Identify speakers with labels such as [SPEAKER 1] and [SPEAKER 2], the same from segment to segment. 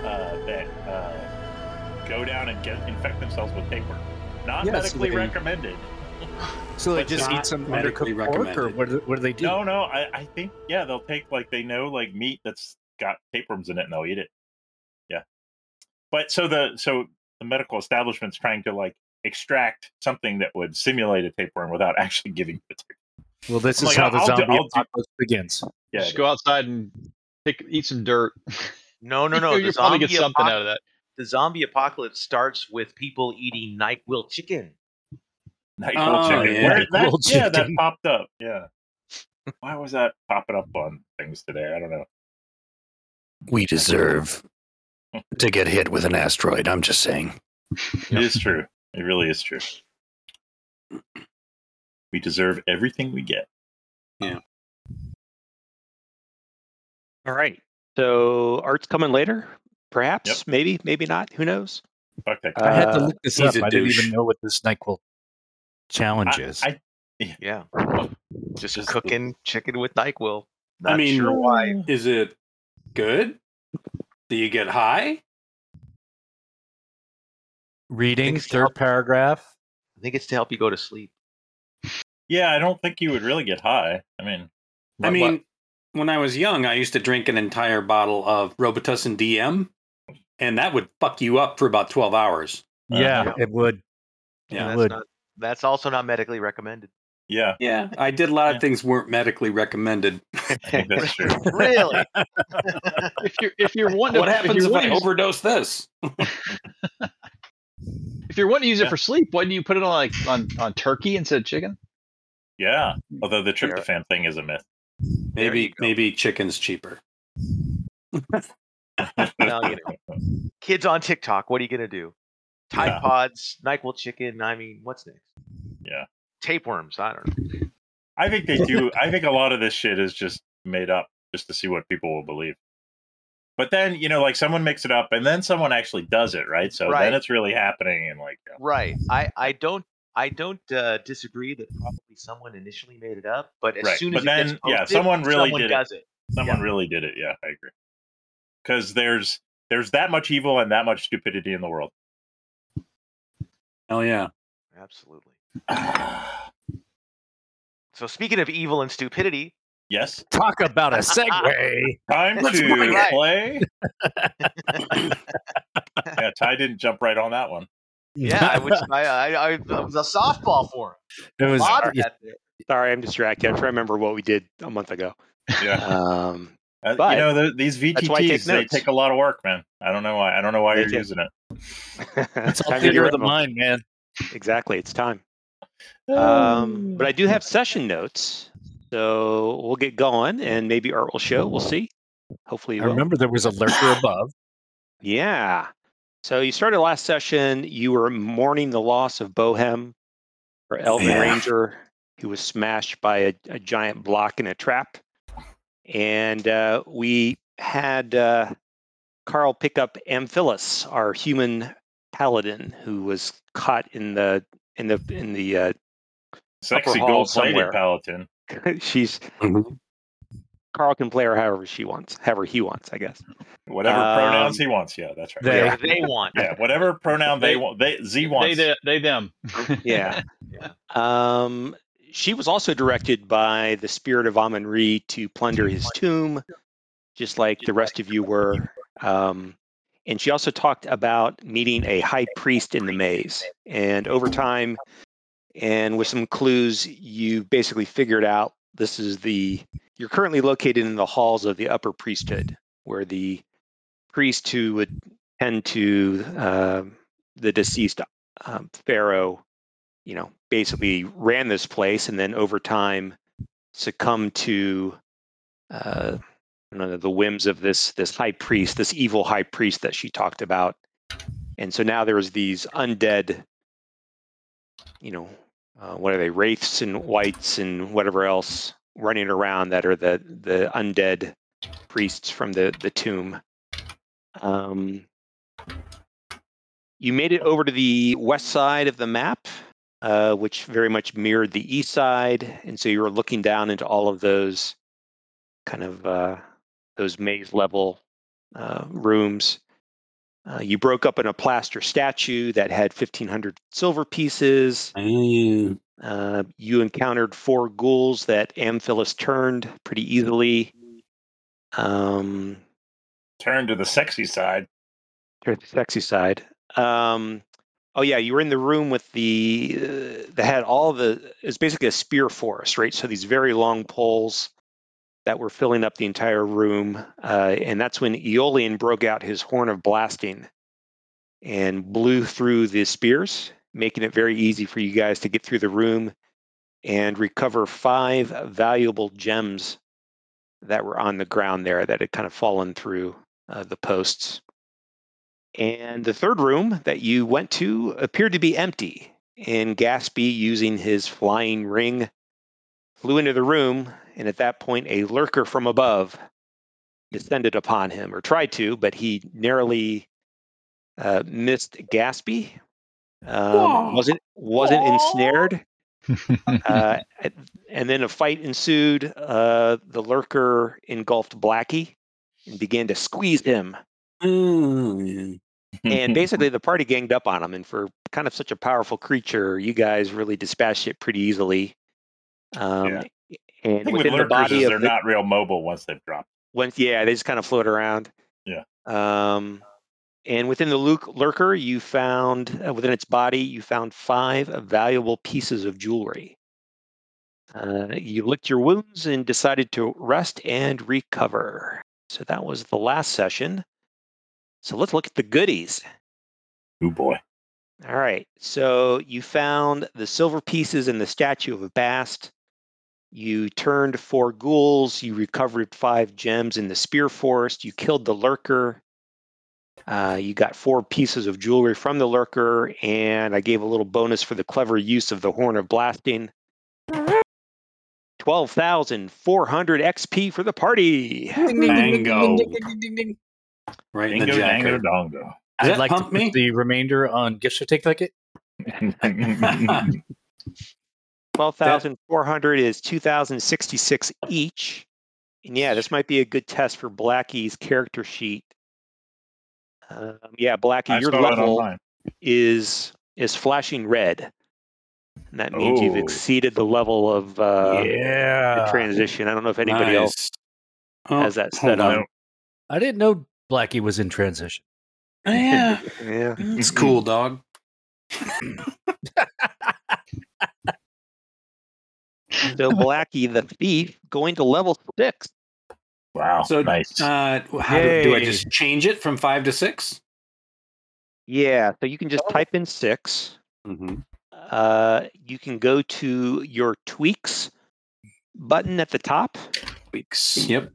[SPEAKER 1] that uh, go down and get infect themselves with tapeworm. Not
[SPEAKER 2] Yeah, so
[SPEAKER 1] medically
[SPEAKER 2] they-
[SPEAKER 1] recommended.
[SPEAKER 2] So they
[SPEAKER 1] But
[SPEAKER 2] just
[SPEAKER 3] not
[SPEAKER 2] eat some
[SPEAKER 3] medically
[SPEAKER 2] undercooked pork, or
[SPEAKER 3] recommended.
[SPEAKER 2] what do, what do they do?
[SPEAKER 1] No, no, I, I think yeah, they'll take like they know like meat that's got tapeworms in it and they'll eat it. Yeah. But so the so the medical establishment's trying to like extract something that would simulate a tapeworm without actually giving it to
[SPEAKER 2] Well, this
[SPEAKER 1] I'm
[SPEAKER 2] is
[SPEAKER 1] like,
[SPEAKER 2] how the
[SPEAKER 1] I'll do-
[SPEAKER 2] zombie
[SPEAKER 1] I'll do-
[SPEAKER 2] apocalypse begins.
[SPEAKER 1] yeah,
[SPEAKER 4] Just go outside and pick, eat some dirt.
[SPEAKER 5] No, no, no.
[SPEAKER 4] You'll
[SPEAKER 5] the,
[SPEAKER 4] probably
[SPEAKER 5] zombie
[SPEAKER 4] get something
[SPEAKER 5] apoc-
[SPEAKER 4] out of that.
[SPEAKER 5] the zombie apocalypse starts with people eating NyQuil chicken.
[SPEAKER 1] Night
[SPEAKER 3] Oh,
[SPEAKER 1] chicken.
[SPEAKER 3] yeah.
[SPEAKER 1] Where- that-
[SPEAKER 2] Cool
[SPEAKER 1] yeah, that
[SPEAKER 2] chicken.
[SPEAKER 1] popped up. Yeah. Why was that popping up on things today? I don't know.
[SPEAKER 6] We deserve to get hit with an asteroid. I'm just saying.
[SPEAKER 1] It is true. It really is true. We deserve everything we get.
[SPEAKER 3] All right. So art's coming later, perhaps,
[SPEAKER 1] Yep.
[SPEAKER 3] maybe, maybe not. Who knows?
[SPEAKER 1] Fuck that.
[SPEAKER 2] I had to
[SPEAKER 3] Uh,
[SPEAKER 2] look this
[SPEAKER 6] he's
[SPEAKER 2] up.
[SPEAKER 6] a
[SPEAKER 2] I didn't
[SPEAKER 6] douche.
[SPEAKER 2] even know what this Nyquil challenge is.
[SPEAKER 1] I,
[SPEAKER 5] Yeah. Just,
[SPEAKER 1] Just the-
[SPEAKER 5] cooking chicken with NyQuil.
[SPEAKER 3] I
[SPEAKER 5] Not
[SPEAKER 3] mean,
[SPEAKER 5] sure why.
[SPEAKER 3] Is it good? Do you get high?
[SPEAKER 2] Reading
[SPEAKER 5] Things
[SPEAKER 2] third
[SPEAKER 5] help.
[SPEAKER 2] paragraph.
[SPEAKER 5] I think it's to help you go to sleep.
[SPEAKER 1] yeah, I don't think you would really get high. I mean,
[SPEAKER 3] I
[SPEAKER 4] What-
[SPEAKER 3] mean,
[SPEAKER 4] what-
[SPEAKER 3] when I was young, I used to drink an entire bottle of Robitussin DM, and that would fuck you up for about 12 hours.
[SPEAKER 1] Uh,
[SPEAKER 2] yeah,
[SPEAKER 5] yeah.
[SPEAKER 2] it would.
[SPEAKER 3] Yeah.
[SPEAKER 2] it
[SPEAKER 5] that's,
[SPEAKER 2] would.
[SPEAKER 5] not, that's also not medically recommended.
[SPEAKER 1] yeah,
[SPEAKER 3] Yeah. I did a lot
[SPEAKER 1] Yeah.
[SPEAKER 3] of things weren't medically recommended.
[SPEAKER 1] I think that's true.
[SPEAKER 5] really?
[SPEAKER 4] if you're if you're wanting
[SPEAKER 3] what
[SPEAKER 4] to,
[SPEAKER 3] happens
[SPEAKER 4] you're
[SPEAKER 3] if I
[SPEAKER 4] wanting to-
[SPEAKER 3] overdose this?
[SPEAKER 4] if you're wanting to use
[SPEAKER 1] Yeah.
[SPEAKER 4] it for sleep, why do you put it on like on on turkey instead of chicken?
[SPEAKER 1] Yeah, although the tryptophan thing is a myth.
[SPEAKER 5] There you
[SPEAKER 3] Maybe
[SPEAKER 5] go.
[SPEAKER 3] maybe chicken's cheaper.
[SPEAKER 5] No, you Kids on TikTok, what are you going to do? Tide
[SPEAKER 1] Yeah.
[SPEAKER 5] Pods, NyQuil chicken. I mean, what's next?
[SPEAKER 1] Yeah.
[SPEAKER 5] Tapeworms. I don't know.
[SPEAKER 1] I think they do. I think a lot of this shit is just made up just to see what people will believe. But then you know, like someone makes it up, and then someone actually does it, right? So
[SPEAKER 5] Right.
[SPEAKER 1] then it's really happening, and like, yeah.
[SPEAKER 5] Right. I, I don't. I don't uh, disagree that probably someone initially made it up, but as
[SPEAKER 1] Right,
[SPEAKER 5] soon
[SPEAKER 1] but
[SPEAKER 5] as it gets
[SPEAKER 1] then, yeah,
[SPEAKER 5] posted,
[SPEAKER 1] someone really
[SPEAKER 5] someone
[SPEAKER 1] did it.
[SPEAKER 5] does it.
[SPEAKER 1] someone really did it. Yeah, I agree. Because there's there's that much evil and that much stupidity in the world.
[SPEAKER 3] Hell yeah.
[SPEAKER 5] Absolutely.
[SPEAKER 1] yes.
[SPEAKER 5] So speaking of evil and stupidity,
[SPEAKER 2] Talk about a segue.
[SPEAKER 1] Time
[SPEAKER 2] Let's
[SPEAKER 1] to
[SPEAKER 2] bring
[SPEAKER 5] it.
[SPEAKER 1] play. yeah, Ty didn't jump right on that one.
[SPEAKER 5] yeah, I, was, I, I, I, it was a softball for
[SPEAKER 2] it
[SPEAKER 5] him.
[SPEAKER 2] was.
[SPEAKER 5] Lobbed
[SPEAKER 2] yeah,
[SPEAKER 5] at it.
[SPEAKER 7] Sorry, I'm distracted. I'm trying to remember what we did a month ago.
[SPEAKER 1] Yeah.
[SPEAKER 7] Um,
[SPEAKER 1] Uh, you
[SPEAKER 7] But-
[SPEAKER 1] know the, these
[SPEAKER 7] why I take
[SPEAKER 1] VTTs they
[SPEAKER 7] notes.
[SPEAKER 1] take a lot of work, man. I don't know why. I don't know why
[SPEAKER 7] They
[SPEAKER 1] you're
[SPEAKER 7] do.
[SPEAKER 1] using it.
[SPEAKER 2] it's all
[SPEAKER 7] Time to
[SPEAKER 2] figure of
[SPEAKER 7] get
[SPEAKER 2] the
[SPEAKER 7] rid of 'em.
[SPEAKER 2] mind, man.
[SPEAKER 7] Exactly, it's time.
[SPEAKER 2] Oh.
[SPEAKER 7] Um, but I do have session notes, so we'll get going, and maybe Art will show. We'll see. Hopefully, he
[SPEAKER 2] I
[SPEAKER 7] will.
[SPEAKER 2] remember there was a lurker above.
[SPEAKER 7] Yeah. So you started last session. You were mourning the loss of Bohem, or Elven
[SPEAKER 6] Yeah.
[SPEAKER 7] Ranger, who was smashed by a, a giant block in a trap. And uh, we had uh, Carl pick up Amphilus, our human paladin, who was caught in the in the in the uh,
[SPEAKER 1] Sexy
[SPEAKER 7] upper hall
[SPEAKER 1] gold plated
[SPEAKER 7] somewhere.
[SPEAKER 1] Paladin.
[SPEAKER 7] she's
[SPEAKER 6] Mhm.
[SPEAKER 7] Carl can play her however she wants, however he wants, I guess.
[SPEAKER 1] Whatever
[SPEAKER 7] Um,
[SPEAKER 1] pronouns he wants. Yeah, that's right.
[SPEAKER 2] They-
[SPEAKER 1] yeah.
[SPEAKER 5] Yeah, they want.
[SPEAKER 1] Yeah, whatever pronoun they,
[SPEAKER 4] They-
[SPEAKER 1] want. They Z
[SPEAKER 4] They
[SPEAKER 1] wants.
[SPEAKER 4] they, they them.
[SPEAKER 7] Yeah. Um, she was also directed by the spirit of Amun Re to plunder his tomb, just like the rest of you were. Um, and she also talked about meeting a high priest in the maze. And over time, and with some clues, you basically figured out this is the you're currently located in the halls of the upper priesthood, where the priest who would tend to uh, the deceased um, pharaoh you know, basically ran this place and then over time succumbed to uh, I don't know, the whims of this this high priest, this evil high priest that she talked about. And so now there's these undead, you know, uh, what are they, wraiths and whites and whatever else running around that are the the undead priests from the the tomb. Um, you made it over to the west side of the map, uh, which very much mirrored the east side, and so you were looking down into all of those kind of uh, those maze level uh, rooms. Uh, you broke up in a plaster statue that had 1,500 silver pieces.
[SPEAKER 3] Mm.
[SPEAKER 7] Uh, you encountered four ghouls that Amphilis turned pretty easily. Um,
[SPEAKER 1] Turn to the sexy side.
[SPEAKER 7] You're the sexy side. Um, oh yeah, you were in the room with the uh, that had all the. It's basically a spear forest, right? So these very long poles that were filling up the entire room, uh, and that's when Aeolian broke out his horn of blasting and blew through the spears, making it very easy for you guys to get through the room and recover five valuable gems that were on the ground there that had kind of fallen through uh, the posts. And the third room that you went to appeared to be empty. And Gatsby, using his flying ring, flew into the room. And at that point, a lurker from above descended upon him, or tried to, but he narrowly uh, missed Gatsby. Um, wasn't wasn't ensnared. Uh, and then a fight ensued. Uh, the lurker engulfed Blackie and began to squeeze him
[SPEAKER 3] Mm.
[SPEAKER 7] and basically the party ganged up on him and for kind of such a powerful creature you guys really dispatched it pretty easily um
[SPEAKER 1] Yeah. the
[SPEAKER 7] and
[SPEAKER 1] thing with
[SPEAKER 7] within the
[SPEAKER 1] lurkers
[SPEAKER 7] body
[SPEAKER 1] is
[SPEAKER 7] of
[SPEAKER 1] they're
[SPEAKER 7] the-
[SPEAKER 1] not real mobile once they've dropped.
[SPEAKER 7] once yeah they just kind of float around
[SPEAKER 1] Yeah.
[SPEAKER 7] um and within the luke lurker you found uh, within its body you found five valuable pieces of jewelry uh, you licked your wounds and decided to rest and recover so that was the last session so let's look at the goodies
[SPEAKER 1] Oh boy.
[SPEAKER 7] All right. So you found the silver pieces in the statue of a bast. You turned four ghouls. You recovered five gems in the spear forest. You killed the lurker. Uh, you got four pieces of jewelry from the lurker, and I gave a little bonus for the clever use of the horn of blasting. 12,400 XP for the party.
[SPEAKER 3] Mango. Right in the
[SPEAKER 1] Dingo dango
[SPEAKER 3] jacket.
[SPEAKER 1] dongo.
[SPEAKER 3] Does
[SPEAKER 2] I'd
[SPEAKER 3] that
[SPEAKER 2] like to
[SPEAKER 3] pump
[SPEAKER 2] put
[SPEAKER 3] me?
[SPEAKER 2] the remainder on gift certificate ticket.
[SPEAKER 1] That's
[SPEAKER 7] 12,400 is 2,066 each. And yeah, this might be a good test for Blackie's character sheet. Um, yeah, Blackie,
[SPEAKER 1] I
[SPEAKER 7] your
[SPEAKER 1] saw it
[SPEAKER 7] level
[SPEAKER 1] online.
[SPEAKER 7] is is flashing red. And that means you've
[SPEAKER 1] Oh.
[SPEAKER 7] exceeded the level of uh, the
[SPEAKER 2] yeah.
[SPEAKER 7] transition. I don't know if anybody else.
[SPEAKER 3] Nice.
[SPEAKER 7] has that
[SPEAKER 3] hold
[SPEAKER 7] set up.
[SPEAKER 3] on.
[SPEAKER 2] I didn't know Blackie was in transition.
[SPEAKER 3] Yeah,
[SPEAKER 7] Yeah.
[SPEAKER 3] it's cool, dog.
[SPEAKER 7] So Blackie the thief going to level six.
[SPEAKER 1] Wow.
[SPEAKER 3] So,
[SPEAKER 1] Oh, nice.
[SPEAKER 3] Uh, how do, do I
[SPEAKER 2] Yay.
[SPEAKER 3] just change it from five to 6
[SPEAKER 7] Yeah. So you can just type in six.
[SPEAKER 3] Mm-hmm.
[SPEAKER 7] Uh, you can go to your tweaks button at the top.
[SPEAKER 3] Weeks. Yep.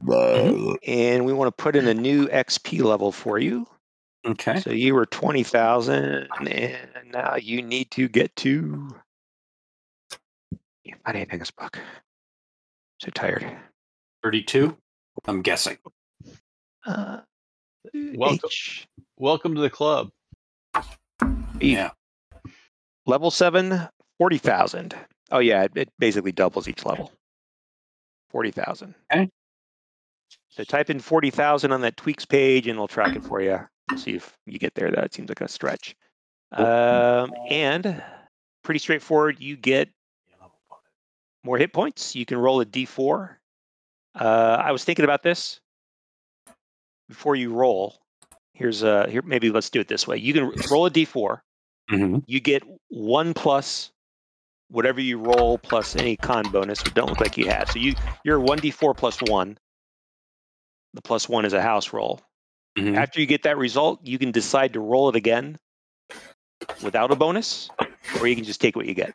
[SPEAKER 7] and we want to put in a new XP level for you.
[SPEAKER 3] Okay.
[SPEAKER 7] So you were 20,000 and now you need to get to Yeah, How do you think this book? So tired.
[SPEAKER 3] Thirty-two. I'm guessing.
[SPEAKER 7] Uh,
[SPEAKER 4] Welcome.
[SPEAKER 7] H,
[SPEAKER 4] Welcome to the club.
[SPEAKER 3] Yeah.
[SPEAKER 7] level 7 40,000. Oh yeah, it, it basically doubles each level. 40,000.
[SPEAKER 3] Okay.
[SPEAKER 7] So type in 40,000 on that tweaks page and we'll track it for you. We'll see if you get there. That seems like a stretch. Um, and pretty straightforward. You get more hit points. You can roll a d4. Uh, I was thinking about this before you roll. Here's a here. Maybe let's do it this way. You can r- roll a d4.
[SPEAKER 3] Mm-hmm.
[SPEAKER 7] You get one plus whatever you roll plus any con bonus. It don't look like you have. So you you're one d4 plus one. The plus one is a house roll.
[SPEAKER 3] Mhm.
[SPEAKER 7] After you get that result, you can decide to roll it again without a bonus, or you can just take what you get.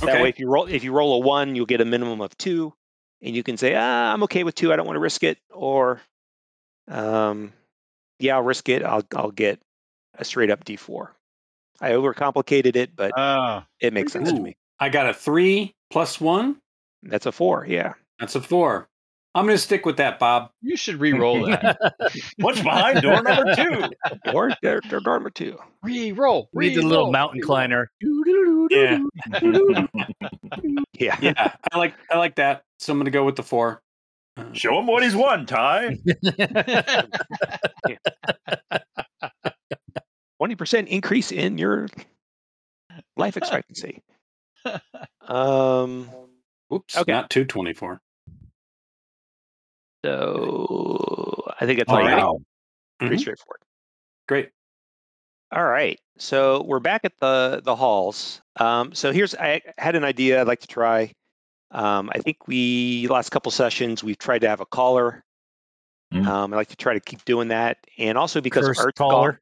[SPEAKER 7] That way,
[SPEAKER 3] Okay.
[SPEAKER 7] if you roll if you roll a one, you'll get a minimum of two, and you can say, ah, I'm okay with two. I don't want to risk it, or um, yeah, I'll risk it. I'll I'll get a straight up D4. I overcomplicated it, but
[SPEAKER 4] Uh,
[SPEAKER 7] it makes sense to
[SPEAKER 3] Ooh,
[SPEAKER 7] me.
[SPEAKER 3] I got a three plus one.
[SPEAKER 7] That's a four. Yeah.
[SPEAKER 3] That's a four. I'm going to stick with that, Bob.
[SPEAKER 4] you should re-roll that.
[SPEAKER 1] What's behind door number two?
[SPEAKER 7] or they're, they're Dharma two.
[SPEAKER 4] re-roll.
[SPEAKER 2] Need a little mountain climber.
[SPEAKER 3] Yeah.
[SPEAKER 7] Yeah.
[SPEAKER 3] Yeah. I like. I like that. So I'm going to go with the four. Uh,
[SPEAKER 1] Show him what he's won, Ty.
[SPEAKER 7] 20% increase in your life expectancy. Um,
[SPEAKER 3] Oops,
[SPEAKER 7] Okay.
[SPEAKER 3] not 224.
[SPEAKER 7] so I think that's all Mm-hmm.
[SPEAKER 3] Alrighty.
[SPEAKER 7] right. Oh, Pretty
[SPEAKER 3] Mhm.
[SPEAKER 7] straightforward.
[SPEAKER 3] Great.
[SPEAKER 7] All right. So we're back at the the halls. Um, so here's I had an idea I'd like to try. Um, I think we last couple sessions we've tried to have a caller.
[SPEAKER 1] Mm.
[SPEAKER 7] Um, I like to try to keep doing that, and also because
[SPEAKER 2] Cursed
[SPEAKER 7] Art's
[SPEAKER 2] caller.
[SPEAKER 7] Gone,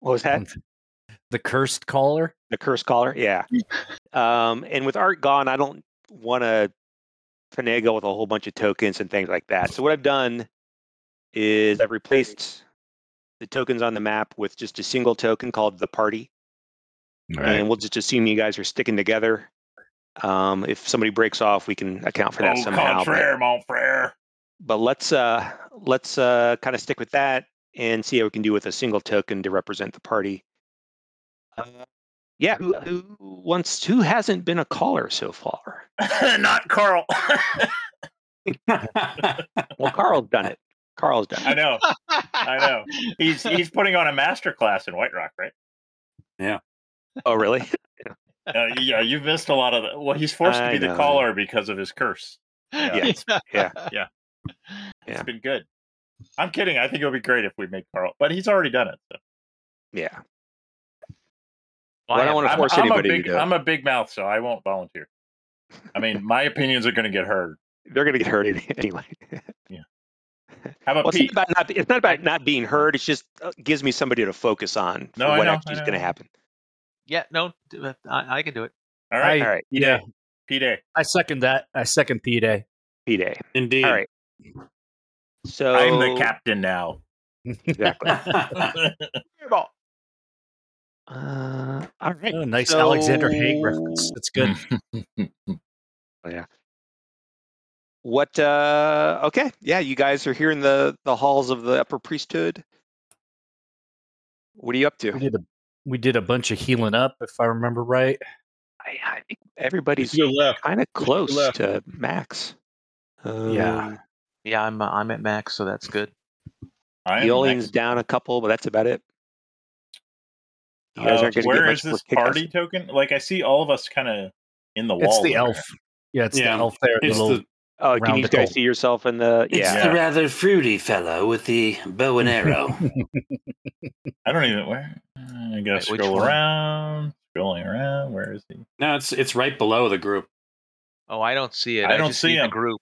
[SPEAKER 7] what was that?
[SPEAKER 2] The cursed caller.
[SPEAKER 7] The curse caller, yeah. um, and with art gone, I don't want to finagle with a whole bunch of tokens and things like that. So what I've done is I've replaced the tokens on the map with just a single token called the party, and we'll just assume you guys are sticking together. Um, if somebody breaks off, we can account for that
[SPEAKER 1] oh,
[SPEAKER 7] somehow. But,
[SPEAKER 1] contraire, mon frere.
[SPEAKER 7] but let's uh, let's uh, kind of stick with that and see how we can do with a single token to represent the party. Uh, yeah, who, who wants? Who hasn't been a caller so far?
[SPEAKER 1] Not Carl.
[SPEAKER 7] Well, Carl's done it. Carl's done
[SPEAKER 1] I
[SPEAKER 7] it.
[SPEAKER 1] know. I know. He's he's putting on a master class in White Rock, right?
[SPEAKER 7] Oh, really?
[SPEAKER 1] Uh, yeah, you've missed a lot of. The, well, he's forced
[SPEAKER 7] I
[SPEAKER 1] to be the
[SPEAKER 7] know.
[SPEAKER 1] caller because of his curse. Yeah,
[SPEAKER 7] Yeah.
[SPEAKER 1] It's,
[SPEAKER 7] Yeah. Yeah.
[SPEAKER 1] it's been good. I'm kidding. I think it'll be great if we make Carl, but he's already done it. So.
[SPEAKER 7] Yeah.
[SPEAKER 5] Well,
[SPEAKER 7] I don't
[SPEAKER 5] am-
[SPEAKER 7] wanna
[SPEAKER 1] I'm,
[SPEAKER 7] force
[SPEAKER 1] I'm
[SPEAKER 7] anybody
[SPEAKER 1] a
[SPEAKER 7] to
[SPEAKER 1] big,
[SPEAKER 7] do it.
[SPEAKER 1] I'm a big mouth, so I won't volunteer. I mean, my opinions are going to get heard.
[SPEAKER 7] They're going to get hurt any- anyway.
[SPEAKER 1] How about
[SPEAKER 7] Well, it's
[SPEAKER 1] Pete?
[SPEAKER 7] not about not, it's not about not being heard. It's just uh, gives me somebody to focus on for
[SPEAKER 1] No, I
[SPEAKER 7] what
[SPEAKER 1] know, I
[SPEAKER 7] actually is
[SPEAKER 1] know.
[SPEAKER 7] going to happen.
[SPEAKER 5] Yeah, no, d- uh, I, I can do it.
[SPEAKER 1] All right,
[SPEAKER 2] I-
[SPEAKER 7] All right,
[SPEAKER 1] Pete.
[SPEAKER 2] yeah.
[SPEAKER 1] A. Pete. A.
[SPEAKER 2] I second that. I second P Day.
[SPEAKER 7] P Day.
[SPEAKER 3] Indeed.
[SPEAKER 7] All right. So
[SPEAKER 1] I'm the captain now.
[SPEAKER 7] Exactly.
[SPEAKER 3] right.
[SPEAKER 7] Uh, all right.
[SPEAKER 2] Oh, nice Alexander Haig reference.
[SPEAKER 7] So-
[SPEAKER 2] That's good.
[SPEAKER 7] What? Uh, okay. Yeah, you guys are here in the the halls of the upper priesthood. What are you up to?
[SPEAKER 2] We did a we did a bunch of healing up, if I remember right.
[SPEAKER 7] I, I think everybody's
[SPEAKER 4] your left.
[SPEAKER 7] kind of close
[SPEAKER 4] left.
[SPEAKER 7] to max.
[SPEAKER 2] Yeah.
[SPEAKER 7] Um,
[SPEAKER 5] Yeah, I'm uh, I'm at max, so that's good.
[SPEAKER 1] I am
[SPEAKER 7] Yolin's
[SPEAKER 1] next.
[SPEAKER 7] down a couple, but that's about it. You guys
[SPEAKER 1] Uh,
[SPEAKER 7] aren't gonna get
[SPEAKER 1] where
[SPEAKER 7] much
[SPEAKER 1] is
[SPEAKER 7] more
[SPEAKER 1] this
[SPEAKER 7] kick out of
[SPEAKER 1] party
[SPEAKER 7] it.
[SPEAKER 1] token? Like, I see all of us kind of in the wall.
[SPEAKER 2] It's the elf. Yeah, it's
[SPEAKER 3] Yeah.
[SPEAKER 2] the elf there.
[SPEAKER 3] It's
[SPEAKER 2] little,
[SPEAKER 3] the
[SPEAKER 7] Oh, can
[SPEAKER 2] round
[SPEAKER 7] you
[SPEAKER 2] the
[SPEAKER 7] guys
[SPEAKER 2] goal.
[SPEAKER 7] see yourself in the?
[SPEAKER 8] It's
[SPEAKER 7] Yeah.
[SPEAKER 8] the rather fruity fellow with the bow and arrow.
[SPEAKER 1] I don't even. Where? uh, I gotta
[SPEAKER 5] Wait, which
[SPEAKER 1] scroll
[SPEAKER 5] one?
[SPEAKER 1] around. Scrolling around. Where is he?
[SPEAKER 3] no, it's it's right below the group.
[SPEAKER 5] Oh, I don't see it.
[SPEAKER 1] I don't
[SPEAKER 5] just
[SPEAKER 1] see
[SPEAKER 5] the
[SPEAKER 1] him.
[SPEAKER 5] group.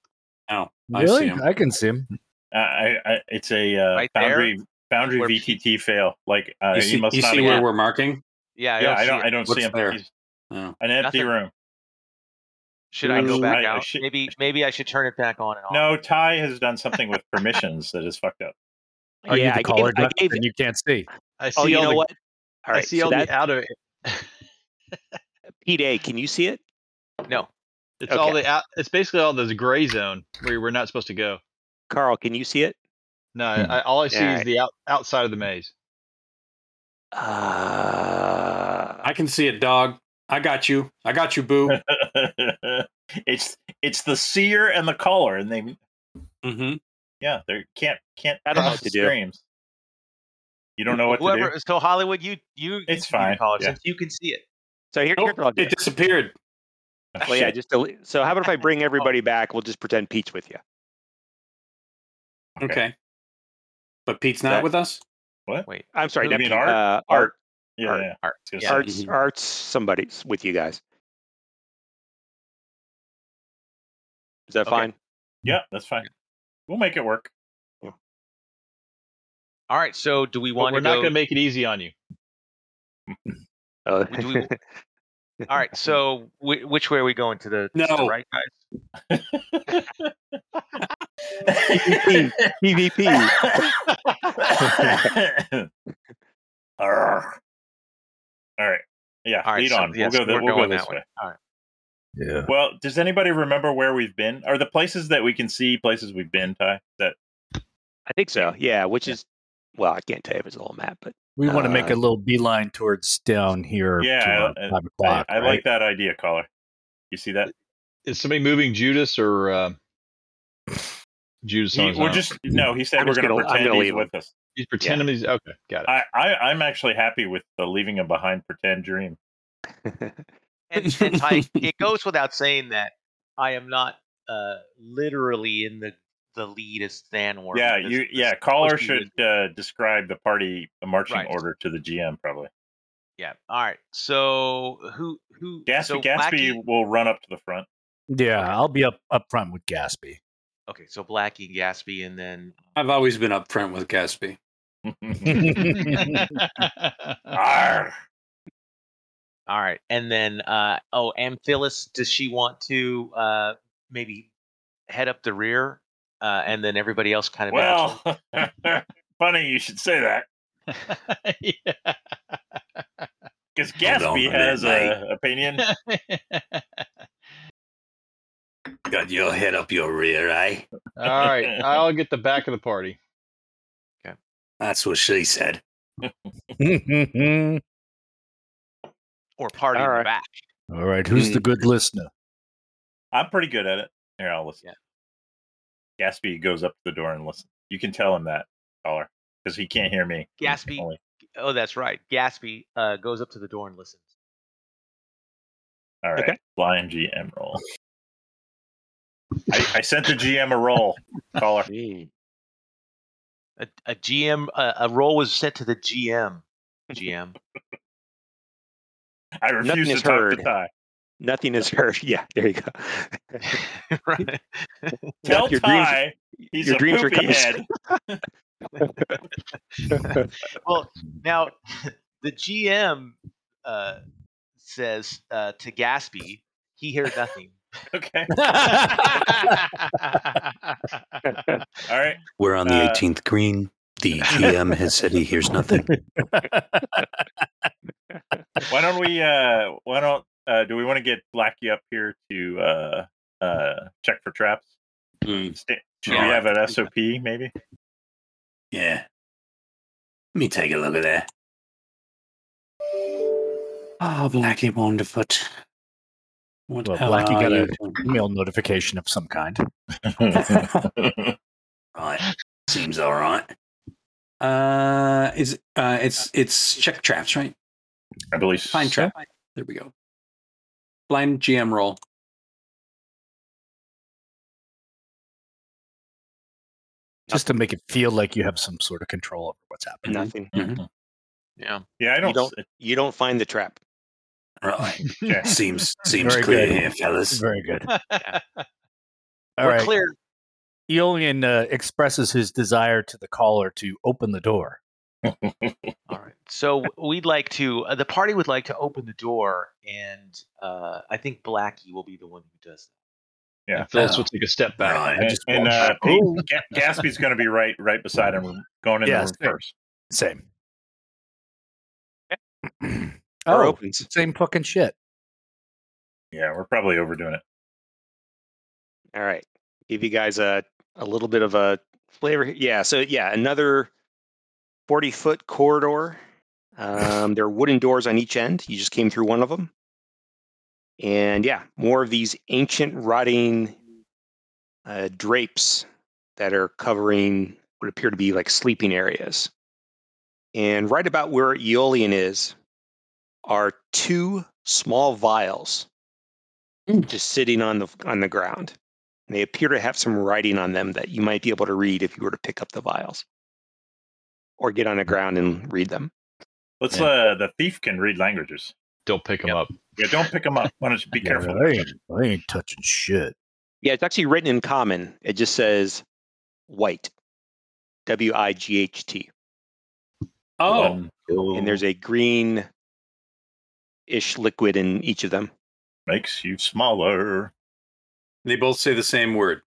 [SPEAKER 3] Oh, I see
[SPEAKER 2] really?
[SPEAKER 3] him.
[SPEAKER 2] I, can see him.
[SPEAKER 1] Uh, I, I, it's a uh,
[SPEAKER 5] Right there?
[SPEAKER 1] boundary boundary
[SPEAKER 5] Where-
[SPEAKER 1] VTT fail. Like uh,
[SPEAKER 3] you
[SPEAKER 1] you,
[SPEAKER 3] see,
[SPEAKER 1] must
[SPEAKER 3] you
[SPEAKER 1] not.
[SPEAKER 3] see
[SPEAKER 1] have-
[SPEAKER 3] where we're marking?
[SPEAKER 5] Yeah, I
[SPEAKER 1] yeah,
[SPEAKER 5] don't.
[SPEAKER 1] I
[SPEAKER 5] see
[SPEAKER 1] don't.
[SPEAKER 5] it.
[SPEAKER 1] I don't see
[SPEAKER 3] What's
[SPEAKER 1] him.
[SPEAKER 3] there?
[SPEAKER 1] He's-
[SPEAKER 3] Oh.
[SPEAKER 1] An empty
[SPEAKER 5] Nothing.
[SPEAKER 1] room.
[SPEAKER 5] Should I go
[SPEAKER 1] Ooh.
[SPEAKER 5] back
[SPEAKER 1] I- I
[SPEAKER 5] out?
[SPEAKER 1] should-
[SPEAKER 5] maybe maybe I should turn it back on and off.
[SPEAKER 1] No, Ty has done something with permissions that is fucked up.
[SPEAKER 2] Are
[SPEAKER 7] yeah,
[SPEAKER 2] Oh, you
[SPEAKER 7] I
[SPEAKER 2] the caller?
[SPEAKER 7] gave, I
[SPEAKER 2] duck?
[SPEAKER 7] gave,
[SPEAKER 2] and you can't see.
[SPEAKER 4] I see
[SPEAKER 7] oh, you
[SPEAKER 4] all
[SPEAKER 7] know
[SPEAKER 4] the,
[SPEAKER 7] what?
[SPEAKER 4] I
[SPEAKER 7] All right.
[SPEAKER 4] see
[SPEAKER 7] so
[SPEAKER 4] all
[SPEAKER 7] that,
[SPEAKER 4] the out of it.
[SPEAKER 7] P Day, can you see it?
[SPEAKER 5] No.
[SPEAKER 4] It's all
[SPEAKER 7] Okay.
[SPEAKER 4] the out. It's basically all this gray zone where we're not supposed to go.
[SPEAKER 7] Carl, can you see it?
[SPEAKER 4] No,
[SPEAKER 1] Hmm.
[SPEAKER 4] I, all I see
[SPEAKER 7] Yeah.
[SPEAKER 4] is the out, outside of the maze.
[SPEAKER 7] Uh,
[SPEAKER 3] I can see it, dog. I got you. I got you, boo.
[SPEAKER 1] it's it's the seer and the caller, and they
[SPEAKER 3] mm-hmm.
[SPEAKER 1] yeah they can't can't
[SPEAKER 7] I don't know what
[SPEAKER 1] cross
[SPEAKER 7] to do.
[SPEAKER 1] streams. You don't know what
[SPEAKER 5] Whoever.
[SPEAKER 1] to do.
[SPEAKER 5] So Hollywood, you you.
[SPEAKER 1] It's
[SPEAKER 5] you
[SPEAKER 1] fine,
[SPEAKER 5] Call it,
[SPEAKER 1] yeah.
[SPEAKER 5] since you can see it.
[SPEAKER 7] so here, here's what I'll
[SPEAKER 3] Oh,
[SPEAKER 7] do.
[SPEAKER 3] it disappeared.
[SPEAKER 1] Oh,
[SPEAKER 7] Well, yeah,
[SPEAKER 1] shit.
[SPEAKER 7] just delete. so. How about if I bring everybody back? We'll just pretend Pete's with you.
[SPEAKER 3] Okay.
[SPEAKER 1] Okay.
[SPEAKER 3] But Pete's not
[SPEAKER 7] That-
[SPEAKER 3] with us?
[SPEAKER 5] Wait.
[SPEAKER 7] I'm sorry,
[SPEAKER 1] You
[SPEAKER 7] not
[SPEAKER 1] mean
[SPEAKER 7] Pete,
[SPEAKER 1] Art?
[SPEAKER 7] Uh,
[SPEAKER 1] Art.
[SPEAKER 7] Art,
[SPEAKER 1] yeah,
[SPEAKER 7] Art.
[SPEAKER 1] yeah.
[SPEAKER 5] Art.
[SPEAKER 1] It's gonna
[SPEAKER 5] Yeah.
[SPEAKER 1] say-
[SPEAKER 7] Arts,
[SPEAKER 3] Mhm.
[SPEAKER 7] Arts, somebody's with you guys. Is that
[SPEAKER 5] Okay.
[SPEAKER 7] fine?
[SPEAKER 1] yeah, that's fine. We'll make it work.
[SPEAKER 5] All right. So do we
[SPEAKER 4] But
[SPEAKER 5] want
[SPEAKER 4] we're
[SPEAKER 5] to
[SPEAKER 4] not
[SPEAKER 5] go?
[SPEAKER 4] going to make it easy on you.
[SPEAKER 7] Oh.
[SPEAKER 5] do we- All right. So whi which way are we going to the, to the
[SPEAKER 3] No.
[SPEAKER 5] right, guys?
[SPEAKER 7] PvP, PvP.
[SPEAKER 1] Arrgh. All right. Yeah,
[SPEAKER 5] All right,
[SPEAKER 1] lead
[SPEAKER 5] so,
[SPEAKER 1] on.
[SPEAKER 5] yes,
[SPEAKER 1] we'll go, th-
[SPEAKER 5] we're
[SPEAKER 1] we'll
[SPEAKER 5] going
[SPEAKER 1] go this
[SPEAKER 5] that
[SPEAKER 1] way.
[SPEAKER 5] way. All right.
[SPEAKER 2] Yeah.
[SPEAKER 1] Well, does anybody remember where we've been? Are the places that we can see places we've been, Ty? That
[SPEAKER 7] I think so. Yeah, which is well, I can't tell you if it's a little map, but
[SPEAKER 2] We want to make
[SPEAKER 7] Uh,
[SPEAKER 2] a little beeline towards down here.
[SPEAKER 1] Yeah,
[SPEAKER 2] to
[SPEAKER 1] I-
[SPEAKER 2] around
[SPEAKER 1] I-
[SPEAKER 2] five o'clock.
[SPEAKER 1] I, I like that idea, caller. You see that?
[SPEAKER 4] Is somebody moving Judas or uh, Judas.
[SPEAKER 1] He,
[SPEAKER 4] He,
[SPEAKER 1] we're just no. He said
[SPEAKER 7] I'm
[SPEAKER 1] we're
[SPEAKER 7] just
[SPEAKER 1] going to
[SPEAKER 7] gonna- I'm
[SPEAKER 1] pretend
[SPEAKER 7] gonna
[SPEAKER 1] he's
[SPEAKER 7] leave
[SPEAKER 1] with us.
[SPEAKER 4] He's pretending he's okay. Got it.
[SPEAKER 1] I, I I'm actually happy with the leaving him behind pretend dream.
[SPEAKER 5] and, and I, it goes without saying that I am not uh, literally in the the lead as Stan Warren.
[SPEAKER 1] yeah,
[SPEAKER 5] This-
[SPEAKER 1] you
[SPEAKER 5] this
[SPEAKER 1] yeah.
[SPEAKER 5] is
[SPEAKER 1] Caller
[SPEAKER 5] supposed to be
[SPEAKER 1] should uh, describe the party the marching
[SPEAKER 5] Right.
[SPEAKER 1] order to the GM probably.
[SPEAKER 5] the- yeah. All right. So who who?
[SPEAKER 1] Gatsby
[SPEAKER 5] so
[SPEAKER 1] Gatsby
[SPEAKER 5] Blackie-
[SPEAKER 1] will run up to the front.
[SPEAKER 2] Yeah, I'll be up up front with Gatsby.
[SPEAKER 5] okay, so Blackie and Gatsby, and then
[SPEAKER 3] I've always been up front with Gatsby.
[SPEAKER 1] Arr!
[SPEAKER 5] all right, and then uh oh, Amphilis. Does she want to uh maybe head up the rear, uh, and then everybody else kind of
[SPEAKER 1] Well, funny you should say that
[SPEAKER 4] yeah.
[SPEAKER 1] because
[SPEAKER 8] Hold on
[SPEAKER 1] Gatsby
[SPEAKER 8] a
[SPEAKER 1] has
[SPEAKER 8] minute,
[SPEAKER 1] a opinion.
[SPEAKER 8] Got your head up your rear, eh?
[SPEAKER 4] All right, I'll get the back of the party.
[SPEAKER 8] That's what she said.
[SPEAKER 5] or party in
[SPEAKER 7] All
[SPEAKER 5] the
[SPEAKER 7] right.
[SPEAKER 5] back?
[SPEAKER 2] All right, who's
[SPEAKER 7] Hmm.
[SPEAKER 2] the good listener?
[SPEAKER 1] I'm pretty good at it. Here, I'll listen. Gatsby goes up to the door and listens. You can tell him that caller because he can't hear me. He can
[SPEAKER 5] Gatsby.
[SPEAKER 1] only-
[SPEAKER 5] Oh, that's right. Gatsby uh, goes up to the door and listens.
[SPEAKER 1] All right,
[SPEAKER 7] Okay.
[SPEAKER 1] blind GM roll. I, I sent the GM a roll, caller.
[SPEAKER 7] Gee.
[SPEAKER 5] A, a GM, a, a role was sent to the GM. GM.
[SPEAKER 1] I refuse
[SPEAKER 7] Nothing
[SPEAKER 1] to
[SPEAKER 7] is
[SPEAKER 1] talk
[SPEAKER 7] heard.
[SPEAKER 1] to Ty.
[SPEAKER 7] Nothing is heard. Yeah, there you go.
[SPEAKER 5] right.
[SPEAKER 1] Tell
[SPEAKER 7] your dreams-
[SPEAKER 1] Ty he's
[SPEAKER 7] your
[SPEAKER 1] a
[SPEAKER 7] dreams are
[SPEAKER 1] poopy
[SPEAKER 7] coming
[SPEAKER 1] head.
[SPEAKER 5] Well, now the GM uh, says uh, to Gatsby, he heard nothing.
[SPEAKER 1] Okay. All right.
[SPEAKER 8] We're on the
[SPEAKER 1] Uh,
[SPEAKER 8] 18th green. The GM has said he hears nothing.
[SPEAKER 1] Why don't we? Uh, why don't? Uh, do we want to get Blackie up here to uh, uh, check for traps?
[SPEAKER 8] Mm,
[SPEAKER 1] Sta- Should
[SPEAKER 8] Yeah.
[SPEAKER 1] we have an SOP? Maybe.
[SPEAKER 8] yeah. Let me take a look at that. Oh, Blackie Wonderfoot. What
[SPEAKER 2] Well,
[SPEAKER 8] hell
[SPEAKER 2] Blackie
[SPEAKER 8] are
[SPEAKER 2] got
[SPEAKER 8] you
[SPEAKER 2] a-
[SPEAKER 8] doing?
[SPEAKER 2] Email notification of some kind.
[SPEAKER 8] Right. Seems all right. Uh, is uh, it's it's check traps, right?
[SPEAKER 1] I believe.
[SPEAKER 3] Fine trap. There we go. Blind GM roll.
[SPEAKER 2] Just to make it feel like you have some sort of control over what's happening.
[SPEAKER 7] Nothing.
[SPEAKER 5] Yeah.
[SPEAKER 1] Yeah, I don't.
[SPEAKER 7] don't- You don't find the trap.
[SPEAKER 8] Right.
[SPEAKER 1] okay.
[SPEAKER 8] Seems seems
[SPEAKER 2] Very
[SPEAKER 8] clear
[SPEAKER 2] good.
[SPEAKER 8] here, fellas.
[SPEAKER 2] Very good. All
[SPEAKER 5] We're
[SPEAKER 2] right.
[SPEAKER 5] clear.
[SPEAKER 2] Aeolian uh, expresses his desire to the caller to open the door.
[SPEAKER 5] All right. So w- we'd like to, uh, the party would like to open the door, and uh, I think Blackie will be the one who does
[SPEAKER 1] Yeah.
[SPEAKER 4] And Phyllis will take a step back.
[SPEAKER 8] Right.
[SPEAKER 1] And,
[SPEAKER 2] just
[SPEAKER 1] and
[SPEAKER 2] walked
[SPEAKER 1] uh,
[SPEAKER 2] up.
[SPEAKER 1] Pete, Ga- Gatsby's going to be right, right beside him, going in
[SPEAKER 2] Yeah,
[SPEAKER 1] the
[SPEAKER 2] same.
[SPEAKER 1] room first.
[SPEAKER 2] Same.
[SPEAKER 7] Door
[SPEAKER 2] Oh,
[SPEAKER 7] opens.
[SPEAKER 2] same fucking shit.
[SPEAKER 1] Yeah, we're probably overdoing it.
[SPEAKER 7] All right. Give you guys a, a little bit of a flavor. here. Yeah. So, yeah, another 40 foot corridor. Um, there are wooden doors on each end. You just came through one of them. And yeah, more of these ancient, rotting uh, drapes that are covering what appear to be like sleeping areas. And right about where Aeolian is are two small vials just sitting on the on the ground. And they appear to have some writing on them that you might be able to read if you were to pick up the vials or get on the ground and read them.
[SPEAKER 1] Let's.
[SPEAKER 2] Yeah.
[SPEAKER 1] Uh, the thief can read languages.
[SPEAKER 4] Don't pick him up.
[SPEAKER 1] Yeah, don't pick him up. Why don't you be careful?
[SPEAKER 2] I ain't, I ain't touching shit.
[SPEAKER 7] Yeah, it's actually written in common. It just says white, W I G H T.
[SPEAKER 3] Oh,
[SPEAKER 7] And there's a green ish liquid in each of them.
[SPEAKER 1] Makes you smaller.
[SPEAKER 3] they both say the same word.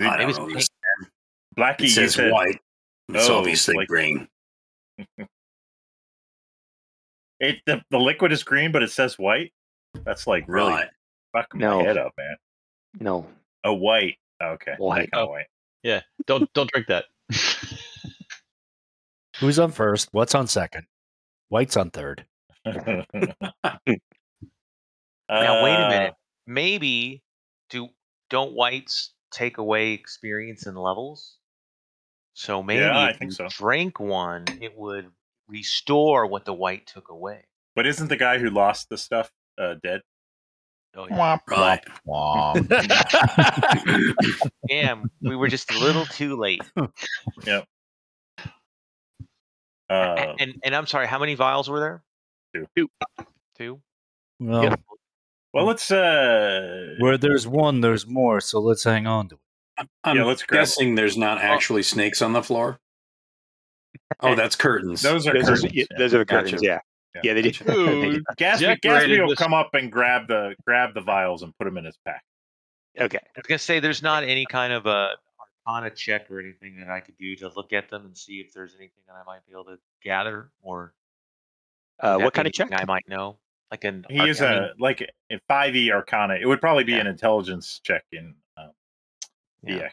[SPEAKER 8] I
[SPEAKER 5] it
[SPEAKER 8] don't
[SPEAKER 5] was
[SPEAKER 8] know.
[SPEAKER 5] pink.
[SPEAKER 8] This-
[SPEAKER 1] Blackie,
[SPEAKER 8] It
[SPEAKER 1] you
[SPEAKER 8] says
[SPEAKER 1] said
[SPEAKER 8] white. It's
[SPEAKER 1] Oh,
[SPEAKER 8] obviously
[SPEAKER 1] like-
[SPEAKER 8] green.
[SPEAKER 1] it. The, the liquid is green, but it says white. That's like really
[SPEAKER 8] Right.
[SPEAKER 1] fucking
[SPEAKER 7] No.
[SPEAKER 1] my head up, man.
[SPEAKER 7] No.
[SPEAKER 1] Oh, white. Okay,
[SPEAKER 7] White.
[SPEAKER 1] That kinda white.
[SPEAKER 4] Don't don't drink that.
[SPEAKER 2] Who's on first? What's on second? White's on third.
[SPEAKER 1] now Uh,
[SPEAKER 5] that. Now, wait a minute. Maybe do don't whites take away experience and levels? So maybe
[SPEAKER 1] Yeah, I
[SPEAKER 5] if
[SPEAKER 1] think
[SPEAKER 5] you
[SPEAKER 1] so.
[SPEAKER 5] drink one, it would restore what the white took away.
[SPEAKER 1] But isn't the guy who lost the stuff uh, dead?
[SPEAKER 5] Oh, yeah.
[SPEAKER 9] Womp,
[SPEAKER 8] Right.
[SPEAKER 9] womp, womp.
[SPEAKER 5] Damn, we were just a little too late. A-
[SPEAKER 1] Uh,
[SPEAKER 5] and and I'm sorry, how many vials were there?
[SPEAKER 1] Two.
[SPEAKER 5] Two. Two?
[SPEAKER 2] Well,
[SPEAKER 5] Yeah.
[SPEAKER 1] well, let's. Uh,
[SPEAKER 2] where there's one, there's more. So let's hang on to it.
[SPEAKER 3] I'm, I'm
[SPEAKER 1] Yeah, let's grab Oh. it.
[SPEAKER 3] guessing there's not actually snakes on the floor. Oh, that's curtains.
[SPEAKER 1] those are
[SPEAKER 7] Those are,
[SPEAKER 1] curtains.
[SPEAKER 7] the-
[SPEAKER 1] yeah.
[SPEAKER 7] those are the
[SPEAKER 3] Gotcha.
[SPEAKER 7] curtains. Yeah.
[SPEAKER 1] Yeah.
[SPEAKER 7] yeah, they did. they
[SPEAKER 4] Who
[SPEAKER 7] did.
[SPEAKER 1] Gatsby,
[SPEAKER 4] decorated
[SPEAKER 1] Gatsby will
[SPEAKER 4] this-
[SPEAKER 1] come up and grab the grab the vials and put them in his pack.
[SPEAKER 7] Okay,
[SPEAKER 5] I was gonna say there's not any kind of a arcana check or anything that I could do to look at them and see if there's anything that I might be able to gather or
[SPEAKER 7] uh,
[SPEAKER 5] that
[SPEAKER 7] what kind of check?
[SPEAKER 5] anything I might know. Like an
[SPEAKER 1] He is
[SPEAKER 5] arcana-
[SPEAKER 1] a like a five E Arcana. It would probably be
[SPEAKER 5] Yeah.
[SPEAKER 1] an intelligence check in um, E
[SPEAKER 5] Yeah.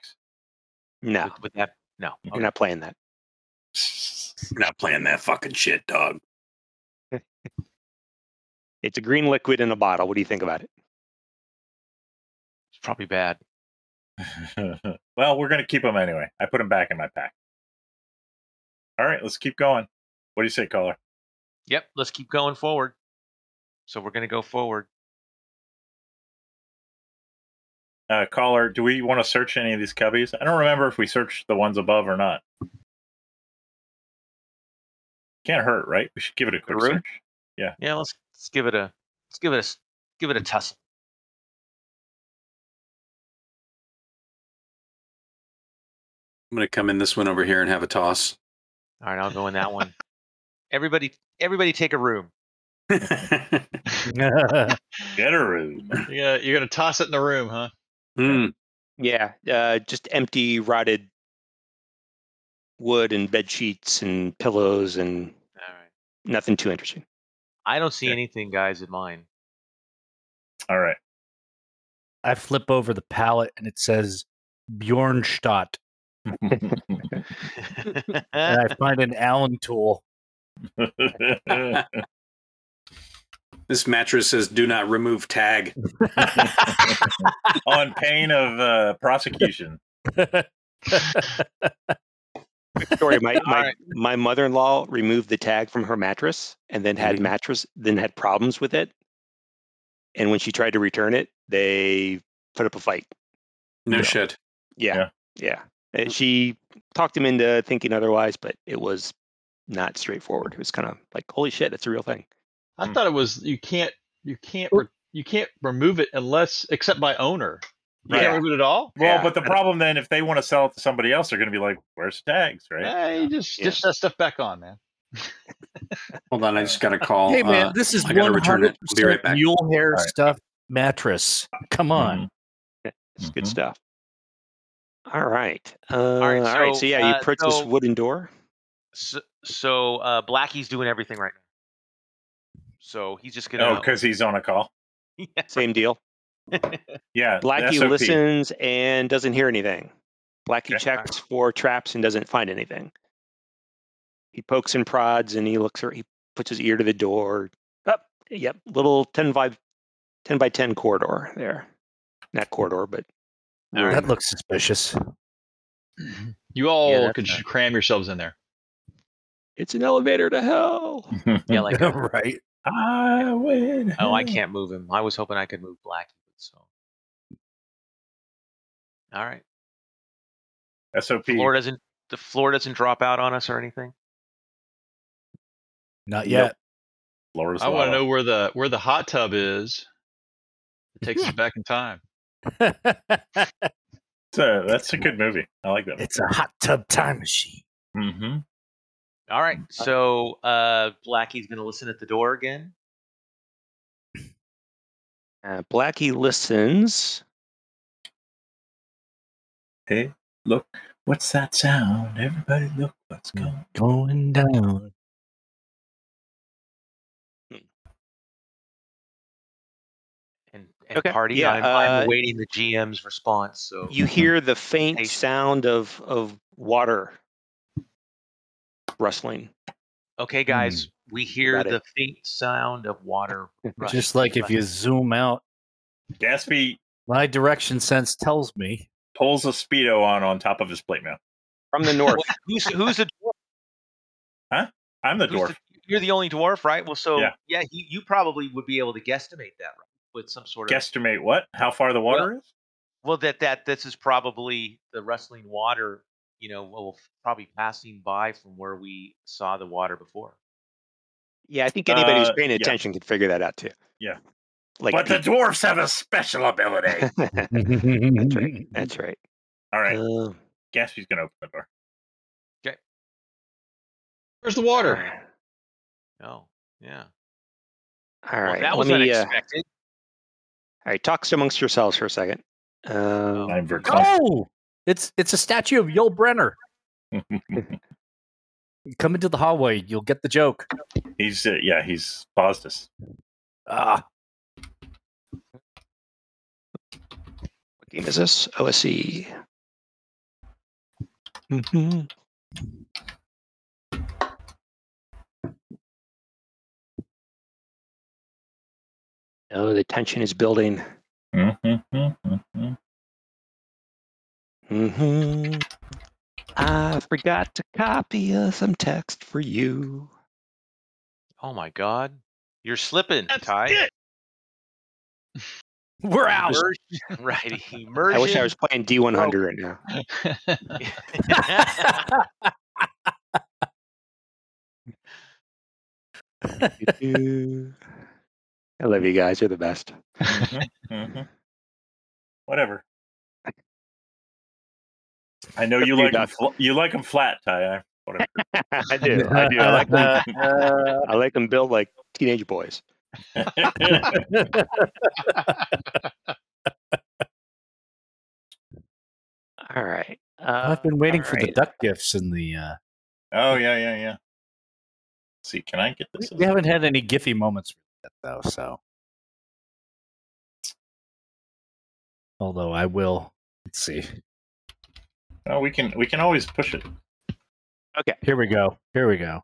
[SPEAKER 7] No,
[SPEAKER 5] Would, would that no?
[SPEAKER 7] we're not playing that.
[SPEAKER 1] DX.
[SPEAKER 8] You're not playing that fucking shit, dog.
[SPEAKER 7] It's a green liquid in a bottle. What do you think about it?
[SPEAKER 5] It's probably bad.
[SPEAKER 1] well, we're gonna keep them anyway. I put them back in my pack. All right, let's keep going. What do you say, caller?
[SPEAKER 5] Yep. Let's keep going forward. So we're gonna go forward.
[SPEAKER 1] Uh, caller, do we want to search any of these cubbies? I don't remember if we searched the ones above or not. Can't hurt, right? We should give it a quick
[SPEAKER 7] room?
[SPEAKER 1] search.
[SPEAKER 5] Yeah. Let's, let's give it a let's give it a s- give it a tussle.
[SPEAKER 3] I'm going to come in this one over here and have a toss.
[SPEAKER 5] All right. I'll go in that one. everybody, everybody, take a room.
[SPEAKER 3] Hmm.
[SPEAKER 1] Get a room.
[SPEAKER 4] You're gonna, you're gonna toss it in the room, huh?
[SPEAKER 3] Hmm.
[SPEAKER 7] Yeah, uh, just empty, rotted wood and bed sheets and pillows and
[SPEAKER 5] All right.
[SPEAKER 7] nothing too interesting.
[SPEAKER 5] I don't see
[SPEAKER 1] Okay.
[SPEAKER 5] anything, guys, in mine.
[SPEAKER 1] All right.
[SPEAKER 2] I flip over the palette and it says Bjornstadt, and I find an Allen tool.
[SPEAKER 3] This mattress says do not remove tag.
[SPEAKER 1] On pain of uh, prosecution.
[SPEAKER 7] Sorry, my my,
[SPEAKER 5] Alright.
[SPEAKER 7] my mother-in-law removed the tag from her mattress and then had mattress then had problems with it. And when she tried to return it, they put up a fight.
[SPEAKER 3] No
[SPEAKER 1] Yeah.
[SPEAKER 3] shit.
[SPEAKER 7] Yeah. Yeah. And she talked him into thinking otherwise, but it was not straightforward. It was kind of like, holy shit, that's a real thing.
[SPEAKER 4] I
[SPEAKER 1] Hmm.
[SPEAKER 4] thought it was you can't you can't re- you can't remove it unless except by owner. You
[SPEAKER 7] Yeah.
[SPEAKER 4] can't remove it at all.
[SPEAKER 1] Well,
[SPEAKER 7] Yeah.
[SPEAKER 1] but the problem then, if they want to sell it to somebody else, they're going to be like, "Where's the tags?" Right?
[SPEAKER 4] Hey, just
[SPEAKER 7] Yeah.
[SPEAKER 4] just that stuff back on, man.
[SPEAKER 3] Hold on, I just got a call.
[SPEAKER 2] hey man,
[SPEAKER 3] Uh,
[SPEAKER 2] this is
[SPEAKER 3] I gotta
[SPEAKER 2] one
[SPEAKER 3] return
[SPEAKER 2] hundred
[SPEAKER 3] it. I'll be right
[SPEAKER 2] percent
[SPEAKER 3] back.
[SPEAKER 2] mule hair
[SPEAKER 1] All right. Mm-hmm.
[SPEAKER 2] stuff mattress. Come on,
[SPEAKER 7] It's good
[SPEAKER 1] Mhm.
[SPEAKER 5] Mm-hmm.
[SPEAKER 7] stuff. All right. Uh, all right. So,
[SPEAKER 5] so,
[SPEAKER 7] yeah, you
[SPEAKER 5] uh,
[SPEAKER 7] approach
[SPEAKER 5] so-
[SPEAKER 7] this wooden door.
[SPEAKER 5] So, so uh, Blackie's doing everything right now. So he's just gonna.
[SPEAKER 1] Oh, because he's on a call.
[SPEAKER 5] Yeah.
[SPEAKER 7] Same deal.
[SPEAKER 1] Yeah. the
[SPEAKER 7] Blackie
[SPEAKER 1] SOP.
[SPEAKER 7] listens and doesn't hear anything. Blackie
[SPEAKER 1] Okay.
[SPEAKER 7] checks for traps and doesn't find anything. He pokes and prods and he looks or he puts his ear to the door. Up, yep, little 10 by 10 by 10 corridor there. Not corridor, but
[SPEAKER 5] All right.
[SPEAKER 2] that looks suspicious.
[SPEAKER 4] You all
[SPEAKER 5] Yeah, that's
[SPEAKER 4] could
[SPEAKER 5] not-
[SPEAKER 4] sh- cram yourselves in there.
[SPEAKER 7] it's an elevator to
[SPEAKER 5] Hmm.
[SPEAKER 7] hell.
[SPEAKER 5] Yeah, like a-
[SPEAKER 2] right.
[SPEAKER 1] I win.
[SPEAKER 5] oh, I can't move him. I was hoping I could move Blackie, but so. All right.
[SPEAKER 1] SOP.
[SPEAKER 5] Floor doesn't. The floor doesn't drop out on us or anything.
[SPEAKER 2] Not
[SPEAKER 1] Nope.
[SPEAKER 2] yet.
[SPEAKER 1] Laura's
[SPEAKER 4] I want to
[SPEAKER 1] Lala.
[SPEAKER 4] know where the where the hot tub is. It takes us back in time.
[SPEAKER 1] So that's a good movie. I like that.
[SPEAKER 2] it's a hot tub time machine.
[SPEAKER 1] Mm-hmm.
[SPEAKER 5] All
[SPEAKER 7] Mm,
[SPEAKER 5] right. So uh, Blackie's gonna listen at the door again.
[SPEAKER 7] Uh, Blackie listens.
[SPEAKER 1] Hey, look, what's that sound? Everybody, look, what's going?
[SPEAKER 2] Going down.
[SPEAKER 5] And, and
[SPEAKER 7] Okay,
[SPEAKER 5] party.
[SPEAKER 7] yeah,
[SPEAKER 5] I'm, I'm
[SPEAKER 7] uh,
[SPEAKER 5] awaiting the GM's response. So
[SPEAKER 7] You hear the faint
[SPEAKER 5] Taste.
[SPEAKER 7] sound of of water rustling.
[SPEAKER 5] okay, guys, we hear
[SPEAKER 7] Hmm. Got it.
[SPEAKER 5] the faint sound of water. rushing.
[SPEAKER 2] Just like if you zoom out,
[SPEAKER 1] Gatsby
[SPEAKER 2] My direction sense tells me.
[SPEAKER 1] Pulls a speedo on on top of his plate mail.
[SPEAKER 7] from the north.
[SPEAKER 5] who's who's the dwarf?
[SPEAKER 1] I'm the
[SPEAKER 5] Who's
[SPEAKER 1] dwarf.
[SPEAKER 5] the- you're the only dwarf, right? Well, so yeah,
[SPEAKER 1] Yeah.
[SPEAKER 5] you, you probably would be able to guesstimate that, right? With some sort of
[SPEAKER 1] Guesstimate what? How far the water is?
[SPEAKER 5] well, that that this is probably the rustling water. You know, well, probably passing by from where we saw the water before.
[SPEAKER 7] yeah, I think anybody who's
[SPEAKER 1] Uh,
[SPEAKER 7] paying
[SPEAKER 1] yeah.
[SPEAKER 7] attention can figure that out too.
[SPEAKER 1] Yeah.
[SPEAKER 7] Like
[SPEAKER 1] but the
[SPEAKER 7] the-
[SPEAKER 1] dwarfs have a special ability.
[SPEAKER 2] Mm-hmm.
[SPEAKER 7] that's right. That's right.
[SPEAKER 1] All right.
[SPEAKER 7] Uh,
[SPEAKER 1] Gaspy's gonna open the door.
[SPEAKER 4] Where's the water?
[SPEAKER 5] No, Oh, yeah.
[SPEAKER 7] all
[SPEAKER 5] Well,
[SPEAKER 7] right.
[SPEAKER 5] that was
[SPEAKER 7] let me, uh,
[SPEAKER 5] unexpected.
[SPEAKER 7] all right. Talk amongst yourselves for a second. Um,
[SPEAKER 1] I'm very
[SPEAKER 2] Oh, it's it's a statue of Yul Brenner. Come into the hallway, you'll get the joke.
[SPEAKER 1] He's uh, yeah, he's paused us.
[SPEAKER 2] Ah,
[SPEAKER 7] what game is this? OSC. Mm-hmm. Oh, the tension is building.
[SPEAKER 1] Mm-hmm,
[SPEAKER 7] hmm I forgot to copy uh, some text for you.
[SPEAKER 5] Oh my God, you're slipping,
[SPEAKER 4] That's
[SPEAKER 5] Ty.
[SPEAKER 4] it.
[SPEAKER 2] we're out.
[SPEAKER 5] Immersion. right, immersion.
[SPEAKER 7] I wish I was playing D100 right now. I love you guys. You're the best.
[SPEAKER 1] Mhm. Whatever. I know you
[SPEAKER 7] Except you,
[SPEAKER 1] like 'em
[SPEAKER 7] Doc.
[SPEAKER 1] fl- you like 'em flat, Ty. I- Whatever.
[SPEAKER 7] I do. I do. I like them. I like them built like teenage boys. All right. Uh,
[SPEAKER 2] I've been waiting for the
[SPEAKER 7] alright.
[SPEAKER 2] duck gifts and the. Uh,
[SPEAKER 1] oh yeah, yeah, yeah. see, can I get
[SPEAKER 2] we,
[SPEAKER 1] this?
[SPEAKER 2] we haven't had any Giphy moments yet, though. So, although I will, let's see.
[SPEAKER 1] Oh, we can we can always push it.
[SPEAKER 2] Here we go. Here we go.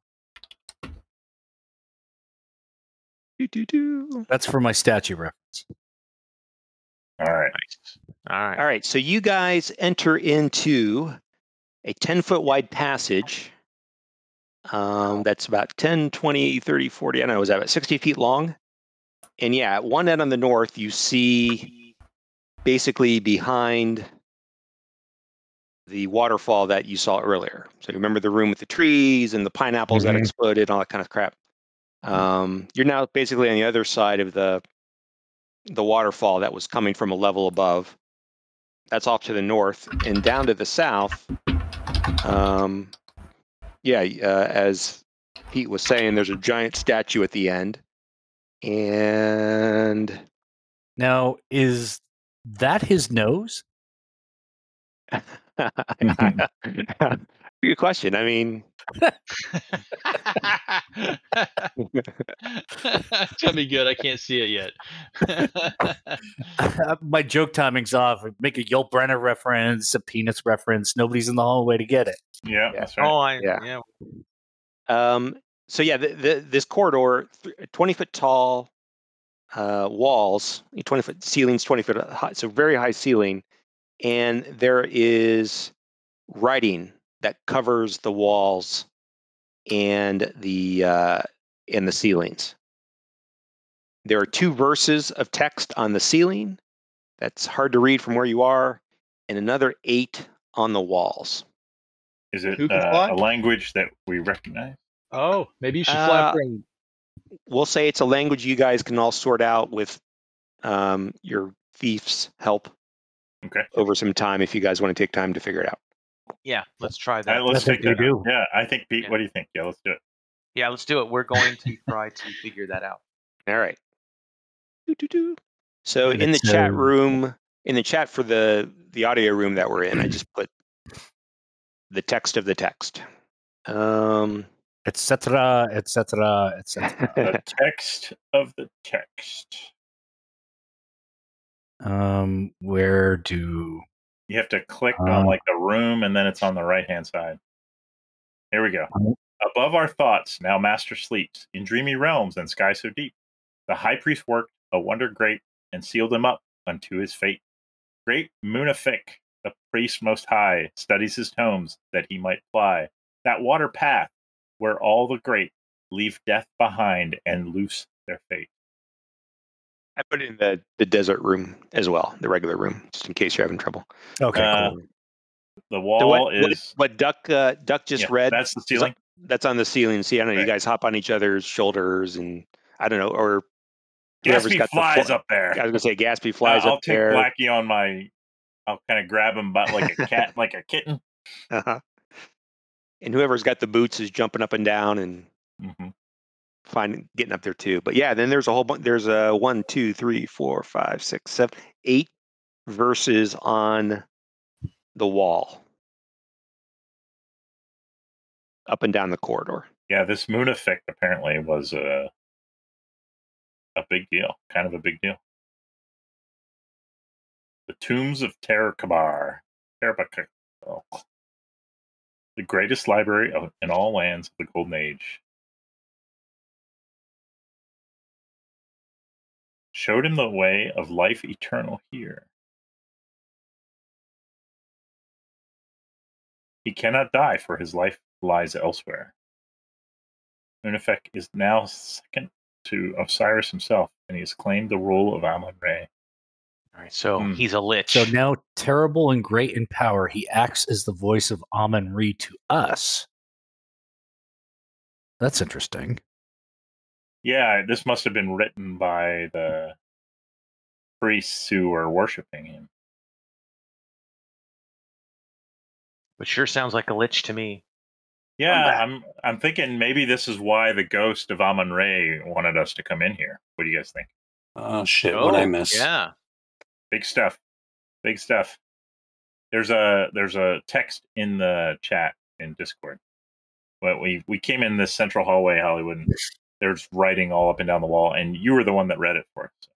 [SPEAKER 7] do, do, do.
[SPEAKER 2] That's for my statue reference.
[SPEAKER 1] All right.
[SPEAKER 5] All right.
[SPEAKER 7] All right. So you guys enter into a 10 foot wide passage um, that's about 10, 20, 30, 40. I don't know. Is that about 60 feet long? And yeah, at one end on the north, you see basically behind the waterfall that you saw earlier. So you remember the room with the trees and the pineapples that
[SPEAKER 2] Mhm.
[SPEAKER 7] exploded and all that kind of crap. Um, you're now basically on the other side of the the waterfall that was coming from a level above. That's off to the north and down to the south. Um, yeah, uh, as Pete was saying, there's a giant statue at the end, and
[SPEAKER 2] Now, is that his nose?
[SPEAKER 7] good question. I mean,
[SPEAKER 4] it's gonna be good. I can't see it yet.
[SPEAKER 2] Uh, my joke timing's off. Make a Yul Brenner reference, a penis reference. Nobody's in the hallway to get it.
[SPEAKER 1] Yeah,
[SPEAKER 7] Yeah.
[SPEAKER 1] that's right.
[SPEAKER 5] Oh, I,
[SPEAKER 7] Yeah.
[SPEAKER 5] yeah.
[SPEAKER 7] Um, so yeah, the, the, this corridor, th- twenty foot tall uh, walls, twenty foot ceilings, twenty foot high, so very high ceiling, and there is writing that covers the walls and the uh, and the ceilings. There are two verses of text on the ceiling that's hard to read from where you are, and another eight on the walls.
[SPEAKER 1] Is it
[SPEAKER 4] Who can
[SPEAKER 1] uh,
[SPEAKER 4] fly?
[SPEAKER 1] a language that we recognize?
[SPEAKER 4] oh, maybe you should
[SPEAKER 7] Uh,
[SPEAKER 4] fly frame.
[SPEAKER 7] we'll say it's a language you guys can all sort out with um, your thief's help
[SPEAKER 1] Okay.
[SPEAKER 7] over some time if you guys want to take time to figure it out.
[SPEAKER 5] Yeah, let's try
[SPEAKER 1] All
[SPEAKER 5] that.
[SPEAKER 1] right, let's
[SPEAKER 2] think
[SPEAKER 1] take
[SPEAKER 2] we
[SPEAKER 1] that.
[SPEAKER 2] do.
[SPEAKER 1] Yeah, I think Pete.
[SPEAKER 5] Yeah.
[SPEAKER 1] What do you think? Yeah, let's do it.
[SPEAKER 5] yeah, let's do it. We're going to try to figure that out.
[SPEAKER 7] All right. Doo-doo-doo. So
[SPEAKER 2] And
[SPEAKER 7] in the
[SPEAKER 2] it's,
[SPEAKER 7] chat
[SPEAKER 2] uh,
[SPEAKER 7] room, in the chat for the the audio room that we're in, I just put the text of the text. Um,
[SPEAKER 2] Etc. Etc. Etc.
[SPEAKER 1] The text of the text.
[SPEAKER 2] Um, where do?
[SPEAKER 1] You have to click
[SPEAKER 2] Um,
[SPEAKER 1] on like the room, and then it's on the right hand side. Here we go.
[SPEAKER 7] Um
[SPEAKER 1] Above our thoughts, now master sleeps in dreamy realms and sky so deep. The high priest worked a wonder great and sealed him up unto his fate. Great Munafic, the priest most high, studies his tomes that he might fly. That water path where all the great leave death behind and loose their fate.
[SPEAKER 7] I put it in the, the desert room as well, the regular room, just in case you're having trouble.
[SPEAKER 6] Okay.
[SPEAKER 1] Uh,
[SPEAKER 6] cool.
[SPEAKER 1] The
[SPEAKER 7] The
[SPEAKER 1] wall
[SPEAKER 7] what,
[SPEAKER 1] is
[SPEAKER 7] what- what Duck uh, Duck just
[SPEAKER 1] yeah,
[SPEAKER 7] read.
[SPEAKER 1] That's the ceiling.
[SPEAKER 7] that's on the ceiling. See, I don't
[SPEAKER 1] Right.
[SPEAKER 7] know. You guys hop on each other's shoulders, and I don't know, or whoever's
[SPEAKER 1] Gatsby
[SPEAKER 7] got the
[SPEAKER 1] flies
[SPEAKER 7] fly-
[SPEAKER 1] up there. Uh,
[SPEAKER 7] I was gonna say Gatsby flies
[SPEAKER 1] I'll
[SPEAKER 7] up
[SPEAKER 1] take
[SPEAKER 7] there.
[SPEAKER 1] Blackie on my. I'll kind of grab him by like a cat, like a kitten.
[SPEAKER 7] Uh-huh. And whoever's got the boots is jumping up and down and
[SPEAKER 1] Mhm.
[SPEAKER 7] finding getting up there too. But yeah, then there's a whole bunch. There's a one, two, three, four, five, six, seven, eight verses on the wall, up and down the corridor.
[SPEAKER 1] Yeah, this moon effect apparently was a a big deal, kind of a big deal. The tombs of Terakabar, Terabaka, oh. the greatest library of, in all lands of the Golden Age. Showed him the way of life eternal here. He cannot die, for his life lies elsewhere. Unifek is now second to Osiris himself, and he has claimed the rule of Amon Re.
[SPEAKER 5] All right, so
[SPEAKER 1] Hmm.
[SPEAKER 5] he's a lich.
[SPEAKER 2] So now, terrible and great in power, he acts as the voice of Amun Re to us. That's interesting.
[SPEAKER 1] Yeah, this must have been written by the priests who were worshiping him.
[SPEAKER 5] but sure sounds like a lich to me.
[SPEAKER 1] Yeah, I'm I'm thinking maybe this is why the ghost of Amon Re wanted us to come in here. What do you guys think?
[SPEAKER 8] Oh shit! what I
[SPEAKER 5] Oh,
[SPEAKER 8] miss?
[SPEAKER 5] Yeah.
[SPEAKER 1] Big stuff. Big stuff. There's a there's a text in the chat in Discord. But we we came in this central hallway, Hollywood, and there's writing all up and down the wall, and you were the one that read it for us.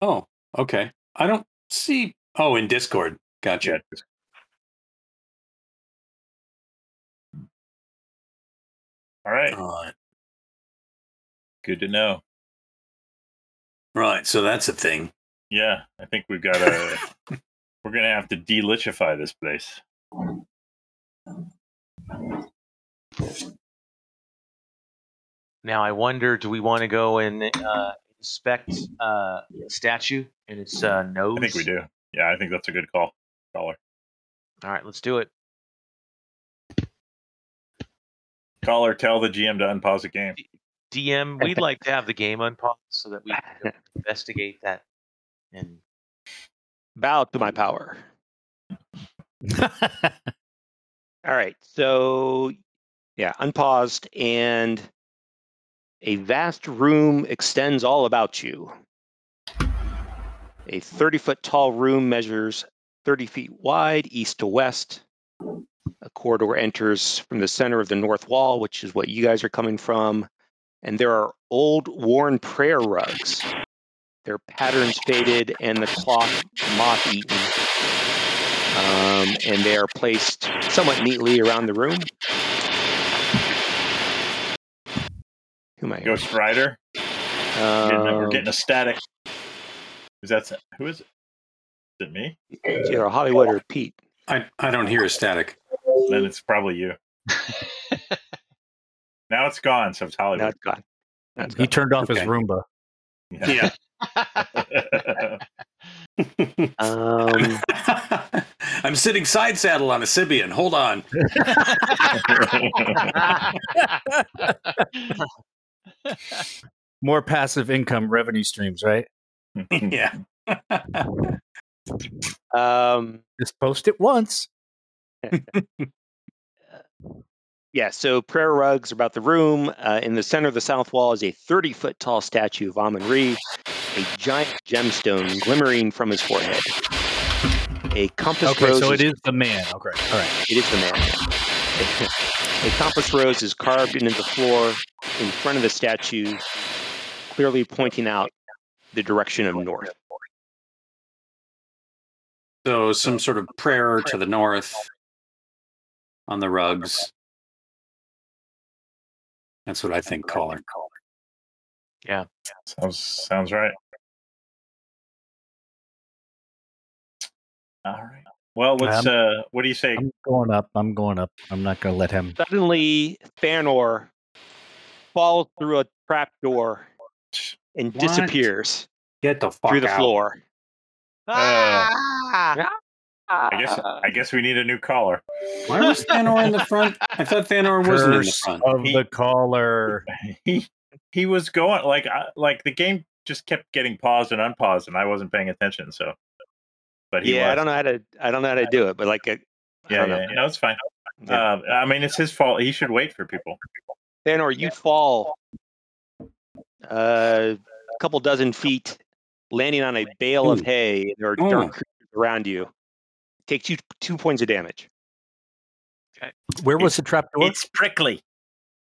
[SPEAKER 8] Oh, okay. I don't see. Oh, in Discord. Gotcha.
[SPEAKER 1] Yeah. just- All right.
[SPEAKER 8] Alright.
[SPEAKER 1] Good to know.
[SPEAKER 8] Right. So that's a thing.
[SPEAKER 1] Yeah, I think we've got a. we're gonna have to delichify this place.
[SPEAKER 5] Now I wonder, do we want to go and uh, inspect uh, the statue and its uh, nose?
[SPEAKER 1] I think we do. Yeah, I think that's a good call, caller.
[SPEAKER 5] All right, let's do it.
[SPEAKER 1] Caller, tell the GM to unpause the game.
[SPEAKER 5] DM, we'd like to have the game unpaused so that we can go investigate that. And
[SPEAKER 7] Bow to my power.
[SPEAKER 2] That's
[SPEAKER 7] All right. So, yeah, unpaused, and a vast room extends all about you. A 30 foot tall room measures 30 feet wide, east to west. A corridor enters from the center of the north wall, which is what you guys are coming from. And there are old, worn prayer rugs. Their patterns faded and the cloth moth eaten um, and they are placed somewhat neatly around the room. Who am I? hearing?
[SPEAKER 1] Ghost Rider. Getting a- we're
[SPEAKER 7] Um,
[SPEAKER 1] getting a static. Is that who is it? Is it me?
[SPEAKER 7] it's either Hollywood or Pete?
[SPEAKER 8] I, I don't hear a static.
[SPEAKER 1] Then it's probably you. now it's gone, so it's
[SPEAKER 7] No,
[SPEAKER 1] Hollywood.
[SPEAKER 7] it's gone. No, it's
[SPEAKER 2] he
[SPEAKER 7] gone.
[SPEAKER 2] turned off
[SPEAKER 8] Okay.
[SPEAKER 2] his Roomba.
[SPEAKER 8] Yeah.
[SPEAKER 7] Um,
[SPEAKER 8] I'm sitting side saddle on a Sibian. Hold on.
[SPEAKER 2] More passive income revenue streams, right?
[SPEAKER 8] Yeah.
[SPEAKER 7] um,
[SPEAKER 2] Just post it once.
[SPEAKER 7] yeah, so prayer rugs are about the room. Uh, in the center of the south wall is a 30 foot tall statue of Amun Re, a giant gemstone glimmering from his forehead. A compass
[SPEAKER 2] Okay,
[SPEAKER 7] rose
[SPEAKER 2] so
[SPEAKER 7] is
[SPEAKER 2] it is the man. Okay, all right.
[SPEAKER 7] It is the man. A compass rose is carved into the floor in front of the statue, clearly pointing out the direction of north.
[SPEAKER 8] So some sort of prayer to the north on the rugs. That's what I think, caller.
[SPEAKER 1] sounds sounds right. All right. Well, let's.
[SPEAKER 2] Um,
[SPEAKER 1] uh, what do you say?
[SPEAKER 2] I'm going up. I'm going up. I'm not going to let him.
[SPEAKER 7] Suddenly, Fanor falls through a trap door and
[SPEAKER 8] What?
[SPEAKER 7] disappears
[SPEAKER 8] Get the fuck
[SPEAKER 7] through the
[SPEAKER 8] out.
[SPEAKER 7] floor.
[SPEAKER 5] Ah!
[SPEAKER 1] Uh, I guess.
[SPEAKER 7] uh,
[SPEAKER 1] I guess we need a new caller.
[SPEAKER 8] Why was Thanor in the front? I thought Thanor wasn't in the
[SPEAKER 2] Curse
[SPEAKER 8] front.
[SPEAKER 2] of
[SPEAKER 1] He-
[SPEAKER 2] the caller.
[SPEAKER 1] He he was going like I, like the game just kept getting paused and unpaused, and I wasn't paying attention. So, but he
[SPEAKER 7] Yeah,
[SPEAKER 1] was.
[SPEAKER 7] I don't know how to. I don't know how to do it, but like, I, I
[SPEAKER 1] yeah,
[SPEAKER 7] don't know.
[SPEAKER 1] yeah, no, it's fine.
[SPEAKER 7] Yeah.
[SPEAKER 1] Um, I mean, it's his fault. He should wait for people.
[SPEAKER 7] Thanor, you fall uh, a couple dozen feet, landing on a bale of
[SPEAKER 8] Ooh.
[SPEAKER 7] hay, and there are
[SPEAKER 8] Oh.
[SPEAKER 7] dark creatures around you. Take two two points of damage.
[SPEAKER 2] Where was the trap door?
[SPEAKER 1] prickly.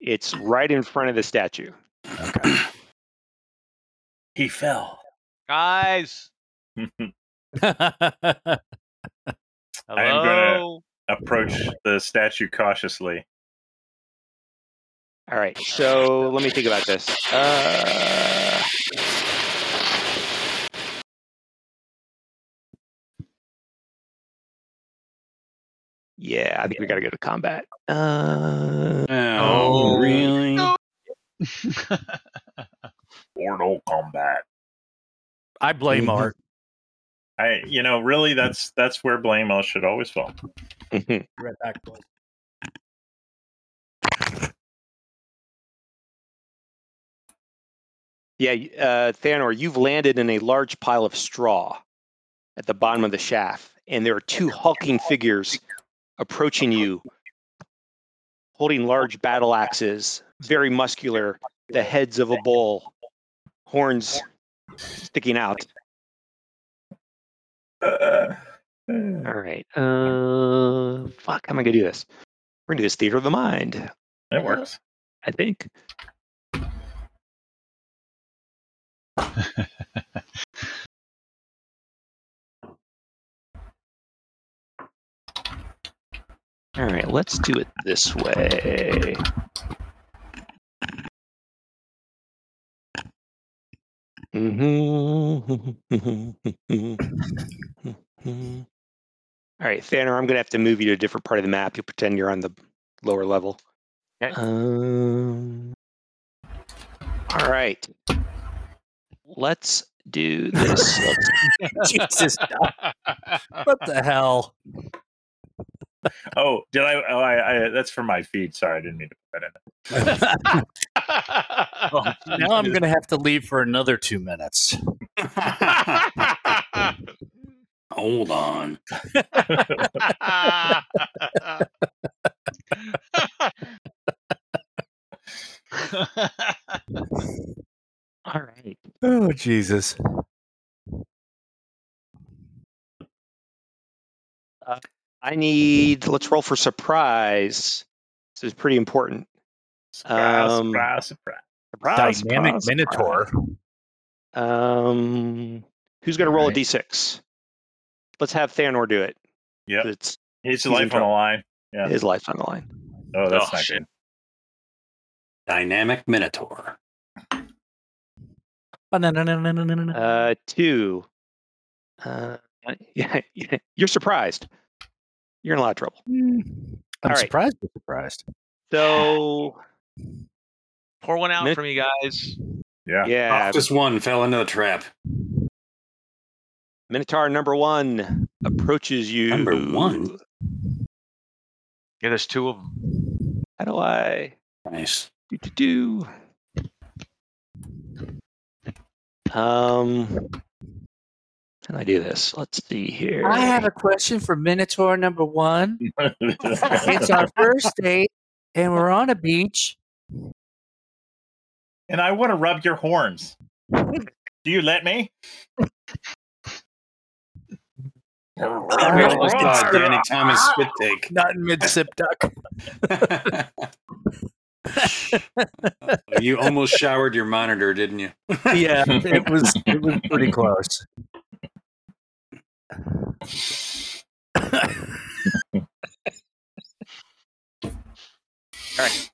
[SPEAKER 7] It's right in front of the statue.
[SPEAKER 1] He fell.
[SPEAKER 5] Guys,
[SPEAKER 1] I am gonna-
[SPEAKER 5] hello.
[SPEAKER 1] Approach the statue cautiously.
[SPEAKER 7] All right, so let me think about this. Uh, yeah, I think we got to go to combat. Uh,
[SPEAKER 8] Oh,
[SPEAKER 5] Oh.
[SPEAKER 8] really?
[SPEAKER 5] No.
[SPEAKER 1] Mortal combat.
[SPEAKER 2] I blame Art.
[SPEAKER 1] I, you know, really, that's that's where blame all should always fall.
[SPEAKER 2] Right back, boys.
[SPEAKER 7] yeah, y- uh, Thanor, you've landed in a large pile of straw at the bottom of the shaft, and there are two hulking figures approaching you, holding large battle axes, very muscular, the heads of a bull, horns sticking out.
[SPEAKER 1] Uh,
[SPEAKER 7] All right. Uh, fuck, how am I gonna do this? We're gonna do this theater of the mind,
[SPEAKER 1] it works.
[SPEAKER 7] I think. All right, let's do it this way. Mm-hmm. All right, Thanor, I'm going to have to move you to a different part of the map. You'll pretend you're on the lower level.
[SPEAKER 5] Okay.
[SPEAKER 7] Um, all right. Let's do this. Let's-
[SPEAKER 2] Jesus, what the hell?
[SPEAKER 1] Oh, did I? Oh, I, I. That's for my feed. Sorry, I didn't mean to put that in.
[SPEAKER 2] Now I'm going to have to leave for another two minutes.
[SPEAKER 8] Hold on.
[SPEAKER 7] all right.
[SPEAKER 2] Oh, Jesus.
[SPEAKER 7] I need. Let's roll for surprise. This is pretty important.
[SPEAKER 1] Surprise!
[SPEAKER 7] Um,
[SPEAKER 1] surprise! Surprise!
[SPEAKER 7] Surprise,
[SPEAKER 2] Dynamic
[SPEAKER 7] surprise,
[SPEAKER 2] Minotaur.
[SPEAKER 7] surprise. Um, who's going to roll
[SPEAKER 2] Alright.
[SPEAKER 7] a d6? Let's have Thanor do it.
[SPEAKER 1] Yep.
[SPEAKER 7] 'cause It's
[SPEAKER 1] His
[SPEAKER 7] in
[SPEAKER 1] life on the
[SPEAKER 7] trouble.
[SPEAKER 1] line. Yeah.
[SPEAKER 7] his life's on the line.
[SPEAKER 1] Oh, that's
[SPEAKER 5] Oh,
[SPEAKER 1] not
[SPEAKER 5] shit.
[SPEAKER 1] good.
[SPEAKER 8] Dynamic Minotaur.
[SPEAKER 7] Uh, two. Uh, yeah, you're surprised. You're in a lot of trouble.
[SPEAKER 2] I'm
[SPEAKER 7] right.
[SPEAKER 2] surprised. you're surprised.
[SPEAKER 7] So
[SPEAKER 5] Pour one out
[SPEAKER 7] Nick-
[SPEAKER 5] for me, guys.
[SPEAKER 1] Yeah.
[SPEAKER 7] yeah,
[SPEAKER 8] Just one fell into the trap.
[SPEAKER 7] Minotaur number one approaches you.
[SPEAKER 8] Number one?
[SPEAKER 5] Yeah, there's two of them.
[SPEAKER 7] How do I?
[SPEAKER 8] Nice.
[SPEAKER 7] Do, do, do. Um, how do I do this? Let's see here.
[SPEAKER 2] I have a question for Minotaur number one. It's our first date, and we're on a beach.
[SPEAKER 1] and I want to rub your horns. Do you let me?
[SPEAKER 7] Oh,
[SPEAKER 8] That was the Danny Thomas spit take.
[SPEAKER 2] Not in mid sip duck.
[SPEAKER 8] Oh, you almost showered your monitor, didn't you?
[SPEAKER 2] Yeah, it was. It was pretty close.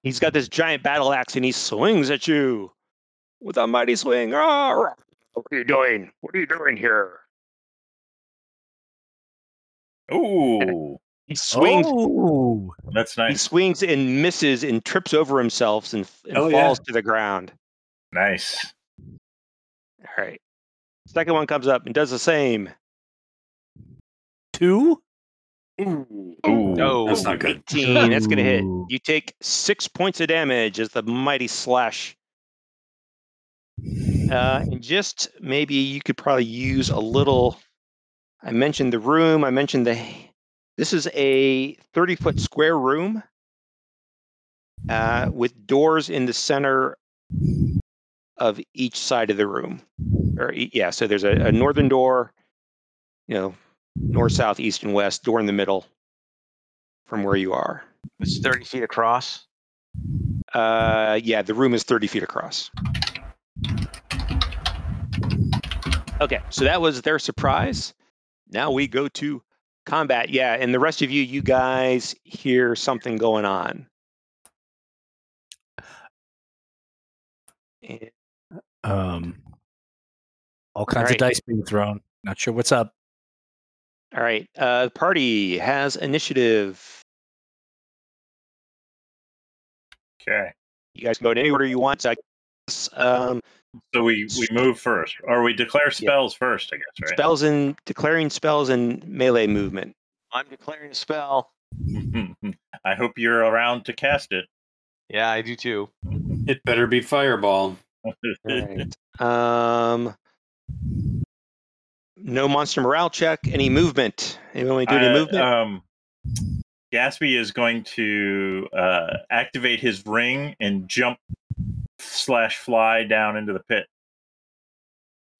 [SPEAKER 7] He's got this giant battle axe and he swings at you with a mighty swing. Ah, rah. what are you doing? What are you doing here?
[SPEAKER 1] Ooh,
[SPEAKER 7] He swings.
[SPEAKER 2] Oh.
[SPEAKER 1] that's
[SPEAKER 7] He
[SPEAKER 1] nice.
[SPEAKER 7] swings and misses and trips over himself and, and
[SPEAKER 8] Oh, yeah.
[SPEAKER 7] falls to the ground.
[SPEAKER 1] Nice.
[SPEAKER 7] All right. Second one comes up and does the same.
[SPEAKER 2] Two?
[SPEAKER 1] Ooh,
[SPEAKER 5] Oh,
[SPEAKER 8] That's not good.
[SPEAKER 7] 18. That's going to hit.
[SPEAKER 2] Ooh.
[SPEAKER 7] You take six points of damage as the mighty slash. Uh, and just maybe you could probably use a little. I mentioned the room. I mentioned the. This is a 30 foot square room uh, with doors in the center of each side of the room. Or e- yeah, so there's a, a northern door, you know, north, south, east, and west door in the middle from where you are.
[SPEAKER 5] it's 30 feet across.
[SPEAKER 7] Uh, yeah, the room is 30 feet across. Okay, so that was their surprise. Now we go to combat. Yeah, and the rest of you, you guys hear something going on. And
[SPEAKER 2] Um, all kinds
[SPEAKER 7] Alright.
[SPEAKER 2] of dice being thrown. Not sure what's up.
[SPEAKER 7] All right. Uh, party has initiative.
[SPEAKER 1] Okay.
[SPEAKER 7] You guys can go in any order you want. So I guess, um,
[SPEAKER 1] So we we move first, or we declare spells first, I guess, right?
[SPEAKER 7] spells and declaring spells and melee movement.
[SPEAKER 5] I'm declaring a spell.
[SPEAKER 1] I hope you're around to cast it.
[SPEAKER 5] Yeah, I do too.
[SPEAKER 3] It better be fireball.
[SPEAKER 7] Right. um, no monster morale check. Any movement? Anyone want to do any
[SPEAKER 1] Uh,
[SPEAKER 7] movement?
[SPEAKER 1] Um, Gatsby is going to uh, activate his ring and jump slash fly down into the pit.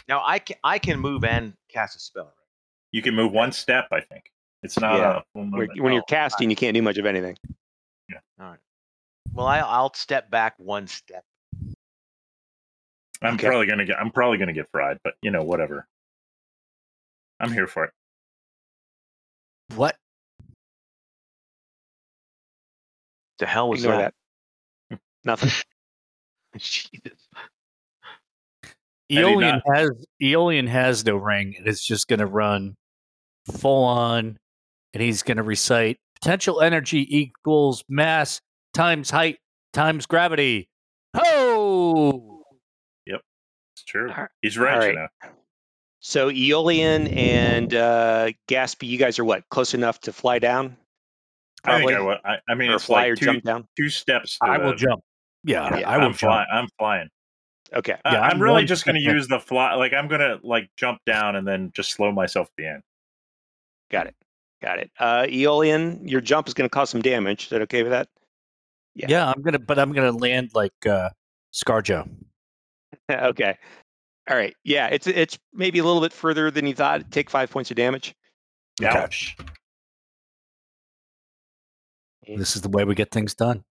[SPEAKER 5] Now I can I can move and cast a spell.
[SPEAKER 1] You can move one step, I think. It's not
[SPEAKER 7] Yeah.
[SPEAKER 1] a full
[SPEAKER 7] when,
[SPEAKER 1] movement.
[SPEAKER 7] when you're
[SPEAKER 5] oh,
[SPEAKER 7] casting, you can't do much of anything.
[SPEAKER 5] Well, I I'll step back one step.
[SPEAKER 1] Oh, I'm
[SPEAKER 7] okay.
[SPEAKER 1] probably gonna get. I'm probably gonna get fried, but you know, whatever. I'm here for it.
[SPEAKER 2] What?
[SPEAKER 5] The hell was
[SPEAKER 7] Ignore
[SPEAKER 5] that?
[SPEAKER 7] that. Nothing.
[SPEAKER 5] Jesus.
[SPEAKER 1] he not-
[SPEAKER 2] Eolian has Eolian has no ring, and it's just going to run full on, and he's going to recite potential energy equals mass times height times gravity. Ho!
[SPEAKER 1] It's true.
[SPEAKER 7] All right.
[SPEAKER 1] He's right,
[SPEAKER 7] All
[SPEAKER 1] you
[SPEAKER 7] right.
[SPEAKER 1] know.
[SPEAKER 7] So Aeolian and uh, Gaspy, you guys are what close enough to fly down?
[SPEAKER 1] I think
[SPEAKER 7] Probably.
[SPEAKER 1] I will. I, I mean,
[SPEAKER 7] or
[SPEAKER 1] it's
[SPEAKER 7] fly
[SPEAKER 1] like
[SPEAKER 7] or
[SPEAKER 1] two,
[SPEAKER 7] jump down.
[SPEAKER 1] two steps. to
[SPEAKER 2] I will
[SPEAKER 1] the-
[SPEAKER 2] jump. Yeah,
[SPEAKER 7] Yeah,
[SPEAKER 2] I will
[SPEAKER 1] I'm
[SPEAKER 2] jump.
[SPEAKER 1] flying. I'm flying.
[SPEAKER 7] Okay.
[SPEAKER 1] Uh,
[SPEAKER 2] Yeah,
[SPEAKER 1] I'm,
[SPEAKER 2] I'm
[SPEAKER 1] really
[SPEAKER 2] one
[SPEAKER 1] just going to
[SPEAKER 2] second.
[SPEAKER 1] use the fly. Like I'm going to like jump down and then just slow myself at the end.
[SPEAKER 7] Got it. Got it. Uh, Aeolian, your jump is going to cause some damage. Is that okay with that? Yeah.
[SPEAKER 2] Yeah. I'm gonna, but I'm gonna land like uh, Scarjo.
[SPEAKER 7] okay. All right. Yeah, it's it's maybe a little bit further than you thought. Take five points of damage.
[SPEAKER 2] Okay.
[SPEAKER 1] Ouch.
[SPEAKER 2] This is the way we get things done.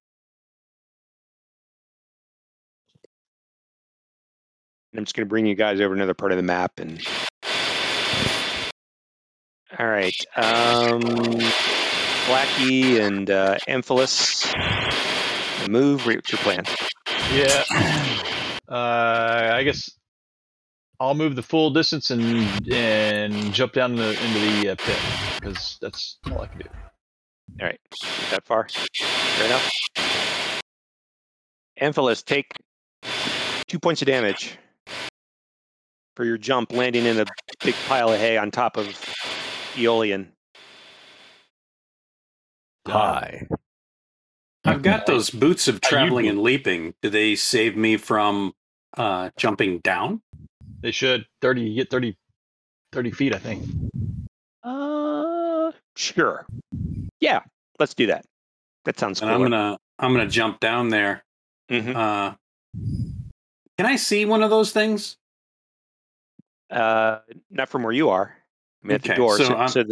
[SPEAKER 7] And I'm just going to bring you guys over another part of the map and. All right. Um, Blackie and uh, Amphilis, move. What's your plan?
[SPEAKER 4] Yeah. Uh, I guess I'll move the full distance and and jump down in the, into the uh, pit because that's all I can do.
[SPEAKER 7] Is that far? Fair enough. Amphilis, take two points of damage for your jump, landing in a big pile of hay on top of Aeolian.
[SPEAKER 2] Hi.
[SPEAKER 8] I've got those boots of
[SPEAKER 1] you
[SPEAKER 8] traveling
[SPEAKER 1] do-
[SPEAKER 8] and leaping. Do they save me from uh, jumping down?
[SPEAKER 4] They should thirty you get 30, 30 feet, I think.
[SPEAKER 7] Uh, sure. Yeah, let's do that. That sounds Mm-hmm.
[SPEAKER 8] And
[SPEAKER 7] cool.
[SPEAKER 8] I'm gonna I'm gonna jump down there. Uh, can I see one of those things?
[SPEAKER 7] Uh, not from where you are. I mean, at the
[SPEAKER 8] Okay,
[SPEAKER 7] door.
[SPEAKER 8] so
[SPEAKER 7] So, so,
[SPEAKER 8] I'm-
[SPEAKER 7] the,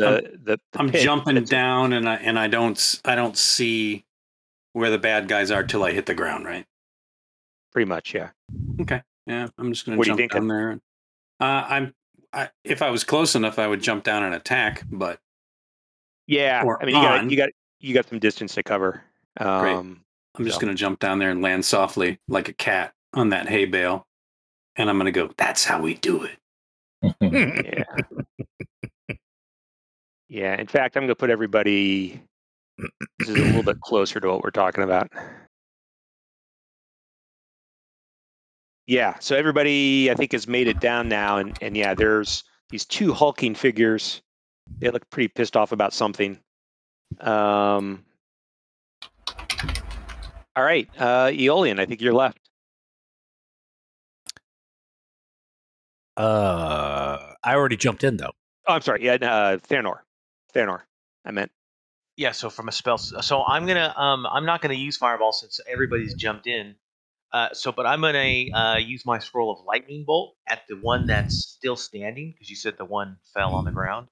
[SPEAKER 7] the the
[SPEAKER 8] I'm
[SPEAKER 7] pit
[SPEAKER 8] jumping
[SPEAKER 7] that's-
[SPEAKER 8] down, and I and I don't s- I don't see where the bad guys are till I hit the ground. Right?
[SPEAKER 7] Pretty much, yeah.
[SPEAKER 8] Yeah. I'm just gonna
[SPEAKER 7] What are you
[SPEAKER 8] jump down
[SPEAKER 7] thinking?
[SPEAKER 8] there. Uh, I'm I, if I was close enough, I would jump down and attack. But
[SPEAKER 7] Yeah.
[SPEAKER 8] Or
[SPEAKER 7] I mean, you got
[SPEAKER 8] on.
[SPEAKER 7] you got you got some distance to cover. Um,
[SPEAKER 8] I'm just
[SPEAKER 7] So-
[SPEAKER 8] gonna jump down there and land softly like a cat on that hay bale, and I'm gonna go. That's how we do it.
[SPEAKER 7] yeah. Yeah. In fact, I'm going to put everybody. This is a little bit closer to what we're talking about. Yeah. So everybody, I think, has made it down now, and and yeah, there's these two hulking figures. They look pretty pissed off about something. Um. All right, uh, Eolian, I think you're left.
[SPEAKER 2] Uh, I already jumped in though.
[SPEAKER 7] Oh, I'm sorry. Yeah, uh, Thanor. Thanor. I meant.
[SPEAKER 5] Yeah, so from a spell, so I'm gonna, um, I'm not gonna use fireball since everybody's jumped in. Uh, so, but I'm gonna uh, use my scroll of lightning bolt at the one that's still standing because you said the one fell on the ground.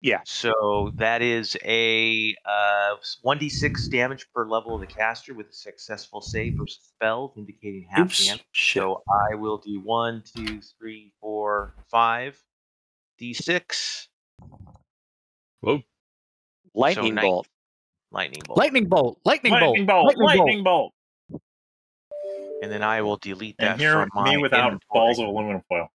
[SPEAKER 7] Yeah.
[SPEAKER 5] So that is a uh, 1d6 damage per level of the caster with a successful save or spell, indicating half
[SPEAKER 8] Oops,
[SPEAKER 5] damage.
[SPEAKER 8] shit.
[SPEAKER 5] So I will do one, two, three, four, five, d6
[SPEAKER 7] Lightning
[SPEAKER 5] nice.
[SPEAKER 7] bolt.
[SPEAKER 5] lightning bolt,
[SPEAKER 2] Lightning bolt. Lightning,
[SPEAKER 1] lightning bolt, lightning, bolt,
[SPEAKER 5] and then I will delete that
[SPEAKER 1] and here
[SPEAKER 5] from my
[SPEAKER 1] me without
[SPEAKER 5] inventory.
[SPEAKER 1] balls of aluminum foil.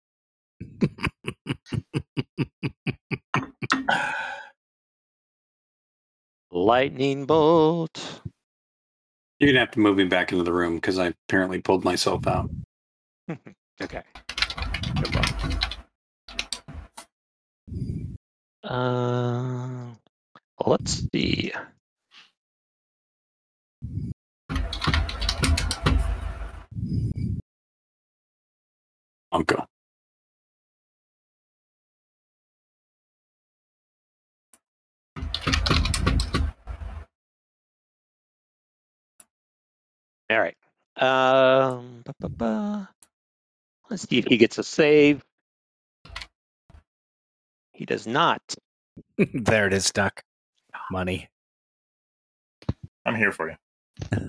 [SPEAKER 7] Lightning bolt.
[SPEAKER 8] You're gonna have to move me back into the room because I apparently pulled myself out.
[SPEAKER 7] Okay. Good luck. Uh, let's see.
[SPEAKER 8] Uncle.
[SPEAKER 7] All right. Um, ba, ba, ba. Let's see if he gets a save. He does not.
[SPEAKER 2] bolt. there it is, Duck. Money.
[SPEAKER 1] I'm here for you.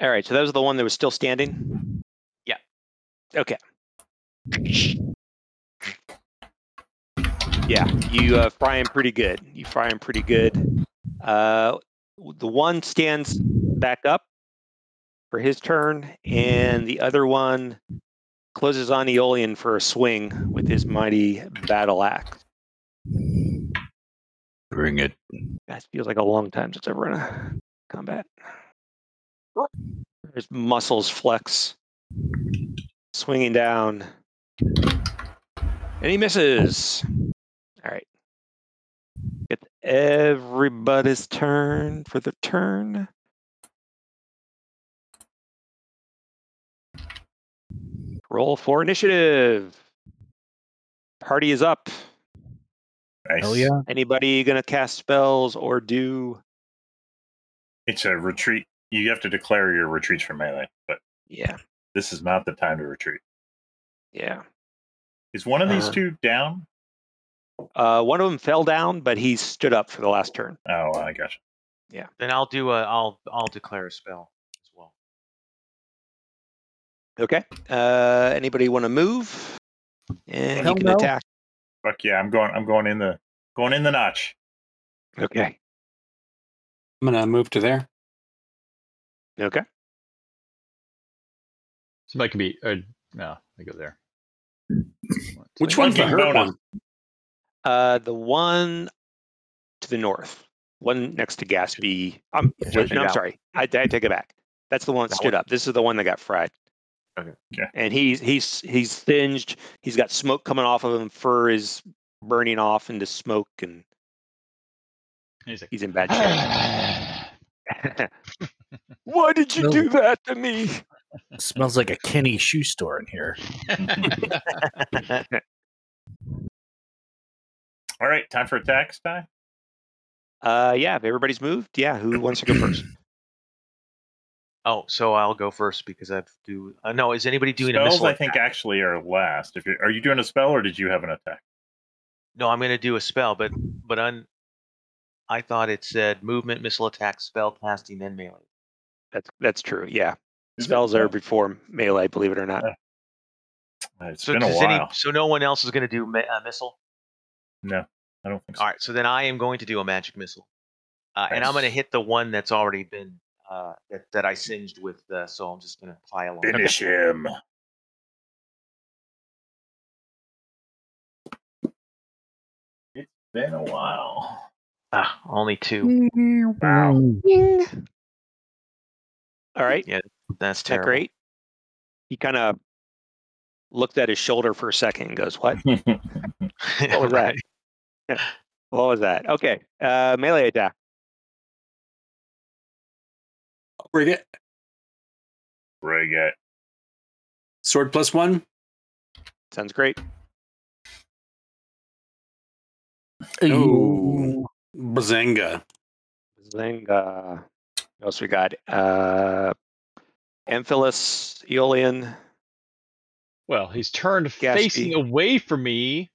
[SPEAKER 7] All right. So that was the one that was still standing.
[SPEAKER 5] Yeah.
[SPEAKER 7] Okay. Yeah, you uh, fry him pretty good. You fry him pretty good. Uh, the one stands back up for his turn, and the other one closes on Aeolian for a swing with his mighty battle axe.
[SPEAKER 6] Bring it.
[SPEAKER 7] That feels like a long time since I've run a combat. His muscles flex, swinging down, and he misses. All right, it's everybody's turn for the turn. Roll for initiative. Party is up.
[SPEAKER 1] Nice.
[SPEAKER 2] Hell yeah.
[SPEAKER 7] Anybody gonna cast spells or do?
[SPEAKER 1] It's a retreat. You have to declare your retreats for melee, but
[SPEAKER 7] Yeah,
[SPEAKER 1] this is not the time to retreat.
[SPEAKER 7] yeah.
[SPEAKER 1] Is one of these
[SPEAKER 7] Uh,
[SPEAKER 1] two down?
[SPEAKER 7] Uh, one of them fell down, but he stood up for the last turn.
[SPEAKER 1] Oh, I gotcha.
[SPEAKER 5] Then I'll do a, I'll, I'll declare a spell as well.
[SPEAKER 7] Okay. Uh, anybody want to move? And
[SPEAKER 2] Hell
[SPEAKER 7] you can
[SPEAKER 2] no.
[SPEAKER 7] attack.
[SPEAKER 1] Fuck yeah! I'm going. I'm going in the going in the notch.
[SPEAKER 7] Okay.
[SPEAKER 8] I'm gonna move to there.
[SPEAKER 7] Okay.
[SPEAKER 4] Somebody could be. Uh, no, I go there.
[SPEAKER 8] Which one's the
[SPEAKER 1] Fucking
[SPEAKER 8] hurt
[SPEAKER 1] bonus.
[SPEAKER 8] one?
[SPEAKER 7] Uh, the one to the north, one next to Gatsby. I'm, wait, no, I'm
[SPEAKER 5] Yeah.
[SPEAKER 7] sorry. I, I take it back. That's the one that
[SPEAKER 5] That
[SPEAKER 7] stood up. This is the one that got fried.
[SPEAKER 5] Okay.
[SPEAKER 1] Okay.
[SPEAKER 7] And he's he's he's singed. He's got smoke coming off of him. Fur is burning off into smoke, and
[SPEAKER 4] He's like,
[SPEAKER 7] he's in bad shape. Why did you
[SPEAKER 2] No.
[SPEAKER 7] do that to me?
[SPEAKER 2] smells like a Kenny shoe store in here.
[SPEAKER 1] All right, time for attacks, Ty.
[SPEAKER 7] Uh, yeah, if everybody's moved, yeah, who wants to go first?
[SPEAKER 5] Oh, so I'll go first because I have to do. Uh, no, is anybody doing a
[SPEAKER 1] Spells,
[SPEAKER 5] missile?
[SPEAKER 1] I think,
[SPEAKER 5] attack?
[SPEAKER 1] actually are last. If you are you doing a spell or did you have an attack?
[SPEAKER 5] No, I'm going to do a spell, but but un, I thought it said movement, missile attack, spell casting, then melee.
[SPEAKER 7] That's that's true. Yeah,
[SPEAKER 1] Is it? Oh.
[SPEAKER 7] spells are before melee, believe it or not.
[SPEAKER 1] Uh, It's
[SPEAKER 5] So
[SPEAKER 1] been a
[SPEAKER 5] does
[SPEAKER 1] while.
[SPEAKER 5] any- so no one else is going to do ma- uh, missile.
[SPEAKER 1] No, I don't think so.
[SPEAKER 5] All right, so then I am going to do a magic missile, uh, and I'm going to
[SPEAKER 1] Nice.
[SPEAKER 5] hit the one that's already been uh, that that I singed with. Uh, so I'm just going to pile on.
[SPEAKER 1] Finish him. been a while.
[SPEAKER 5] Ah, only
[SPEAKER 7] Mm.
[SPEAKER 5] two.
[SPEAKER 7] All right.
[SPEAKER 5] Yeah, that's
[SPEAKER 7] Isn't that
[SPEAKER 5] terrible.
[SPEAKER 7] great? He kind of looked at his shoulder for a second and goes, What? What was that? what was that? Okay. Uh, melee attack.
[SPEAKER 8] Bring it.
[SPEAKER 1] Bring it.
[SPEAKER 8] Sword plus one.
[SPEAKER 7] Sounds great.
[SPEAKER 8] Ooh. Bazinga.
[SPEAKER 7] Zinga. uh, What else we got? Uh, Amphilus, Aeolian.
[SPEAKER 4] Well, he's turned
[SPEAKER 7] Gaspy.
[SPEAKER 4] facing away from me.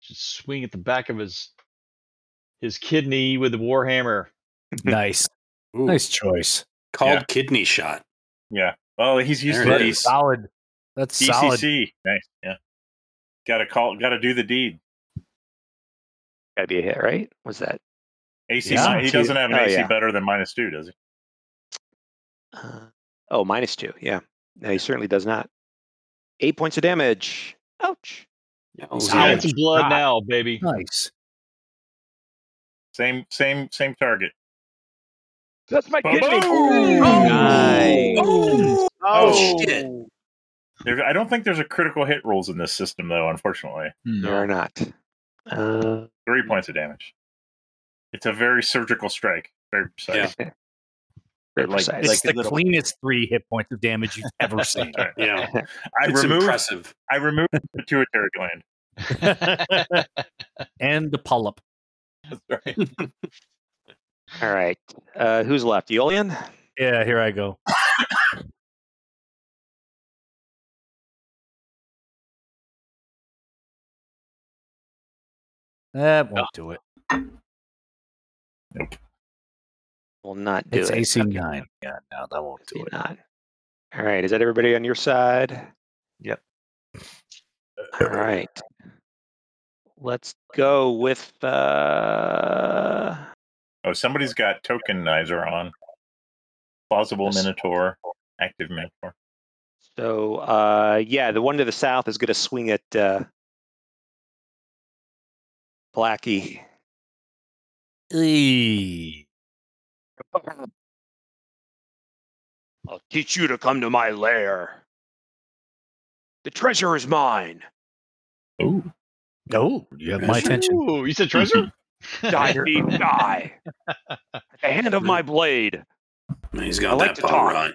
[SPEAKER 4] Should swing at the back of his his kidney with the warhammer.
[SPEAKER 2] nice.
[SPEAKER 8] Ooh.
[SPEAKER 2] Nice choice.
[SPEAKER 8] Called
[SPEAKER 1] Yeah.
[SPEAKER 8] kidney shot.
[SPEAKER 1] Yeah. Oh, he's used
[SPEAKER 8] There
[SPEAKER 1] to
[SPEAKER 8] it
[SPEAKER 1] these.
[SPEAKER 8] is.
[SPEAKER 2] Solid. That's solid.
[SPEAKER 1] DCC. Nice. Yeah. Got to call. Got to do the deed.
[SPEAKER 7] Gotta be a hit, right? What's that?
[SPEAKER 1] AC.
[SPEAKER 2] Yeah.
[SPEAKER 1] mi- he doesn't have an
[SPEAKER 7] Oh,
[SPEAKER 1] AC
[SPEAKER 7] yeah.
[SPEAKER 1] better than minus two, does he?
[SPEAKER 7] Uh, oh, minus two. Yeah. No, he certainly does not. Eight points of damage. Ouch.
[SPEAKER 4] He's
[SPEAKER 7] oh,
[SPEAKER 8] Solid.
[SPEAKER 4] got some blood
[SPEAKER 2] shot.
[SPEAKER 4] now, baby.
[SPEAKER 2] Nice.
[SPEAKER 1] Same. Same. Same target.
[SPEAKER 4] That's my
[SPEAKER 1] Ba-boom!
[SPEAKER 7] Nice.
[SPEAKER 8] Oh,
[SPEAKER 5] Oh,
[SPEAKER 8] shit.
[SPEAKER 1] There, I don't think there's a critical hit rules in this system, though. Unfortunately,
[SPEAKER 7] There are not. Uh,
[SPEAKER 1] three points of damage. It's a very surgical strike. Very precise.
[SPEAKER 7] very
[SPEAKER 1] Like-
[SPEAKER 7] precise.
[SPEAKER 2] It's
[SPEAKER 1] like
[SPEAKER 2] the
[SPEAKER 1] little-
[SPEAKER 2] cleanest three hit points of damage you've ever seen.
[SPEAKER 1] All right.
[SPEAKER 8] Yeah.
[SPEAKER 1] I
[SPEAKER 8] it's
[SPEAKER 1] removed.
[SPEAKER 8] impressive.
[SPEAKER 1] I removed the pituitary gland.
[SPEAKER 2] and the polyp.
[SPEAKER 1] That's right.
[SPEAKER 7] All right. Uh, who's left? Yolian?
[SPEAKER 2] Yeah, here I go. that won't do it.
[SPEAKER 7] Will not do
[SPEAKER 2] It's
[SPEAKER 7] it.
[SPEAKER 2] AC
[SPEAKER 7] Okay,
[SPEAKER 2] nine. Yeah, no, that won't do
[SPEAKER 7] do
[SPEAKER 2] it.
[SPEAKER 7] not. All right. Is that everybody on your side?
[SPEAKER 5] Yep.
[SPEAKER 7] All right. Let's go with. Uh,
[SPEAKER 1] Oh, somebody's got tokenizer on. Plausible
[SPEAKER 7] Yes.
[SPEAKER 1] minotaur. Active minotaur.
[SPEAKER 7] so, uh, yeah, the one to the south is going to swing at uh, Blackie.
[SPEAKER 2] Eee.
[SPEAKER 7] I'll teach you to come to my lair. The treasure is mine.
[SPEAKER 1] Ooh.
[SPEAKER 2] Oh, you have my attention.
[SPEAKER 4] Ooh, you said treasure?
[SPEAKER 7] Die, thief, die. At the hand of my blade.
[SPEAKER 8] He's got
[SPEAKER 7] I like
[SPEAKER 8] that
[SPEAKER 7] to
[SPEAKER 8] ball
[SPEAKER 7] talk.
[SPEAKER 8] right.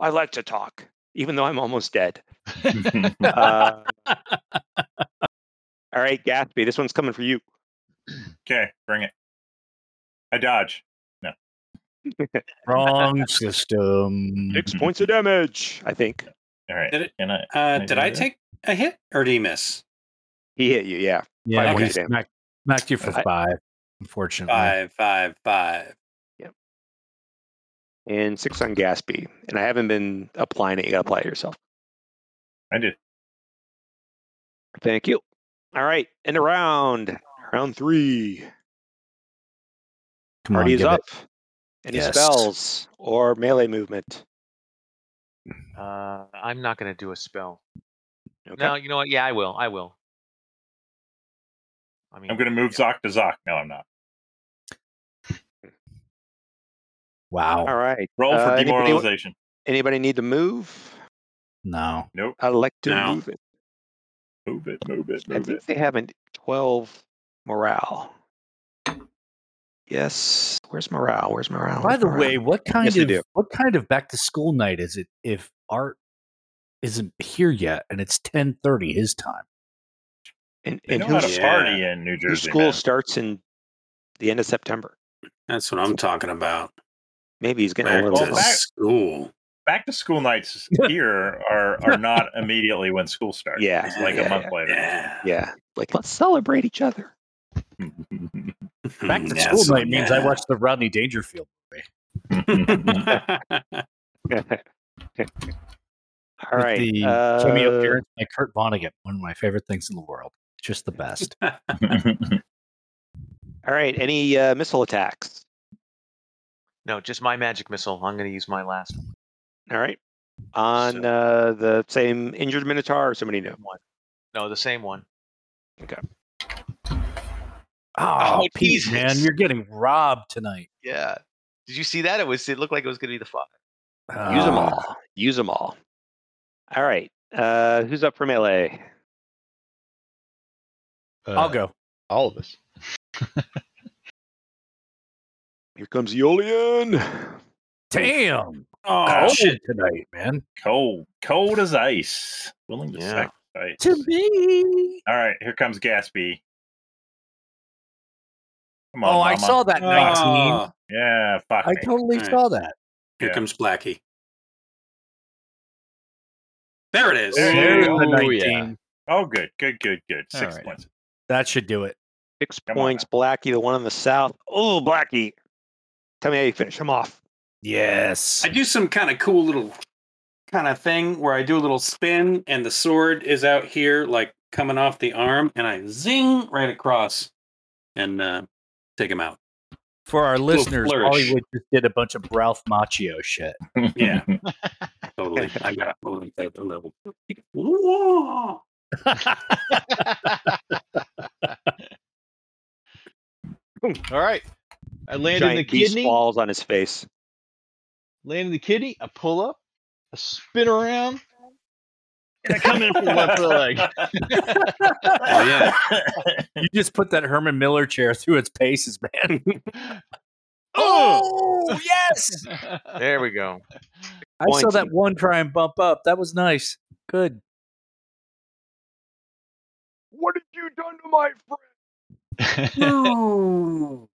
[SPEAKER 7] I like to talk, even though I'm almost dead.
[SPEAKER 1] All
[SPEAKER 7] Uh, all right, Gatsby, this one's coming for you.
[SPEAKER 1] Okay, bring it. I dodge.
[SPEAKER 2] Wrong system.
[SPEAKER 7] Six points of damage, I think.
[SPEAKER 1] All right.
[SPEAKER 8] Did it-
[SPEAKER 1] Can I?
[SPEAKER 8] Uh,
[SPEAKER 1] Maybe
[SPEAKER 8] did I
[SPEAKER 1] that-
[SPEAKER 8] take a hit or did he miss?
[SPEAKER 7] He hit you, yeah.
[SPEAKER 2] Yeah,
[SPEAKER 7] Five
[SPEAKER 2] he
[SPEAKER 7] points of
[SPEAKER 2] smacked, smacked you for
[SPEAKER 7] I-
[SPEAKER 2] five, unfortunately.
[SPEAKER 8] Five, five, five.
[SPEAKER 7] And six on Gatsby. And I haven't been applying it. You got to apply it yourself.
[SPEAKER 1] I did.
[SPEAKER 7] Thank you. All right, end of round. Round three.
[SPEAKER 2] Come on,
[SPEAKER 7] Party is
[SPEAKER 2] give
[SPEAKER 7] up.
[SPEAKER 2] it.
[SPEAKER 7] Any
[SPEAKER 2] Yes.
[SPEAKER 7] spells or melee movement?
[SPEAKER 5] Uh, I'm not going to do a spell.
[SPEAKER 7] Okay.
[SPEAKER 5] No, you know what? Yeah, I will. I will. I mean,
[SPEAKER 1] I'm going to move Zoc to Zoc. No, I'm not.
[SPEAKER 2] Wow.
[SPEAKER 7] All right.
[SPEAKER 1] Roll for
[SPEAKER 7] Uh, anybody wa-
[SPEAKER 1] demoralization.
[SPEAKER 7] Anybody need to move?
[SPEAKER 2] No.
[SPEAKER 1] Nope.
[SPEAKER 7] I'd like to
[SPEAKER 8] No.
[SPEAKER 7] move it.
[SPEAKER 1] Move it. Move it.
[SPEAKER 7] I
[SPEAKER 1] Move
[SPEAKER 7] think
[SPEAKER 1] it.
[SPEAKER 7] they have a 12 morale. Yes. Where's morale? Where's morale?
[SPEAKER 2] By
[SPEAKER 7] Where's
[SPEAKER 2] the
[SPEAKER 7] morale?
[SPEAKER 2] way, what kind
[SPEAKER 7] Yes, we
[SPEAKER 2] of
[SPEAKER 7] do.
[SPEAKER 2] what kind of back to school night is it if Art isn't here yet and it's ten thirty his time?
[SPEAKER 7] and,
[SPEAKER 1] They
[SPEAKER 7] and
[SPEAKER 1] know how
[SPEAKER 7] whose
[SPEAKER 1] to
[SPEAKER 8] who's-
[SPEAKER 1] party in New
[SPEAKER 7] whose
[SPEAKER 1] Jersey.
[SPEAKER 7] school
[SPEAKER 1] man.
[SPEAKER 7] starts in the end of September?
[SPEAKER 8] That's what I'm talking about.
[SPEAKER 7] Maybe he's getting a
[SPEAKER 8] Back
[SPEAKER 7] little.
[SPEAKER 1] well,
[SPEAKER 8] to
[SPEAKER 1] back-
[SPEAKER 8] school.
[SPEAKER 1] Back to school nights here are are not immediately when school starts.
[SPEAKER 7] Yeah,
[SPEAKER 1] It's like
[SPEAKER 7] yeah,
[SPEAKER 1] a month later.
[SPEAKER 8] Yeah.
[SPEAKER 7] Yeah. Like, let's celebrate each other. Mm,
[SPEAKER 2] Back to
[SPEAKER 8] That's
[SPEAKER 2] school
[SPEAKER 8] what
[SPEAKER 2] night means I watched the Rodney Dangerfield.
[SPEAKER 7] All
[SPEAKER 2] with
[SPEAKER 7] right.
[SPEAKER 2] the cameo
[SPEAKER 7] uh,
[SPEAKER 2] appearance by Kurt Vonnegut, one of my favorite things in the world. Just the best.
[SPEAKER 7] all right. Any uh, missile attacks?
[SPEAKER 5] no, just my magic missile. I'm going to use my last one.
[SPEAKER 7] All right. On
[SPEAKER 5] So-
[SPEAKER 7] uh, the same injured Minotaur or somebody new?
[SPEAKER 5] No, the same one.
[SPEAKER 2] Oh,
[SPEAKER 5] Oh,
[SPEAKER 2] Pete,
[SPEAKER 5] Jesus.
[SPEAKER 2] man, you're getting robbed tonight.
[SPEAKER 5] Yeah. Did you see that? It was. It looked like it was going to be the five.
[SPEAKER 7] Use them
[SPEAKER 2] Uh,
[SPEAKER 7] all. Use them all. All right. Uh, who's up for melee?
[SPEAKER 4] Uh,
[SPEAKER 2] I'll go.
[SPEAKER 4] All of us.
[SPEAKER 7] Here comes Yolian.
[SPEAKER 2] Damn.
[SPEAKER 8] Oh,
[SPEAKER 1] Gosh.
[SPEAKER 8] shit.
[SPEAKER 2] Shit tonight, man.
[SPEAKER 1] Cold, cold as ice. Willing to
[SPEAKER 5] Yeah.
[SPEAKER 1] sacrifice.
[SPEAKER 2] me.
[SPEAKER 1] All right, here comes Gatsby. Come on,
[SPEAKER 2] Oh, I
[SPEAKER 1] mama.
[SPEAKER 2] saw that 19.
[SPEAKER 8] Ah,
[SPEAKER 1] Yeah, fuck
[SPEAKER 2] I
[SPEAKER 1] me.
[SPEAKER 2] totally
[SPEAKER 8] All right.
[SPEAKER 2] saw that.
[SPEAKER 8] here
[SPEAKER 1] Yeah.
[SPEAKER 8] comes Blackie. There it is.
[SPEAKER 1] There it
[SPEAKER 2] There's
[SPEAKER 4] go.
[SPEAKER 2] the
[SPEAKER 4] Oh,
[SPEAKER 2] 19.
[SPEAKER 4] yeah.
[SPEAKER 1] Oh, good, good, good, good. Six
[SPEAKER 2] Alright.
[SPEAKER 1] points.
[SPEAKER 2] That should do it.
[SPEAKER 7] Six
[SPEAKER 1] Come on
[SPEAKER 7] points. Blackie, the one in the south. Oh, Blackie. Tell me how you finish him off.
[SPEAKER 2] Yes.
[SPEAKER 8] I do some kind of cool little kind of thing where I do a little spin and the sword is out here, like coming off the arm, and I zing right across and uh, take him out.
[SPEAKER 2] For our listeners,
[SPEAKER 8] flourish.
[SPEAKER 2] Hollywood just did a bunch of Ralph Macchio shit.
[SPEAKER 8] Yeah. Totally. I got totally at the level. Whoa!
[SPEAKER 4] All right. I land in the
[SPEAKER 7] Giant beast
[SPEAKER 4] kidney.
[SPEAKER 7] falls on his face.
[SPEAKER 4] Land in the kidney. I pull up. I spin around.
[SPEAKER 1] I come in
[SPEAKER 4] from left leg.
[SPEAKER 8] Oh, yeah.
[SPEAKER 2] You just put that Herman Miller chair through its paces, man.
[SPEAKER 4] Oh!
[SPEAKER 2] yes.
[SPEAKER 5] There we go.
[SPEAKER 2] I saw that
[SPEAKER 7] Boinky.
[SPEAKER 2] one try and bump up. That was nice. Good.
[SPEAKER 7] What have you done to my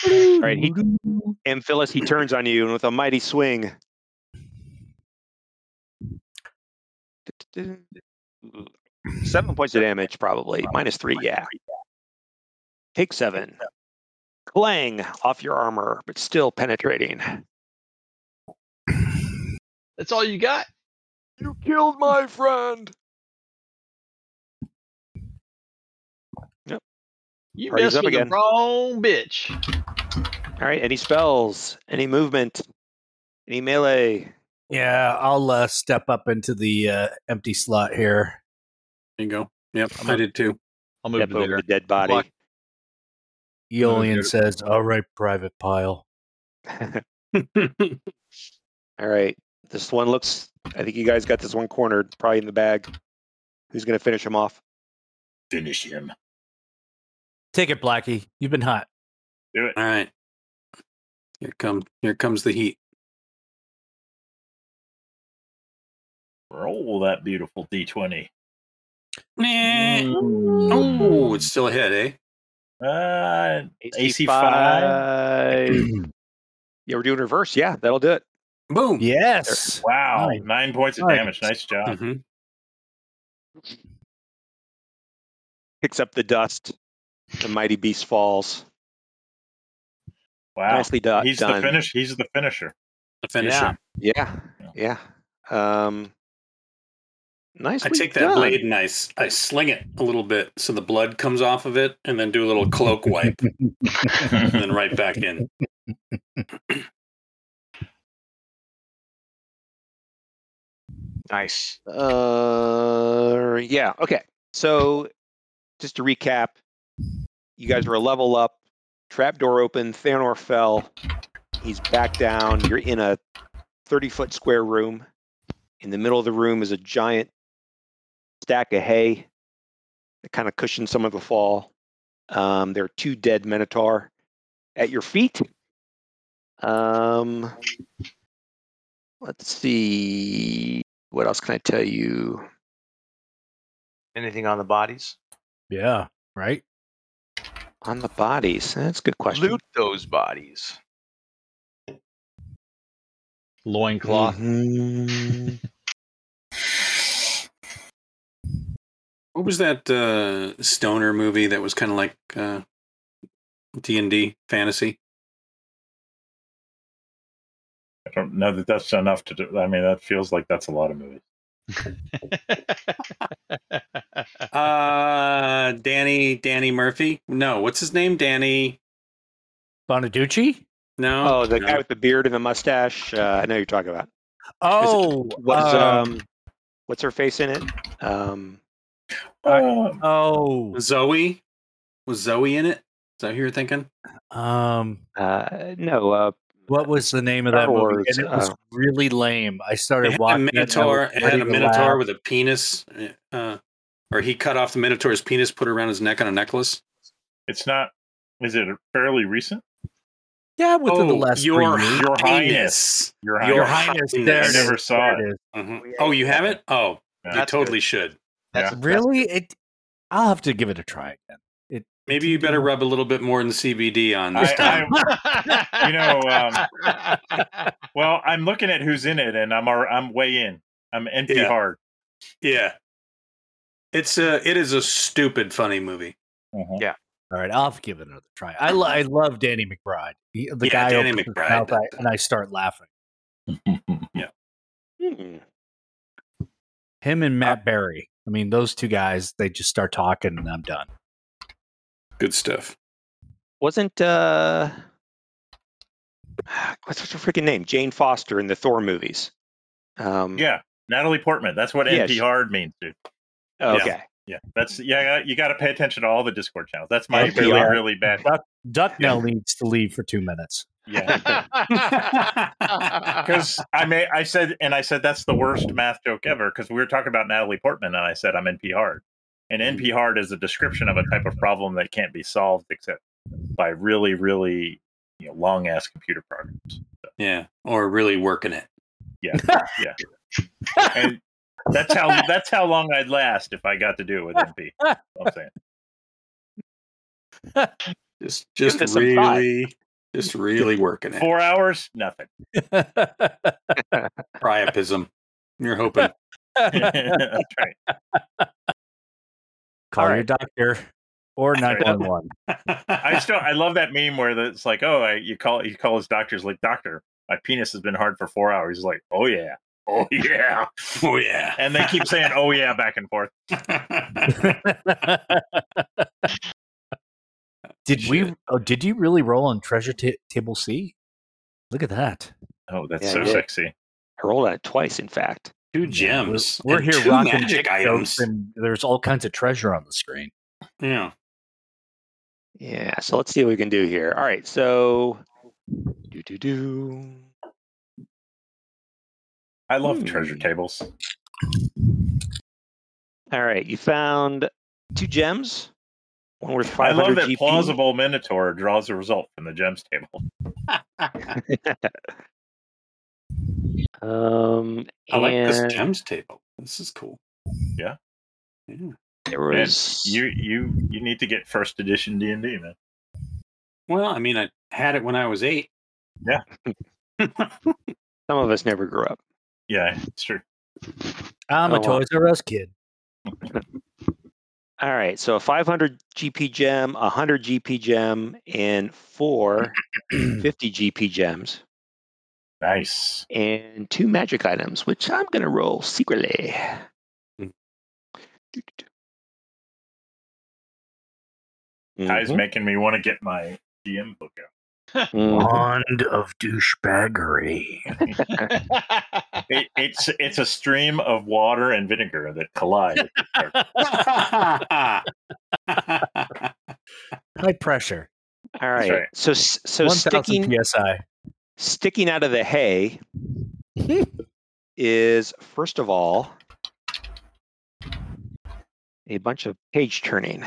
[SPEAKER 7] friend?
[SPEAKER 2] Right.
[SPEAKER 7] he- And Phyllis, he turns on you and with a mighty swing. Seven points of damage, probably. Minus three, yeah. Take seven. Clang off your armor, but still penetrating.
[SPEAKER 4] That's all you got.
[SPEAKER 7] You killed my friend.
[SPEAKER 4] You
[SPEAKER 7] Party's
[SPEAKER 4] messed
[SPEAKER 7] up
[SPEAKER 4] with
[SPEAKER 7] again.
[SPEAKER 4] the wrong bitch.
[SPEAKER 7] All right, any spells, any movement, any melee.
[SPEAKER 2] Yeah, I'll uh, step up into the uh, empty slot here.
[SPEAKER 8] There you go. Yep, I did too.
[SPEAKER 4] I'll move
[SPEAKER 7] Step
[SPEAKER 4] to
[SPEAKER 7] over
[SPEAKER 4] there.
[SPEAKER 7] the dead body.
[SPEAKER 4] Block.
[SPEAKER 2] Yolian says, "All right, Private Pile."
[SPEAKER 7] All right, this one looks. I think you guys got this one cornered, probably in the bag. Who's gonna finish him off?
[SPEAKER 1] Finish him.
[SPEAKER 2] Take it, Blackie. You've been hot.
[SPEAKER 1] Do it.
[SPEAKER 8] All right. Here comes here comes the heat.
[SPEAKER 1] Roll that beautiful d20.
[SPEAKER 8] Nah. Oh, it's still ahead, eh?
[SPEAKER 1] Uh, AC
[SPEAKER 7] five. yeah, we're doing reverse. Yeah, that'll do it.
[SPEAKER 8] Boom.
[SPEAKER 2] Yes.
[SPEAKER 1] wow.
[SPEAKER 2] Nice.
[SPEAKER 1] Nine points of
[SPEAKER 2] Nice.
[SPEAKER 1] damage. Nice job.
[SPEAKER 8] hmm
[SPEAKER 7] Picks up the dust. The mighty beast falls.
[SPEAKER 1] Wow.
[SPEAKER 7] Nicely do-
[SPEAKER 1] He's
[SPEAKER 7] done.
[SPEAKER 1] the finish. He's the finisher.
[SPEAKER 8] The finisher.
[SPEAKER 5] Yeah.
[SPEAKER 7] Yeah, yeah. Um,
[SPEAKER 8] I
[SPEAKER 7] nicely
[SPEAKER 8] take that
[SPEAKER 7] done.
[SPEAKER 8] blade and I, s- I sling it a little bit so the blood comes off of it and then do a little cloak wipe and then right back in.
[SPEAKER 5] Nice.
[SPEAKER 7] Uh, yeah. Okay. So, just to recap, you guys were a level up. Trap door open. Thanor fell. He's back down. You're in a 30 foot square room. In the middle of the room is a giant stack of hay that kind of cushions some of the fall. Um, there are two dead Minotaur at your feet. Um, let's see what else can I tell you?
[SPEAKER 5] Anything on the bodies?
[SPEAKER 2] Yeah. Right.
[SPEAKER 7] On the bodies, that's a good question.
[SPEAKER 5] Loot those bodies.
[SPEAKER 4] Loincloth.
[SPEAKER 7] Mhm.
[SPEAKER 8] What was that uh, stoner movie that was kind of like uh, D&D fantasy?
[SPEAKER 1] I don't know that that's enough to do. I mean, that feels like that's a lot of movies.
[SPEAKER 7] Mm-hmm.
[SPEAKER 8] Uh, Danny Danny Murphy? No, what's his name? Danny
[SPEAKER 2] Bonaducci.
[SPEAKER 8] No.
[SPEAKER 7] Oh, the
[SPEAKER 8] no.
[SPEAKER 7] guy with the beard and the mustache. Uh, I know you're talking about.
[SPEAKER 2] Oh.
[SPEAKER 7] What's
[SPEAKER 2] um,
[SPEAKER 7] um, what's her face in it? Um,
[SPEAKER 1] Um,
[SPEAKER 2] oh.
[SPEAKER 8] Zoe? Was Zoe in it? that who you're thinking?
[SPEAKER 2] Um,
[SPEAKER 7] Uh, no, uh,
[SPEAKER 2] what was the name of
[SPEAKER 7] Star
[SPEAKER 2] that movie?
[SPEAKER 7] Wars,
[SPEAKER 2] And it was
[SPEAKER 7] uh,
[SPEAKER 2] really lame. I
[SPEAKER 8] um, They
[SPEAKER 2] started
[SPEAKER 8] had a
[SPEAKER 2] watching. it and I
[SPEAKER 8] minotaur.
[SPEAKER 2] was
[SPEAKER 8] It had
[SPEAKER 2] ready
[SPEAKER 8] a
[SPEAKER 2] to
[SPEAKER 8] minotaur
[SPEAKER 2] laugh.
[SPEAKER 8] with a penis, uh, or he cut off the minotaur's penis, put it around his neck on a necklace.
[SPEAKER 1] It's not. Is it fairly recent?
[SPEAKER 2] Yeah, within the
[SPEAKER 8] Oh,
[SPEAKER 2] last
[SPEAKER 8] your
[SPEAKER 2] three years.
[SPEAKER 1] Your
[SPEAKER 8] highness.
[SPEAKER 1] Your
[SPEAKER 8] Your
[SPEAKER 1] Highness.
[SPEAKER 8] Highness.
[SPEAKER 2] There it
[SPEAKER 1] I
[SPEAKER 2] is.
[SPEAKER 1] never saw
[SPEAKER 2] There
[SPEAKER 1] it.
[SPEAKER 2] it is.
[SPEAKER 8] Mhm. Oh, you have it? Oh,
[SPEAKER 1] Yeah.
[SPEAKER 8] you
[SPEAKER 5] That's
[SPEAKER 8] totally
[SPEAKER 5] good.
[SPEAKER 8] should.
[SPEAKER 5] That's a- that's
[SPEAKER 2] Really? It. I'll have to give it a try again. It,
[SPEAKER 8] Maybe you better rub a little bit more than CBD on this
[SPEAKER 1] I,
[SPEAKER 8] time.
[SPEAKER 1] I, you know, um, well, I'm looking at who's in it, and I'm al- I'm way in. I'm empty
[SPEAKER 8] Yeah.
[SPEAKER 1] hard.
[SPEAKER 8] yeah, it's a it is a stupid funny movie.
[SPEAKER 2] All right, I'll have to give it another try. I, lo- I love Danny McBride. He- the
[SPEAKER 8] Yeah,
[SPEAKER 2] guy
[SPEAKER 8] Danny
[SPEAKER 2] opens his
[SPEAKER 8] McBride.
[SPEAKER 2] mouth, I- and I start laughing.
[SPEAKER 1] Mm-hmm.
[SPEAKER 7] hmm.
[SPEAKER 2] Him
[SPEAKER 8] Uh
[SPEAKER 2] and Matt Berry. I mean, those two guys. They just start talking, and I'm done.
[SPEAKER 8] Good stuff.
[SPEAKER 7] wasn't uh what's what's her freaking name? Jane Foster in the Thor movies. Um
[SPEAKER 1] yeah, Natalie Portman. That's what
[SPEAKER 7] Yeah,
[SPEAKER 1] empty
[SPEAKER 7] she-
[SPEAKER 1] hard means, dude.
[SPEAKER 7] okay.
[SPEAKER 1] Yeah, that's yeah. You got to pay attention to all the Discord channels. That's my
[SPEAKER 2] Empty
[SPEAKER 1] really
[SPEAKER 2] Hard.
[SPEAKER 1] really bad.
[SPEAKER 2] Duck, Duck now needs to leave for two minutes.
[SPEAKER 1] Yeah, because I may I said and I said that's the worst math joke ever because we were talking about Natalie Portman and I said I'm NP hard, and NP hard is a description of a type of problem that can't be solved except by really really you know long ass computer programs.
[SPEAKER 8] Yeah, or really working it.
[SPEAKER 1] and that's how that's how long I'd last if I got to do it with MP. I'm saying
[SPEAKER 8] Just just
[SPEAKER 7] this some thought.
[SPEAKER 8] really just really working it.
[SPEAKER 1] four hours, nothing.
[SPEAKER 8] Priapism. You're hoping.
[SPEAKER 2] Call
[SPEAKER 1] that's right.
[SPEAKER 2] your
[SPEAKER 7] right.
[SPEAKER 2] doctor or
[SPEAKER 1] That's right.
[SPEAKER 2] 911.
[SPEAKER 1] I still I love that meme where the- it's like, oh, I, you call you call his doctors like doctor. My penis has been hard for four hours. He's like, oh yeah, oh yeah,
[SPEAKER 8] oh yeah.
[SPEAKER 1] and they keep saying, oh yeah, back and forth.
[SPEAKER 2] did we?
[SPEAKER 8] Shit.
[SPEAKER 2] Oh, did you really roll on Treasure Ta- Table C? Look at that.
[SPEAKER 1] Oh, that's
[SPEAKER 7] Yeah,
[SPEAKER 1] so
[SPEAKER 7] yeah.
[SPEAKER 1] sexy.
[SPEAKER 7] I rolled on it twice, in fact.
[SPEAKER 8] Two
[SPEAKER 2] Yeah, we're-
[SPEAKER 8] gems.
[SPEAKER 2] We're,
[SPEAKER 8] and
[SPEAKER 2] here
[SPEAKER 8] two
[SPEAKER 2] rocking
[SPEAKER 8] magic
[SPEAKER 2] dick
[SPEAKER 8] items.
[SPEAKER 2] jokes and there's all kinds of treasure on the screen.
[SPEAKER 8] yeah.
[SPEAKER 7] Yeah, so let's see what we can do here. All right, so do do do.
[SPEAKER 1] I love
[SPEAKER 7] Hmm.
[SPEAKER 1] treasure tables.
[SPEAKER 7] All right, you found two gems. One worth
[SPEAKER 1] I
[SPEAKER 7] 500
[SPEAKER 1] love that
[SPEAKER 7] GP.
[SPEAKER 1] plausible minotaur draws a result from the gems table.
[SPEAKER 7] Um,
[SPEAKER 8] I like
[SPEAKER 7] and
[SPEAKER 8] this gems table. This is cool.
[SPEAKER 1] Yeah.
[SPEAKER 8] Yeah.
[SPEAKER 7] There
[SPEAKER 1] Man,
[SPEAKER 7] was
[SPEAKER 1] you you you need to get first edition D and D, man.
[SPEAKER 8] Well, I mean, I had it when I was eight.
[SPEAKER 1] Yeah.
[SPEAKER 7] some of us never grew up.
[SPEAKER 1] Yeah, it's true.
[SPEAKER 2] I'm a
[SPEAKER 7] Oh, wow.
[SPEAKER 2] Toys R Us kid.
[SPEAKER 7] All right, so a 500 GP gem, a 100 GP gem, and four 50 GP gems,
[SPEAKER 1] Nice.
[SPEAKER 7] and two magic items, which I'm going to roll secretly.
[SPEAKER 1] Hmm.
[SPEAKER 8] Mm.
[SPEAKER 1] Ty's
[SPEAKER 7] Mhm,
[SPEAKER 1] making me want to get my DM book out.
[SPEAKER 7] mhm.
[SPEAKER 2] Bond of douchebaggery.
[SPEAKER 1] It, it's it's a stream of water and vinegar that collide.
[SPEAKER 2] High pressure.
[SPEAKER 7] All
[SPEAKER 1] That's
[SPEAKER 7] right.
[SPEAKER 1] right.
[SPEAKER 7] So s- so
[SPEAKER 2] 1000
[SPEAKER 7] sticking
[SPEAKER 2] psi.
[SPEAKER 7] sticking out of the hay is first of all a bunch of page turning.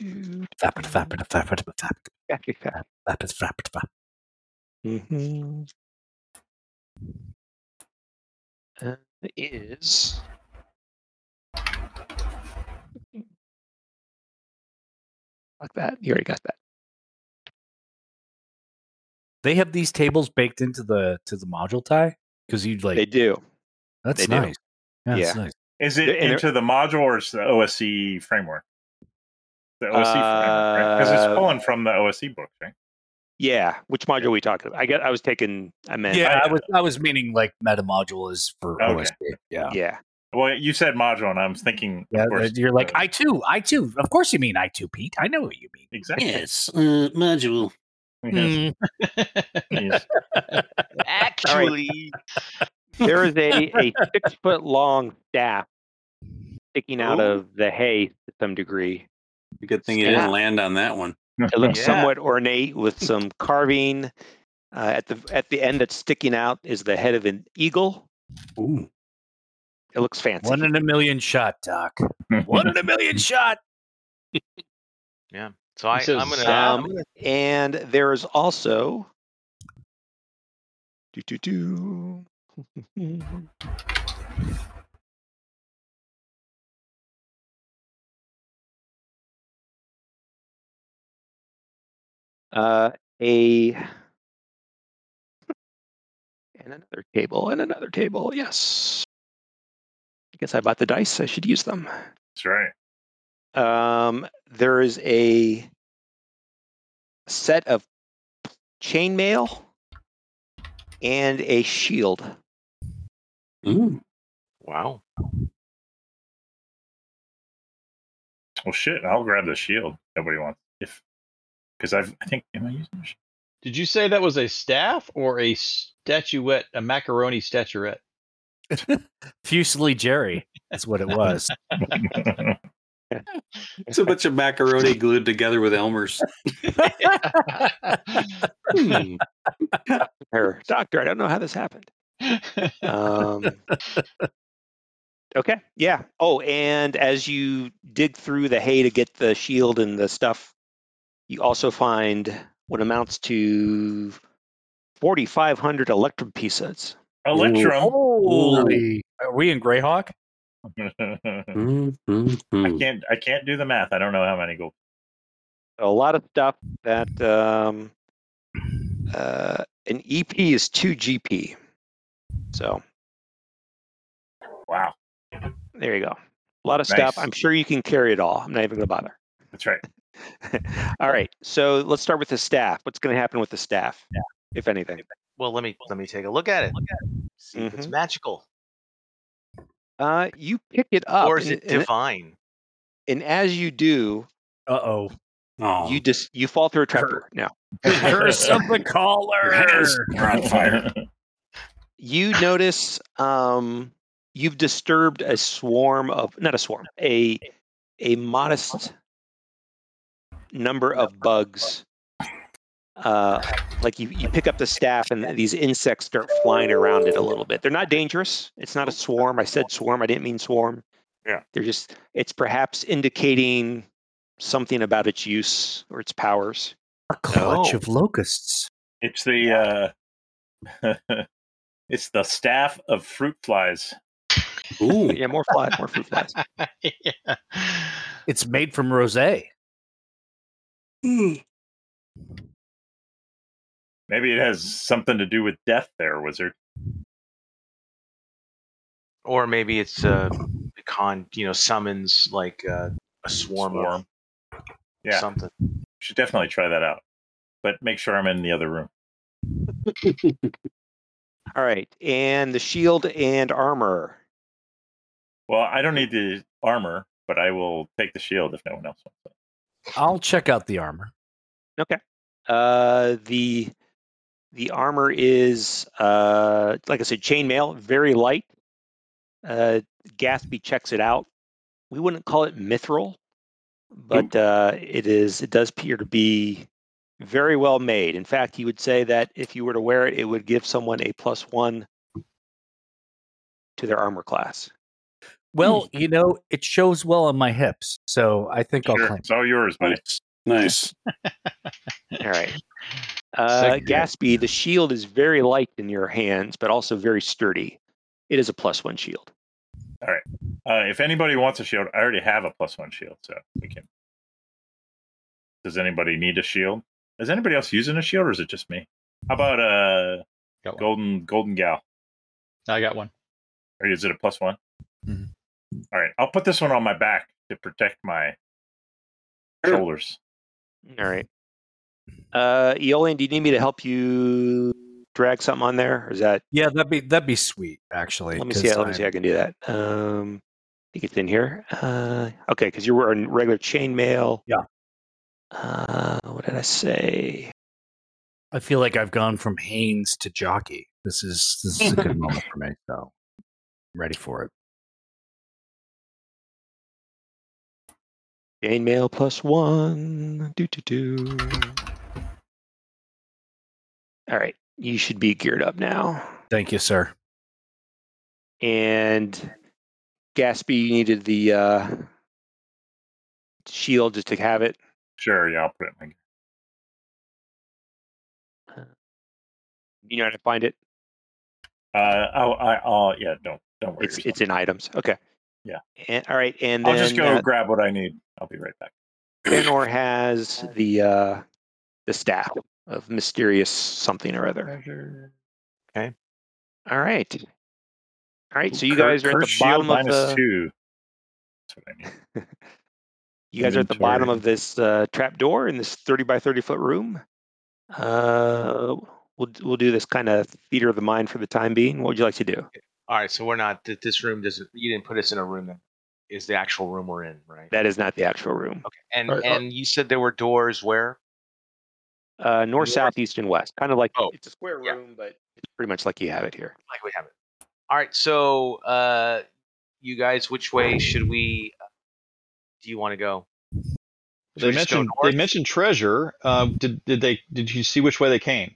[SPEAKER 7] Mm-hmm.
[SPEAKER 2] Fap it, fap it, fap it, fap it, fap it, fap it, fap it.
[SPEAKER 7] Mm-hmm. Uh, is like that. You already got that.
[SPEAKER 2] They have these tables baked into the to the module tie because you'd like
[SPEAKER 7] They do.
[SPEAKER 2] that's
[SPEAKER 7] they do.
[SPEAKER 2] nice. That's nice.
[SPEAKER 1] Is it
[SPEAKER 7] There- and there-
[SPEAKER 1] into the module or it's the OSC framework? The OSC framework, because
[SPEAKER 7] Uh,
[SPEAKER 1] it's pulling from the OSC book, right?
[SPEAKER 7] Yeah. Which module are we talking about? I got. I was taking. I meant.
[SPEAKER 2] Yeah,
[SPEAKER 1] I-
[SPEAKER 2] I was I was meaning like meta module is for
[SPEAKER 1] Okay.
[SPEAKER 2] OSD. Yeah.
[SPEAKER 7] Yeah.
[SPEAKER 1] Well, you said module, and I'm thinking,
[SPEAKER 2] Yeah,
[SPEAKER 1] of course,
[SPEAKER 2] you're like
[SPEAKER 1] uh,
[SPEAKER 2] I too, I too. Of course you mean I too, Pete. I know what you mean.
[SPEAKER 1] exactly.
[SPEAKER 8] yes. Uh, module.
[SPEAKER 1] Yes,
[SPEAKER 2] Hmm.
[SPEAKER 1] yes.
[SPEAKER 5] Actually,
[SPEAKER 7] There is a, a six foot long staff sticking out
[SPEAKER 8] Ooh.
[SPEAKER 7] of the hay to some degree.
[SPEAKER 8] Good thing you
[SPEAKER 7] Yeah.
[SPEAKER 8] didn't land on that one.
[SPEAKER 7] It looks
[SPEAKER 5] Yeah.
[SPEAKER 7] somewhat ornate with some carving. Uh, at the at the end that's sticking out is the head of an eagle.
[SPEAKER 8] Ooh.
[SPEAKER 7] It looks fancy.
[SPEAKER 2] One in a million shot, Doc. One in a million shot.
[SPEAKER 5] So I,
[SPEAKER 4] He says,
[SPEAKER 5] I'm gonna.
[SPEAKER 7] um,
[SPEAKER 5] I'm gonna
[SPEAKER 7] And there is also. Doo, doo, doo. uh, a and another table and another table. Yes. I guess I bought the dice. I should use them.
[SPEAKER 1] That's right.
[SPEAKER 7] Um, there is a set of chainmail and a shield.
[SPEAKER 8] Ooh.
[SPEAKER 5] wow.
[SPEAKER 1] Well, shit. I'll grab the shield. Nobody wants if because I've I think am I using the shield?
[SPEAKER 4] Did you say that was a staff or a statuette, a macaroni statuette?
[SPEAKER 2] Fusely Jerry. That's what it was.
[SPEAKER 8] It's a bunch of macaroni glued together with Elmer's. Hmm.
[SPEAKER 7] Or, Doctor, I don't know how this happened. Um, okay, yeah. Oh, and as you dig through the hay to get the shield and the stuff, you also find what amounts to 4,500 electrum pieces.
[SPEAKER 1] Electrum.
[SPEAKER 2] Holy. Are we in Greyhawk?
[SPEAKER 1] I
[SPEAKER 8] Mm, mm, mm.
[SPEAKER 1] can't. I can't do the math. I don't know how many gold.
[SPEAKER 7] a lot of stuff that um, uh, an EP is two GP. So
[SPEAKER 1] Wow.
[SPEAKER 7] there you go. A lot of
[SPEAKER 1] Nice.
[SPEAKER 7] stuff. I'm sure you can carry it all. I'm not even going to bother.
[SPEAKER 1] That's right.
[SPEAKER 7] all right. So let's start with the staff. What's going to happen with the staff, if anything?
[SPEAKER 5] Well, let me let me take a look at it. Look at it. Mm-hmm. See if it's
[SPEAKER 7] Mhm.
[SPEAKER 5] magical
[SPEAKER 7] Uh, you pick it up,
[SPEAKER 5] or is
[SPEAKER 7] and,
[SPEAKER 5] Oh, it
[SPEAKER 7] and,
[SPEAKER 5] divine?
[SPEAKER 7] and as you do,
[SPEAKER 2] Uh oh.
[SPEAKER 8] Aw.
[SPEAKER 7] you just you fall through a trapdoor. Now
[SPEAKER 2] Curse of the
[SPEAKER 8] Yes.
[SPEAKER 2] caller.
[SPEAKER 8] You're on fire.
[SPEAKER 7] you notice um, you've disturbed a swarm of not a swarm a a modest number of bugs uh, like you, you pick up the staff and these insects start flying around it a little bit they're not dangerous it's not a swarm i said swarm i didn't mean swarm
[SPEAKER 8] Yeah.
[SPEAKER 7] they're just it's perhaps indicating something about its use or its powers
[SPEAKER 2] A clutch
[SPEAKER 7] Oh.
[SPEAKER 5] No.
[SPEAKER 2] of locusts.
[SPEAKER 1] It's the uh it's the staff of fruit flies.
[SPEAKER 8] Ooh.
[SPEAKER 7] yeah more flies more fruit flies
[SPEAKER 2] It's made from rosé.
[SPEAKER 1] Maybe it has something to do with death there, wizard.
[SPEAKER 5] Or maybe it's uh, a con. You know, summons like uh, a swarm, or
[SPEAKER 1] Swarm. Yeah.
[SPEAKER 5] something.
[SPEAKER 1] Should definitely try that out. But make sure I'm in the other room.
[SPEAKER 7] all right and the shield and armor
[SPEAKER 1] Well, I don't need the armor, but I will take the shield if no one else wants it.
[SPEAKER 2] I'll check out the armor.
[SPEAKER 7] Uh, the the armor is uh, like I said, chainmail, very light. Uh, Gatsby checks it out. We wouldn't call it mithril, but uh, it is. It does appear to be very well made. In fact, he would say that if you were to wear it, it would give someone a plus one to their armor class.
[SPEAKER 2] Well,
[SPEAKER 7] Hmm.
[SPEAKER 2] you know, it shows well on my hips, so I think I'll
[SPEAKER 1] Sure,
[SPEAKER 2] claim.
[SPEAKER 1] It's all yours, buddy.
[SPEAKER 8] Nice. Nice.
[SPEAKER 7] All right. Uh, Gatsby, the shield is very light in your hands, but also very sturdy. It is a plus one shield.
[SPEAKER 1] Uh, if anybody wants a shield, I already have a plus one shield, so we can. Does anybody need a shield? Is anybody else using a shield, or is it just me? How about uh,
[SPEAKER 4] Got one.
[SPEAKER 1] golden golden gal?
[SPEAKER 4] I got one.
[SPEAKER 1] Or is it a plus one? All right, I'll put this one on my back to protect my
[SPEAKER 8] Sure.
[SPEAKER 1] shoulders.
[SPEAKER 7] All right. Uh, Eolin, do you need me to help you drag something on there? Or is that?
[SPEAKER 2] Yeah, that'd be that'd be sweet, actually.
[SPEAKER 7] Let me see.
[SPEAKER 2] 'cause
[SPEAKER 7] Let me see.
[SPEAKER 2] I'm-
[SPEAKER 7] I can do that. Um, I think it's in here. Uh, okay, because you're wearing regular chainmail.
[SPEAKER 2] Yeah.
[SPEAKER 7] Uh, what did I say?
[SPEAKER 2] I feel like I've gone from Haynes to jockey. This is this is a good moment for me, so I'm ready for it.
[SPEAKER 7] Chainmail plus one. Do do do. All right, you should be geared up now.
[SPEAKER 2] Thank you, sir.
[SPEAKER 7] And Gatsby, you needed the uh, shield just to have it.
[SPEAKER 1] Sure, yeah, I'll put it in my
[SPEAKER 7] You know how to find it.
[SPEAKER 1] Uh, oh, I, oh, yeah. Don't, don't worry.
[SPEAKER 7] It's
[SPEAKER 1] yourself.
[SPEAKER 7] it's in items. Okay.
[SPEAKER 1] Yeah.
[SPEAKER 7] And, all right, and
[SPEAKER 1] I'll
[SPEAKER 7] then
[SPEAKER 1] just go
[SPEAKER 7] uh,
[SPEAKER 1] grab what I need. I'll be right back.
[SPEAKER 7] Fëanor has the uh, the staff of mysterious something or other.
[SPEAKER 5] Okay.
[SPEAKER 7] All right. All right. So you
[SPEAKER 1] Cur-
[SPEAKER 7] guys are at
[SPEAKER 1] curse
[SPEAKER 7] the
[SPEAKER 1] shield
[SPEAKER 7] bottom of
[SPEAKER 1] minus
[SPEAKER 7] the
[SPEAKER 1] two. That's what I need.
[SPEAKER 7] you guys are at the bottom
[SPEAKER 1] inventory.
[SPEAKER 7] of this uh, trap door in this thirty by thirty foot room. Uh, we'll we'll do this kind of theater of the mind for the time being. What would you like to do?
[SPEAKER 5] All right, so we're not. th- This room doesn't. You didn't put us in a room that is the actual room we're in, right?
[SPEAKER 7] That is not the actual room.
[SPEAKER 5] okay. And
[SPEAKER 4] All right, uh,
[SPEAKER 5] and you said there were doors where?
[SPEAKER 7] Uh, north, south, east, and west. Kind of like
[SPEAKER 5] Oh,
[SPEAKER 7] it's a square
[SPEAKER 5] yeah.
[SPEAKER 7] room, but it's pretty much like you have it here.
[SPEAKER 5] Like we have it. All right, so uh, you guys, which way should we? uh, Do you want to go? Should
[SPEAKER 4] They
[SPEAKER 5] we just go
[SPEAKER 4] mentioned
[SPEAKER 5] north?
[SPEAKER 4] they mentioned treasure. Uh, did did they did you see which way they came?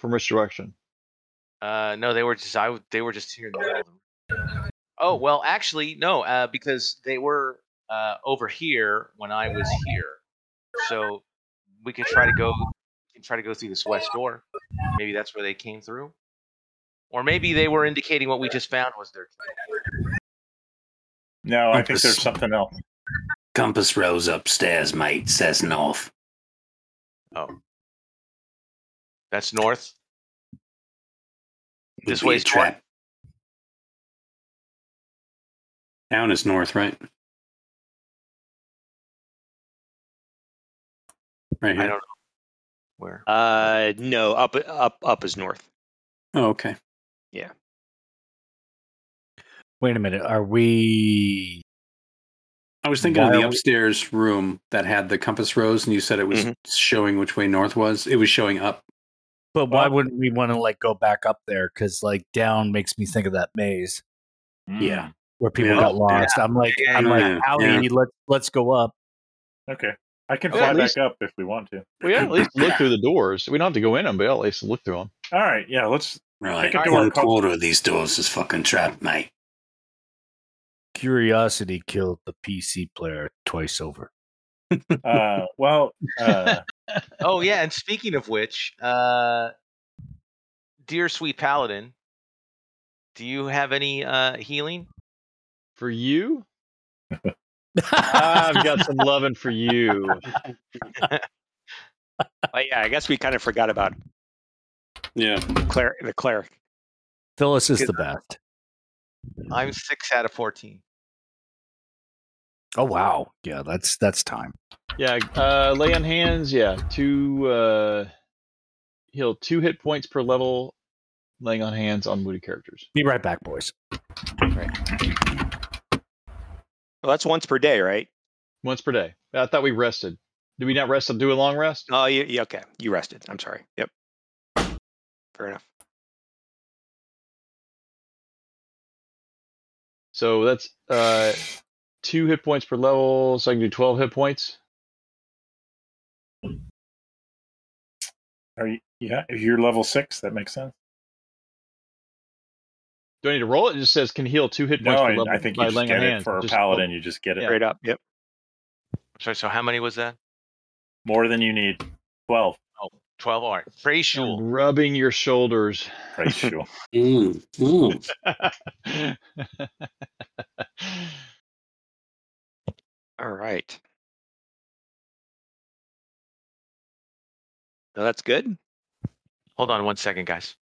[SPEAKER 4] From which direction?
[SPEAKER 5] Uh, no, they were just I. w- They were just here in the middle. of the room.
[SPEAKER 8] Mm.
[SPEAKER 5] Oh well, actually, no, uh, because they were uh, over here when I was here, so we can try to go. we Can try to go through this west door. Maybe that's where they came through, or maybe they were indicating what we just found was their.
[SPEAKER 1] No, I think
[SPEAKER 8] Compass.
[SPEAKER 1] there's something else.
[SPEAKER 8] Compass rose upstairs, mate, says north.
[SPEAKER 5] Oh, that's north.
[SPEAKER 8] Would
[SPEAKER 5] This
[SPEAKER 8] be a
[SPEAKER 5] way's north.
[SPEAKER 8] Town is north, right? Right
[SPEAKER 5] I
[SPEAKER 8] here.
[SPEAKER 5] don't know where.
[SPEAKER 7] Uh, no, up up up is north.
[SPEAKER 8] Oh, okay.
[SPEAKER 2] Wait a minute. Are we?
[SPEAKER 8] I was thinking
[SPEAKER 2] Why
[SPEAKER 8] of
[SPEAKER 2] are
[SPEAKER 8] the
[SPEAKER 2] we-
[SPEAKER 8] upstairs room that had the compass rose, and you said it was
[SPEAKER 7] Mhm.
[SPEAKER 8] showing which way north was. It was showing up.
[SPEAKER 2] But why
[SPEAKER 1] Well-
[SPEAKER 2] wouldn't we want to like go back up there? Because like down makes me think of that maze
[SPEAKER 7] Hmm.
[SPEAKER 8] Yeah.
[SPEAKER 2] where people
[SPEAKER 8] Hmm. Yeah.
[SPEAKER 2] got lost. I'm like,
[SPEAKER 5] Yeah,
[SPEAKER 2] I'm
[SPEAKER 8] yeah,
[SPEAKER 2] like, Howie,
[SPEAKER 8] yeah.
[SPEAKER 2] let's let's go up.
[SPEAKER 1] Mm, Okay. I can
[SPEAKER 4] Yeah,
[SPEAKER 1] fly
[SPEAKER 4] at
[SPEAKER 1] back
[SPEAKER 4] least-
[SPEAKER 1] up if we want to.
[SPEAKER 4] We gotta at least look through the doors. We don't have to go in them, but at least look through them.
[SPEAKER 1] All right. Yeah. Let's.
[SPEAKER 8] Right.
[SPEAKER 1] Pick a door
[SPEAKER 8] One
[SPEAKER 1] and call-
[SPEAKER 8] quarter of these doors is fucking trapped, mate.
[SPEAKER 2] Curiosity killed the PC player twice over.
[SPEAKER 1] Uh, well, uh,
[SPEAKER 5] oh yeah, and speaking of which, uh, dear sweet paladin, do you have any uh, healing?
[SPEAKER 4] For you, Ah, I've got some loving for you.
[SPEAKER 7] But Oh, yeah, I guess we kind of forgot about
[SPEAKER 8] Yeah.
[SPEAKER 7] cler- the cleric.
[SPEAKER 2] Phyllis is the best.
[SPEAKER 5] I'm six out of fourteen.
[SPEAKER 2] Oh wow, yeah, that's that's time.
[SPEAKER 4] Yeah, uh, lay on hands. Yeah, two uh, heal two hit points per level. Laying on hands on moody characters.
[SPEAKER 2] Be right back, boys.
[SPEAKER 7] Well, that's once per day, right?
[SPEAKER 4] Once per day. I thought we rested. Did we not rest? Do a long rest?
[SPEAKER 7] Oh, you, you okay? You rested. I'm sorry. Yep. Fair enough.
[SPEAKER 4] So that's uh, two hit points per level. So I can do twelve hit points.
[SPEAKER 1] are you? Yeah. If you're level six, that makes sense.
[SPEAKER 4] Do I need to roll it? It just says can heal two hit
[SPEAKER 1] No,
[SPEAKER 4] points per
[SPEAKER 1] I,
[SPEAKER 4] level
[SPEAKER 1] I think
[SPEAKER 4] by
[SPEAKER 1] you just
[SPEAKER 4] laying
[SPEAKER 1] get
[SPEAKER 4] on
[SPEAKER 1] it
[SPEAKER 4] hands.
[SPEAKER 1] for a
[SPEAKER 7] oh,
[SPEAKER 4] Just-
[SPEAKER 1] paladin. You just get it
[SPEAKER 4] Yeah.
[SPEAKER 7] Straight up. Yep.
[SPEAKER 5] Sorry, so how many was that?
[SPEAKER 1] more than you need. Twelve.
[SPEAKER 5] Oh, 12 All right. Pretty
[SPEAKER 4] I'm
[SPEAKER 5] sure.
[SPEAKER 4] Rubbing your shoulders.
[SPEAKER 1] Praise you.
[SPEAKER 8] Mm, mm.
[SPEAKER 7] All right. No, that's good.
[SPEAKER 5] Hold on one second, guys.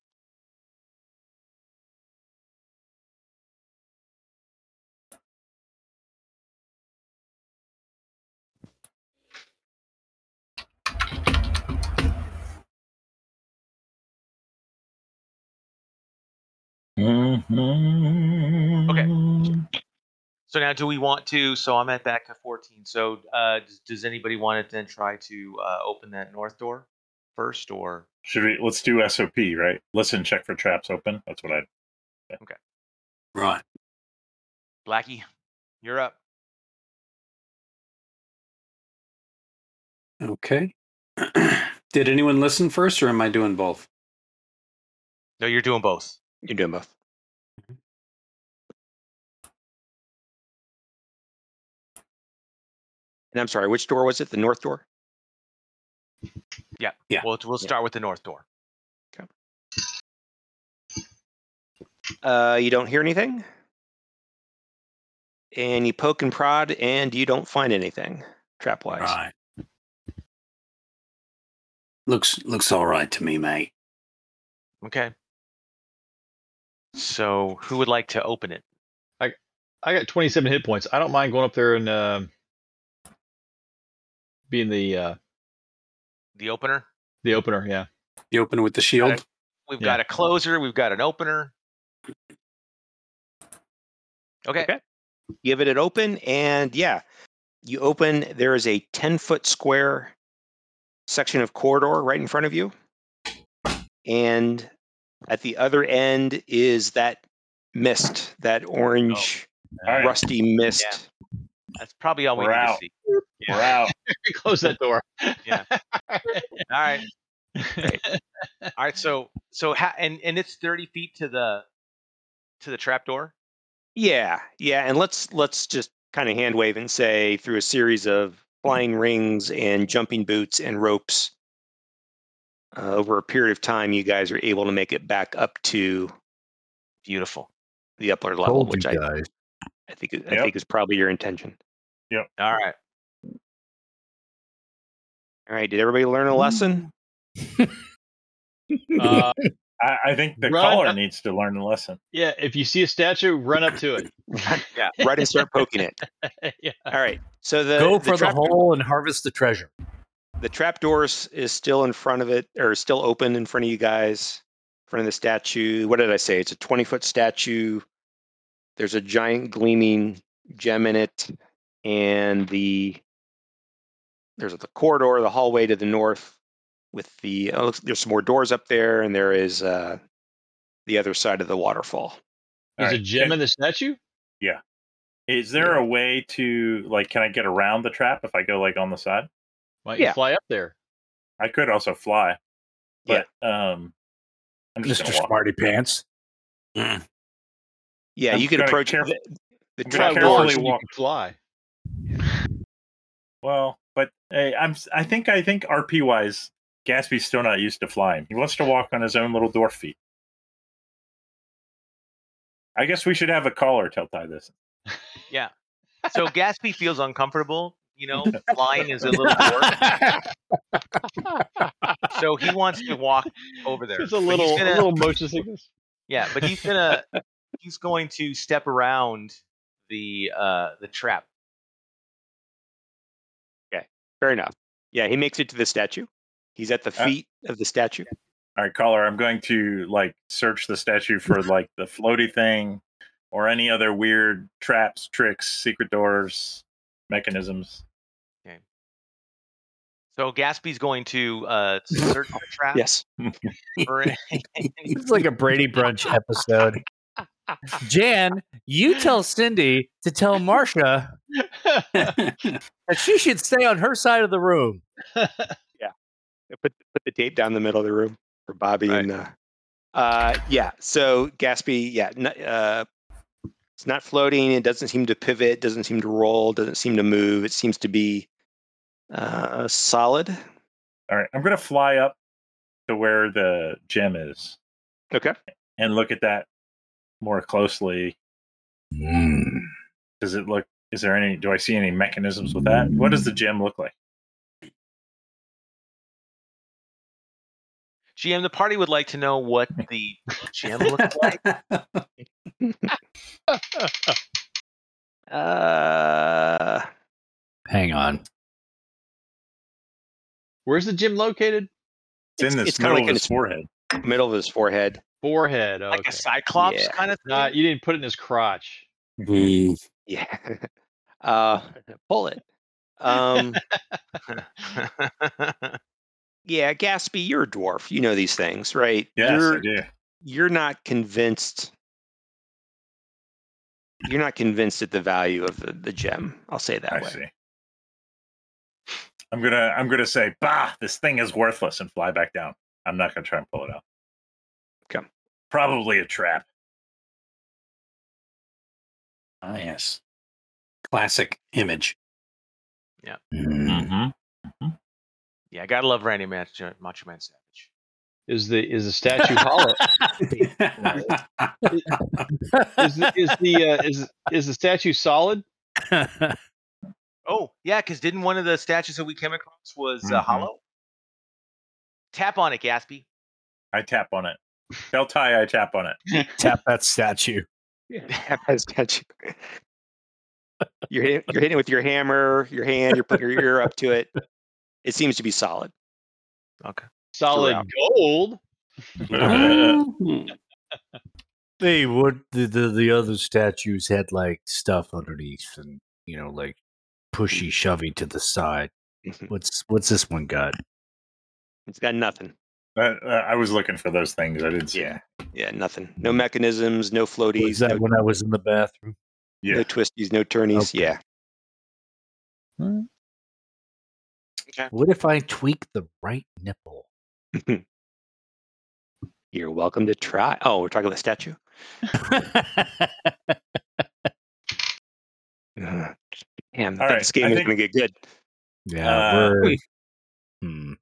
[SPEAKER 5] So now, do we want to? So I'm at back to 14. So uh, does, does anybody want to then try to uh, open that north door first, or
[SPEAKER 1] Should we? Let's do SOP. Right. Listen. Check for traps open. That's what I.
[SPEAKER 8] Right.
[SPEAKER 5] Blackie, you're up.
[SPEAKER 3] Okay. Did anyone listen first, or am I doing both?
[SPEAKER 5] No, you're doing both.
[SPEAKER 7] You're doing both. And I'm sorry, which door was it? The north door?
[SPEAKER 3] Yeah.
[SPEAKER 5] Well, we'll
[SPEAKER 7] Yeah.
[SPEAKER 5] start with the north door.
[SPEAKER 7] Uh, you don't hear anything. And you poke and prod, and you don't find anything trap wise.
[SPEAKER 1] Ah.
[SPEAKER 8] Right. Looks looks all right to me, mate.
[SPEAKER 5] Okay. So, who would like to open it?
[SPEAKER 4] I got 27 hit points. I don't mind going up there and uh, being the uh,
[SPEAKER 5] The opener.
[SPEAKER 4] the opener. Yeah.
[SPEAKER 8] You open with the shield.
[SPEAKER 5] We've
[SPEAKER 4] Yeah.
[SPEAKER 5] got a closer. We've got an opener. Okay.
[SPEAKER 7] Okay. Give it an open, and yeah, you open. There is a 10 foot square section of corridor right in front of you. And at the other end is that mist, that orange,
[SPEAKER 1] Oh, All right,
[SPEAKER 7] rusty mist.
[SPEAKER 5] That's probably all we
[SPEAKER 1] We're
[SPEAKER 5] need to
[SPEAKER 1] out.
[SPEAKER 5] see.
[SPEAKER 1] we're out.
[SPEAKER 4] Close that door.
[SPEAKER 5] Yeah. All right. All right. So, so ha- and and it's 30 feet to the to the trap door.
[SPEAKER 7] Yeah, yeah, and let's let's just kind of hand wave and say through a series of flying rings and jumping boots and ropes uh, over a period of time, you guys are able to make it back up to
[SPEAKER 5] Beautiful.
[SPEAKER 7] the upper level,
[SPEAKER 2] Told
[SPEAKER 7] which
[SPEAKER 2] you
[SPEAKER 7] I,
[SPEAKER 2] guys.
[SPEAKER 7] I think I
[SPEAKER 1] Yep.
[SPEAKER 7] think is probably your intention.
[SPEAKER 5] All right.
[SPEAKER 7] All right, did everybody
[SPEAKER 2] Mm.
[SPEAKER 7] learn a lesson?
[SPEAKER 4] Uh,
[SPEAKER 1] I, I think the
[SPEAKER 4] Run
[SPEAKER 1] caller
[SPEAKER 4] up-
[SPEAKER 1] needs to learn a lesson.
[SPEAKER 4] yeah. If you see a statue, run up to it.
[SPEAKER 7] right, and start poking it.
[SPEAKER 4] yeah.
[SPEAKER 7] All right, so the
[SPEAKER 2] Go
[SPEAKER 7] the
[SPEAKER 2] for the
[SPEAKER 7] trap-
[SPEAKER 2] hole and harvest the treasure.
[SPEAKER 7] the trap doors is still in front of it or still open in front of you guys in front of the statue what did i say it's a 20 foot statue there's a giant gleaming gem in it and the there's the corridor the hallway to the north with the oh, looks- there's some more doors up there and there is uh the other side of the waterfall
[SPEAKER 1] All
[SPEAKER 4] There's a
[SPEAKER 1] right,
[SPEAKER 4] gem
[SPEAKER 1] can-
[SPEAKER 4] in the statue.
[SPEAKER 1] Is there a way to like? Can I get around the trap if I go like on the side?
[SPEAKER 4] Why don't
[SPEAKER 7] Yeah.
[SPEAKER 4] you fly up there?
[SPEAKER 1] I could also fly, but um, I'm just
[SPEAKER 2] Mr.
[SPEAKER 1] gonna walk.
[SPEAKER 2] Smarty Pants.
[SPEAKER 8] Mm.
[SPEAKER 7] yeah
[SPEAKER 1] I'm
[SPEAKER 7] you could
[SPEAKER 1] gonna
[SPEAKER 7] approach
[SPEAKER 1] caref-
[SPEAKER 7] the, the
[SPEAKER 1] I'm
[SPEAKER 7] trap
[SPEAKER 1] gonna
[SPEAKER 7] door
[SPEAKER 1] carefully
[SPEAKER 7] is-
[SPEAKER 4] You
[SPEAKER 1] walk.
[SPEAKER 4] can fly.
[SPEAKER 1] Well, but hey, I'm s- I think I think RP wise, Gatsby's still not used to flying. He wants to walk on his own little dwarf feet. I guess we should have a caller tell Ty this.
[SPEAKER 5] So Gatsby feels uncomfortable. You know, flying is a little more. So he wants to walk over there.
[SPEAKER 4] It's
[SPEAKER 5] but
[SPEAKER 4] a
[SPEAKER 5] he's
[SPEAKER 4] little
[SPEAKER 5] gonna-
[SPEAKER 4] a little motion sickness.
[SPEAKER 5] Yeah, but he's gonna he's going to step around the uh the trap.
[SPEAKER 7] fair enough yeah he makes it to the statue he's at the
[SPEAKER 1] Uh,
[SPEAKER 7] feet of the statue
[SPEAKER 1] All right, caller, I'm going to like search the statue for like the floaty thing or any other weird traps, tricks, secret doors, mechanisms.
[SPEAKER 5] So Gatsby's going to uh search the trap
[SPEAKER 7] yes
[SPEAKER 5] for it.
[SPEAKER 2] It's like a Brady Brunch episode. Jan, you tell Cindy to tell Marcia
[SPEAKER 8] Mm.
[SPEAKER 2] that she should stay on her side of the room.
[SPEAKER 7] put put the tape down the middle of the room for Bobby and uh, uh yeah. So Gatsby, yeah, n- uh, it's not floating. It doesn't seem to pivot. Doesn't seem to roll. Doesn't seem to move. It seems to be uh solid.
[SPEAKER 1] All right, I'm going to fly up to where the gem is
[SPEAKER 7] Okay.
[SPEAKER 1] and look at that more closely. Does it look? Is there any? Do I see any mechanisms with that? What does the gem look like?
[SPEAKER 5] GM, the party would like to know what the GM looks like.
[SPEAKER 7] Uh,
[SPEAKER 2] Hang on.
[SPEAKER 4] Where's the gym located?
[SPEAKER 1] It's, in
[SPEAKER 7] It's-
[SPEAKER 1] this
[SPEAKER 7] it's kinda
[SPEAKER 1] middle
[SPEAKER 7] like
[SPEAKER 1] of
[SPEAKER 7] in
[SPEAKER 1] his
[SPEAKER 7] its-
[SPEAKER 1] forehead.
[SPEAKER 7] middle of his forehead.
[SPEAKER 4] Forehead. Oh,
[SPEAKER 5] Like a
[SPEAKER 4] okay.
[SPEAKER 5] cyclops
[SPEAKER 7] Yeah.
[SPEAKER 5] kind of thing.
[SPEAKER 4] Nah, you didn't put it in his crotch.
[SPEAKER 3] Mm.
[SPEAKER 7] Yeah. uh, pull it. Um, yeah, Gatsby, you're a dwarf. You know these things, right?
[SPEAKER 1] Yes,
[SPEAKER 7] You're-
[SPEAKER 1] I do.
[SPEAKER 7] you're not convinced you're not convinced at the value of the, the gem i'll say it that
[SPEAKER 1] I
[SPEAKER 7] way
[SPEAKER 1] see. I'm gonna I'm gonna say, bah, this thing is worthless and fly back down. I'm not gonna try and pull it out.
[SPEAKER 7] Okay.
[SPEAKER 1] Probably a trap.
[SPEAKER 3] Ah, yes. Classic image.
[SPEAKER 2] Hmm.
[SPEAKER 1] Mm-hmm.
[SPEAKER 5] Yeah, gotta love Randy Macho, Macho Man Savage.
[SPEAKER 4] Is the is the statue hollow?
[SPEAKER 3] Uh,
[SPEAKER 4] Is the is the uh, is is the statue solid?
[SPEAKER 5] Oh yeah, because didn't one of the statues that we came across was uh,
[SPEAKER 1] Mhm.
[SPEAKER 5] hollow? Tap on it, Gaspy.
[SPEAKER 1] I tap on it. Tell Ty I tap on it.
[SPEAKER 2] Tap that statue.
[SPEAKER 7] Has got you. You're hit- you're hitting it with your hammer, your hand. You're putting your ear up to it. It seems to be solid.
[SPEAKER 4] Solid
[SPEAKER 7] Throughout.
[SPEAKER 4] gold.
[SPEAKER 2] They would the, the the other statues had like stuff underneath and you know like pushy shovey to the side.
[SPEAKER 7] Mhm.
[SPEAKER 2] What's what's this one got?
[SPEAKER 7] It's got nothing.
[SPEAKER 1] Uh, uh, I was looking for those things. I didn't see.
[SPEAKER 7] Yeah. Yeah, nothing. No mechanisms. No
[SPEAKER 2] Was
[SPEAKER 7] floaties.
[SPEAKER 2] that
[SPEAKER 7] No,
[SPEAKER 2] when I was in the bathroom?
[SPEAKER 1] Yeah.
[SPEAKER 7] no twisties. No turnies. Yeah.
[SPEAKER 2] What if I tweak the right nipple?
[SPEAKER 7] You're welcome to try. Oh, we're talking about statue. Ugh. Damn, I
[SPEAKER 1] All
[SPEAKER 7] thought
[SPEAKER 1] right,
[SPEAKER 7] this game
[SPEAKER 1] I
[SPEAKER 7] is
[SPEAKER 1] think-
[SPEAKER 7] going to get good.
[SPEAKER 2] yeah,
[SPEAKER 1] Uh,
[SPEAKER 2] we're, hmm.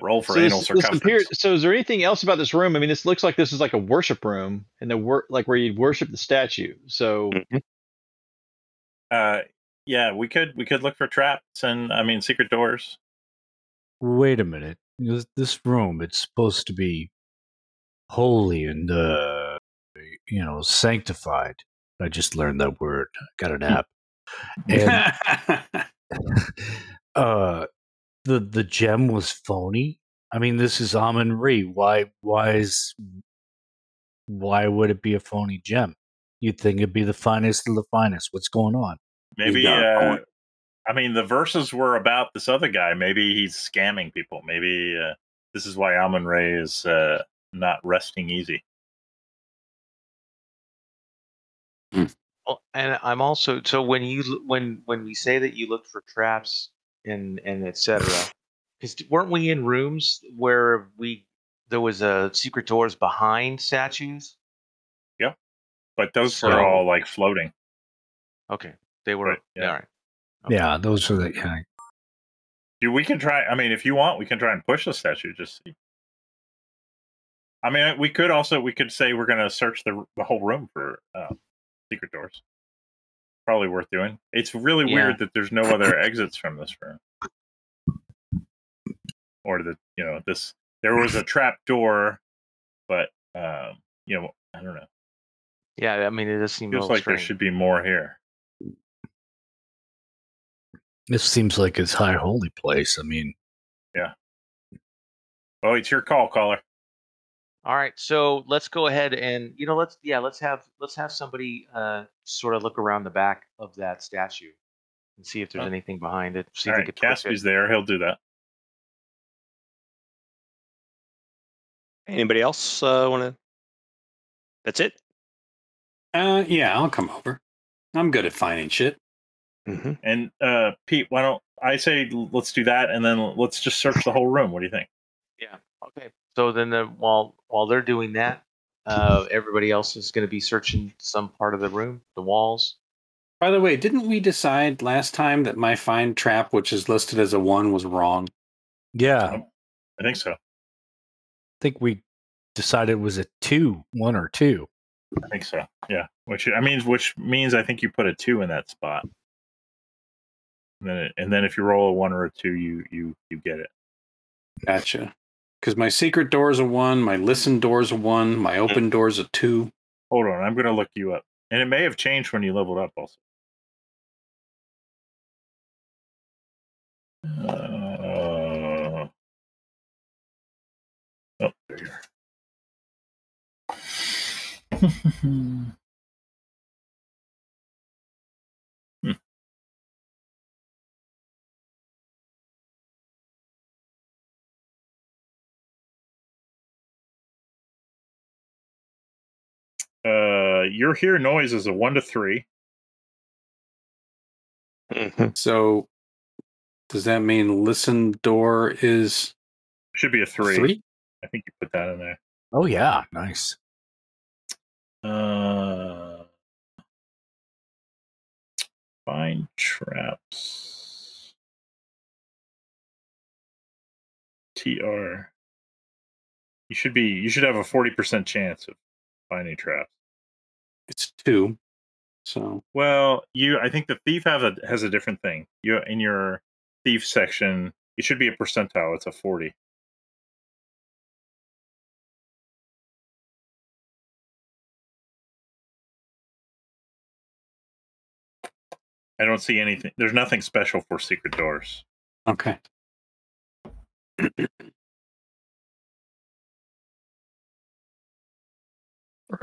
[SPEAKER 1] Roll for
[SPEAKER 4] So this-
[SPEAKER 1] anal
[SPEAKER 4] this
[SPEAKER 1] circumference.
[SPEAKER 4] appear- so is there anything else about this room? I mean, this looks like this is like a worship room, and the wor- like where you'd worship the statue. So
[SPEAKER 1] Mm-hmm. uh, yeah, we could we could look for traps and I mean secret doors.
[SPEAKER 2] wait a minute. This, this room it's supposed to be holy and uh, you know sanctified. I just learned that word. Got an app. And uh the the gem was phony i mean this is amon re why why is why would it be a phony gem you'd think it'd be the finest of the finest what's going on
[SPEAKER 1] Maybe
[SPEAKER 8] got a
[SPEAKER 1] uh,
[SPEAKER 8] point.
[SPEAKER 1] I mean the verses were about this other guy. Maybe he's scamming people. Maybe uh, this is why Amon Ray is uh, not resting easy.
[SPEAKER 5] Oh, and I'm also so when you l- when when we say that you looked for traps and and etc. Because weren't we in rooms where we there was a secret doors behind statues?
[SPEAKER 1] But those
[SPEAKER 5] So-
[SPEAKER 1] were all like floating.
[SPEAKER 5] Okay, they were
[SPEAKER 1] Right, yeah.
[SPEAKER 5] all right.
[SPEAKER 2] yeah those are the yeah.
[SPEAKER 1] Dude, we can try. I mean, if you want, we can try and push the statue. Just see. I mean, we could also we could say we're going to search the the whole room for uh, secret doors. Probably worth doing. It's really
[SPEAKER 5] Yeah.
[SPEAKER 1] weird that there's no other exits from this room, or that you know this. There was a trap door, but um, you know I don't know.
[SPEAKER 5] Yeah, I mean it does seem a
[SPEAKER 1] Feels
[SPEAKER 5] little
[SPEAKER 1] like there
[SPEAKER 5] strange.
[SPEAKER 1] should be more here.
[SPEAKER 2] this seems like it's high holy place i mean
[SPEAKER 1] Oh, it's your call, caller.
[SPEAKER 5] All right, so let's go ahead and you know let's yeah let's have let's have somebody uh sort of look around the back of that statue and see if there's
[SPEAKER 1] Oh.
[SPEAKER 5] anything behind it. See
[SPEAKER 1] All
[SPEAKER 5] if
[SPEAKER 1] right,
[SPEAKER 5] we can push it.
[SPEAKER 1] Caspy's there. He'll do that.
[SPEAKER 7] Anybody else uh, want to? That's it.
[SPEAKER 3] uh, yeah, I'll come over. I'm good at finding shit.
[SPEAKER 7] Mm-hmm.
[SPEAKER 1] And uh, Pete, why don't I say l- let's do that, and then let's just search the whole room. What do you think?
[SPEAKER 5] Okay. So then, the, while while they're doing that, uh, everybody else is going to be searching some part of the room, the walls.
[SPEAKER 3] By the way, didn't we decide last time that my find trap, which is listed as a one, was wrong?
[SPEAKER 2] yeah i
[SPEAKER 1] Um, I think so.
[SPEAKER 2] think we decided it was a two one or two
[SPEAKER 1] I think so. Yeah. Which I mean, which means I think you put a two in that spot. And then, it, and then if you roll a one or a two, you you you get it.
[SPEAKER 3] Gotcha. Because my secret door is a one, my listen door is a one, my
[SPEAKER 8] Mm.
[SPEAKER 3] open door is a two.
[SPEAKER 1] Hold on, I'm gonna look you up, and it may have changed when you leveled up. Also. Uh, oh, there you are. Hmm. Uh, your hear noise is a one to three.
[SPEAKER 7] Mm-hmm.
[SPEAKER 3] So
[SPEAKER 8] Does that mean listen door is
[SPEAKER 1] Should be a three.
[SPEAKER 8] three?
[SPEAKER 1] I think you put that in there.
[SPEAKER 2] Oh yeah, nice.
[SPEAKER 1] Uh, find traps. TR. You should be. You should have a forty percent chance of finding traps.
[SPEAKER 8] It's two. So
[SPEAKER 1] Well, you. I think the thief have a has a different thing. You in your thief section. It should be a percentile. It's a forty. I don't see anything. There's nothing special for secret doors.
[SPEAKER 8] okay.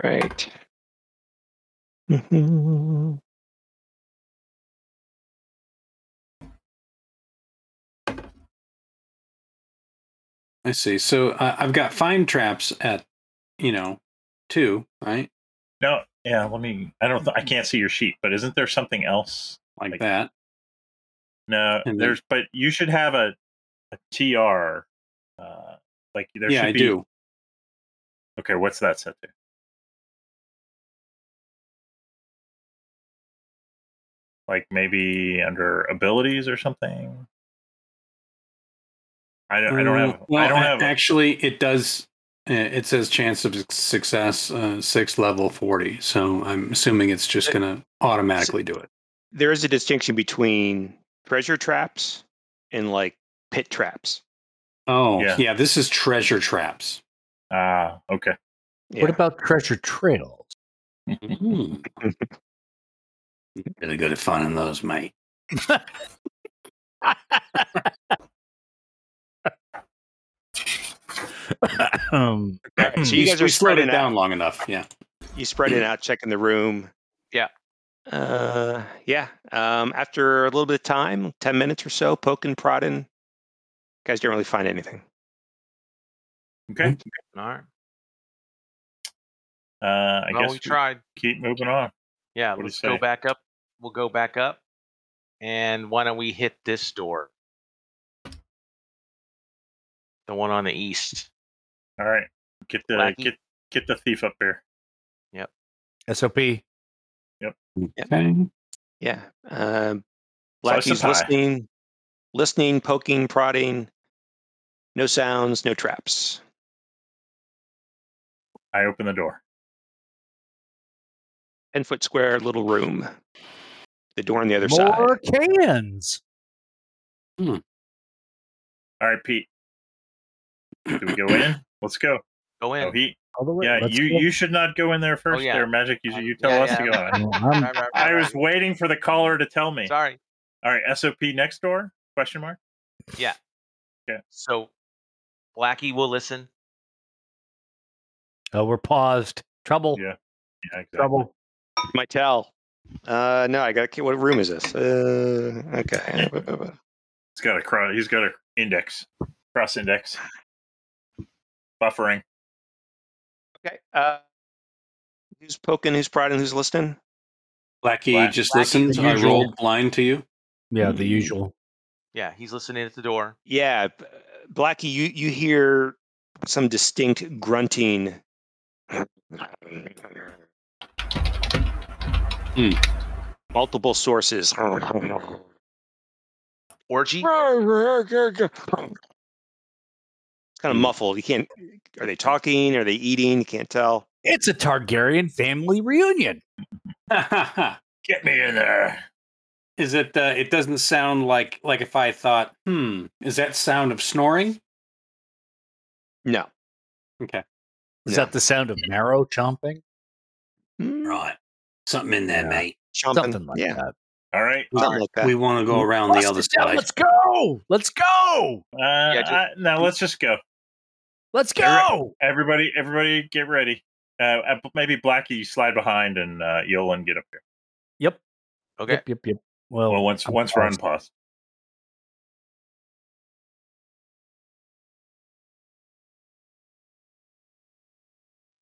[SPEAKER 7] Right.
[SPEAKER 1] Mm-hmm.
[SPEAKER 8] I see. So uh, I've got find traps at you know two, right?
[SPEAKER 1] No, yeah. Let me. I don't. I can't see your sheet, but isn't there something else?
[SPEAKER 8] Like,
[SPEAKER 1] Like-
[SPEAKER 8] that.
[SPEAKER 1] No,
[SPEAKER 8] And then-
[SPEAKER 1] there's. But you should have a a TR. Uh, like there
[SPEAKER 8] yeah,
[SPEAKER 1] should
[SPEAKER 8] I
[SPEAKER 1] be.
[SPEAKER 8] do.
[SPEAKER 1] Okay, what's that set to? Like maybe under abilities or something. I don't. I don't
[SPEAKER 8] Uh,
[SPEAKER 5] Mm,
[SPEAKER 1] have.
[SPEAKER 8] well,
[SPEAKER 1] I don't
[SPEAKER 8] a-
[SPEAKER 1] have.
[SPEAKER 8] Actually, it does. uh, It says chance of success uh, six level forty. So I'm assuming it's just going to automatically do it.
[SPEAKER 7] There is a distinction between treasure traps and like pit traps.
[SPEAKER 8] Oh
[SPEAKER 1] Yeah.
[SPEAKER 8] yeah, this is treasure traps.
[SPEAKER 1] Ah, okay.
[SPEAKER 7] Yeah.
[SPEAKER 2] What about treasure trails?
[SPEAKER 1] Mm-hmm.
[SPEAKER 8] really good at finding those, mate.
[SPEAKER 2] um,
[SPEAKER 7] so
[SPEAKER 8] We-
[SPEAKER 7] you guys
[SPEAKER 8] we
[SPEAKER 7] are
[SPEAKER 8] slowed
[SPEAKER 7] spreading
[SPEAKER 8] it
[SPEAKER 7] out.
[SPEAKER 8] down long enough. Yeah.
[SPEAKER 7] You spread it out, checking the room.
[SPEAKER 5] Yeah.
[SPEAKER 7] Uh, yeah. Um, after a little bit of time, ten minutes or so, poking, prodding, guys didn't really find anything.
[SPEAKER 1] Okay.
[SPEAKER 5] All right.
[SPEAKER 1] Uh, I
[SPEAKER 5] well,
[SPEAKER 1] guess
[SPEAKER 5] we tried.
[SPEAKER 1] keep moving on.
[SPEAKER 5] Yeah,
[SPEAKER 1] What do you
[SPEAKER 5] let's go
[SPEAKER 1] say?
[SPEAKER 5] back up. We'll go back up. And why don't we hit this door? The one on the east.
[SPEAKER 1] All right. Get the
[SPEAKER 5] Lackey.
[SPEAKER 1] get get the thief up here.
[SPEAKER 2] SOP.
[SPEAKER 8] Okay.
[SPEAKER 7] Yeah. Um,
[SPEAKER 1] Slice the
[SPEAKER 7] Blackie's
[SPEAKER 1] pie.
[SPEAKER 7] listening, listening, poking, prodding. No sounds, no traps.
[SPEAKER 1] I open the door.
[SPEAKER 7] Ten foot square little room. The door on the other side.
[SPEAKER 2] More cans.
[SPEAKER 1] All right, Pete. Do we go in? Let's go.
[SPEAKER 5] Go in.
[SPEAKER 1] Oh, he,
[SPEAKER 2] All the way.
[SPEAKER 1] yeah,
[SPEAKER 2] Let's
[SPEAKER 1] you
[SPEAKER 2] go.
[SPEAKER 1] you should not go in there first.
[SPEAKER 5] Oh, yeah. Uh,
[SPEAKER 1] There, magic. You you tell
[SPEAKER 5] Yeah,
[SPEAKER 1] us to
[SPEAKER 5] yeah.
[SPEAKER 1] go on.
[SPEAKER 2] Well, I'm-
[SPEAKER 5] Right, right, right,
[SPEAKER 1] I was
[SPEAKER 5] right.
[SPEAKER 1] waiting for the caller to tell me.
[SPEAKER 5] Sorry.
[SPEAKER 1] All right, SOP next door? Question mark.
[SPEAKER 5] So Blackie will listen.
[SPEAKER 2] oh, we're paused. Trouble.
[SPEAKER 1] Yeah, Yeah, exactly.
[SPEAKER 2] Trouble.
[SPEAKER 7] My tell. Uh, no, I got. What room is this? Uh, okay.
[SPEAKER 1] He's got a cross. He's got a index, cross index, buffering.
[SPEAKER 7] Okay. Uh, who's poking? Who's prodding? Who's listening?
[SPEAKER 8] Blackie
[SPEAKER 1] Black-
[SPEAKER 8] just
[SPEAKER 5] Blackie,
[SPEAKER 8] listens.
[SPEAKER 2] the
[SPEAKER 8] I
[SPEAKER 2] usual.
[SPEAKER 8] rolled blind to you.
[SPEAKER 2] Yeah, the usual.
[SPEAKER 5] Yeah, he's listening at the door.
[SPEAKER 7] Yeah, b- Blackie, you you hear some distinct grunting. Multiple sources.
[SPEAKER 5] Orgy?
[SPEAKER 7] It's kind of muffled. You can't. Are they talking? Are they eating? You can't tell.
[SPEAKER 2] It's a Targaryen family reunion.
[SPEAKER 1] Get me in there.
[SPEAKER 8] is it? Uh, it doesn't sound like like if I thought, hmm, is that sound of snoring?
[SPEAKER 7] No.
[SPEAKER 8] Okay.
[SPEAKER 2] Is
[SPEAKER 7] No.
[SPEAKER 2] that the sound of marrow chomping?
[SPEAKER 8] Right. Something in there,
[SPEAKER 2] Yeah.
[SPEAKER 8] mate.
[SPEAKER 7] Chomping.
[SPEAKER 2] Something like
[SPEAKER 7] yeah.
[SPEAKER 2] that.
[SPEAKER 1] All right.
[SPEAKER 7] Something like that.
[SPEAKER 8] We want to go around the
[SPEAKER 2] Bust
[SPEAKER 8] other
[SPEAKER 2] it down,
[SPEAKER 8] side.
[SPEAKER 2] Let's go. Let's go.
[SPEAKER 1] Uh,
[SPEAKER 5] just-
[SPEAKER 1] uh, no, let's just go.
[SPEAKER 2] Let's
[SPEAKER 1] You're right.
[SPEAKER 2] go.
[SPEAKER 1] Everybody, everybody, get ready. Uh, uh, maybe Blackie you slide behind and uh, Yolan get up here.
[SPEAKER 5] Okay.
[SPEAKER 2] Yep, yep, yep. Well,
[SPEAKER 1] Well, once
[SPEAKER 2] I'm
[SPEAKER 1] once we're on
[SPEAKER 2] paused.
[SPEAKER 1] pause.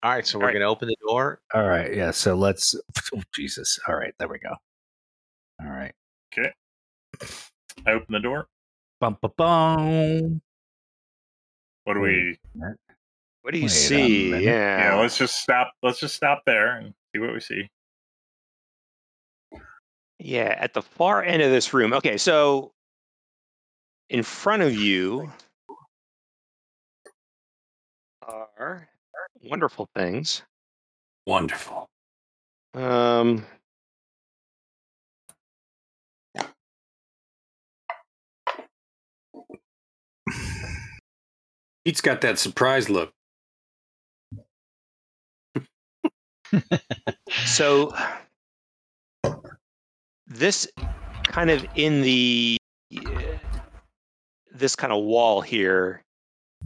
[SPEAKER 5] All right, so we're
[SPEAKER 7] All right.
[SPEAKER 5] going to open the door.
[SPEAKER 2] all right. Yeah. So let's. oh, Jesus. All right. There we go. All right.
[SPEAKER 1] I open the door.
[SPEAKER 2] Bum, bum, bum.
[SPEAKER 1] What do we?
[SPEAKER 5] Mm.
[SPEAKER 7] What do you
[SPEAKER 2] Wait a
[SPEAKER 7] see?
[SPEAKER 2] minute.
[SPEAKER 1] Yeah,
[SPEAKER 7] Yeah.
[SPEAKER 1] let's just stop. Let's just stop there and see what we see.
[SPEAKER 7] Yeah, at the far end of this room. Okay, so in front of you are wonderful things.
[SPEAKER 8] Wonderful.
[SPEAKER 7] Um,
[SPEAKER 8] Pete's got that surprise look.
[SPEAKER 7] so this kind of in the this kind of wall here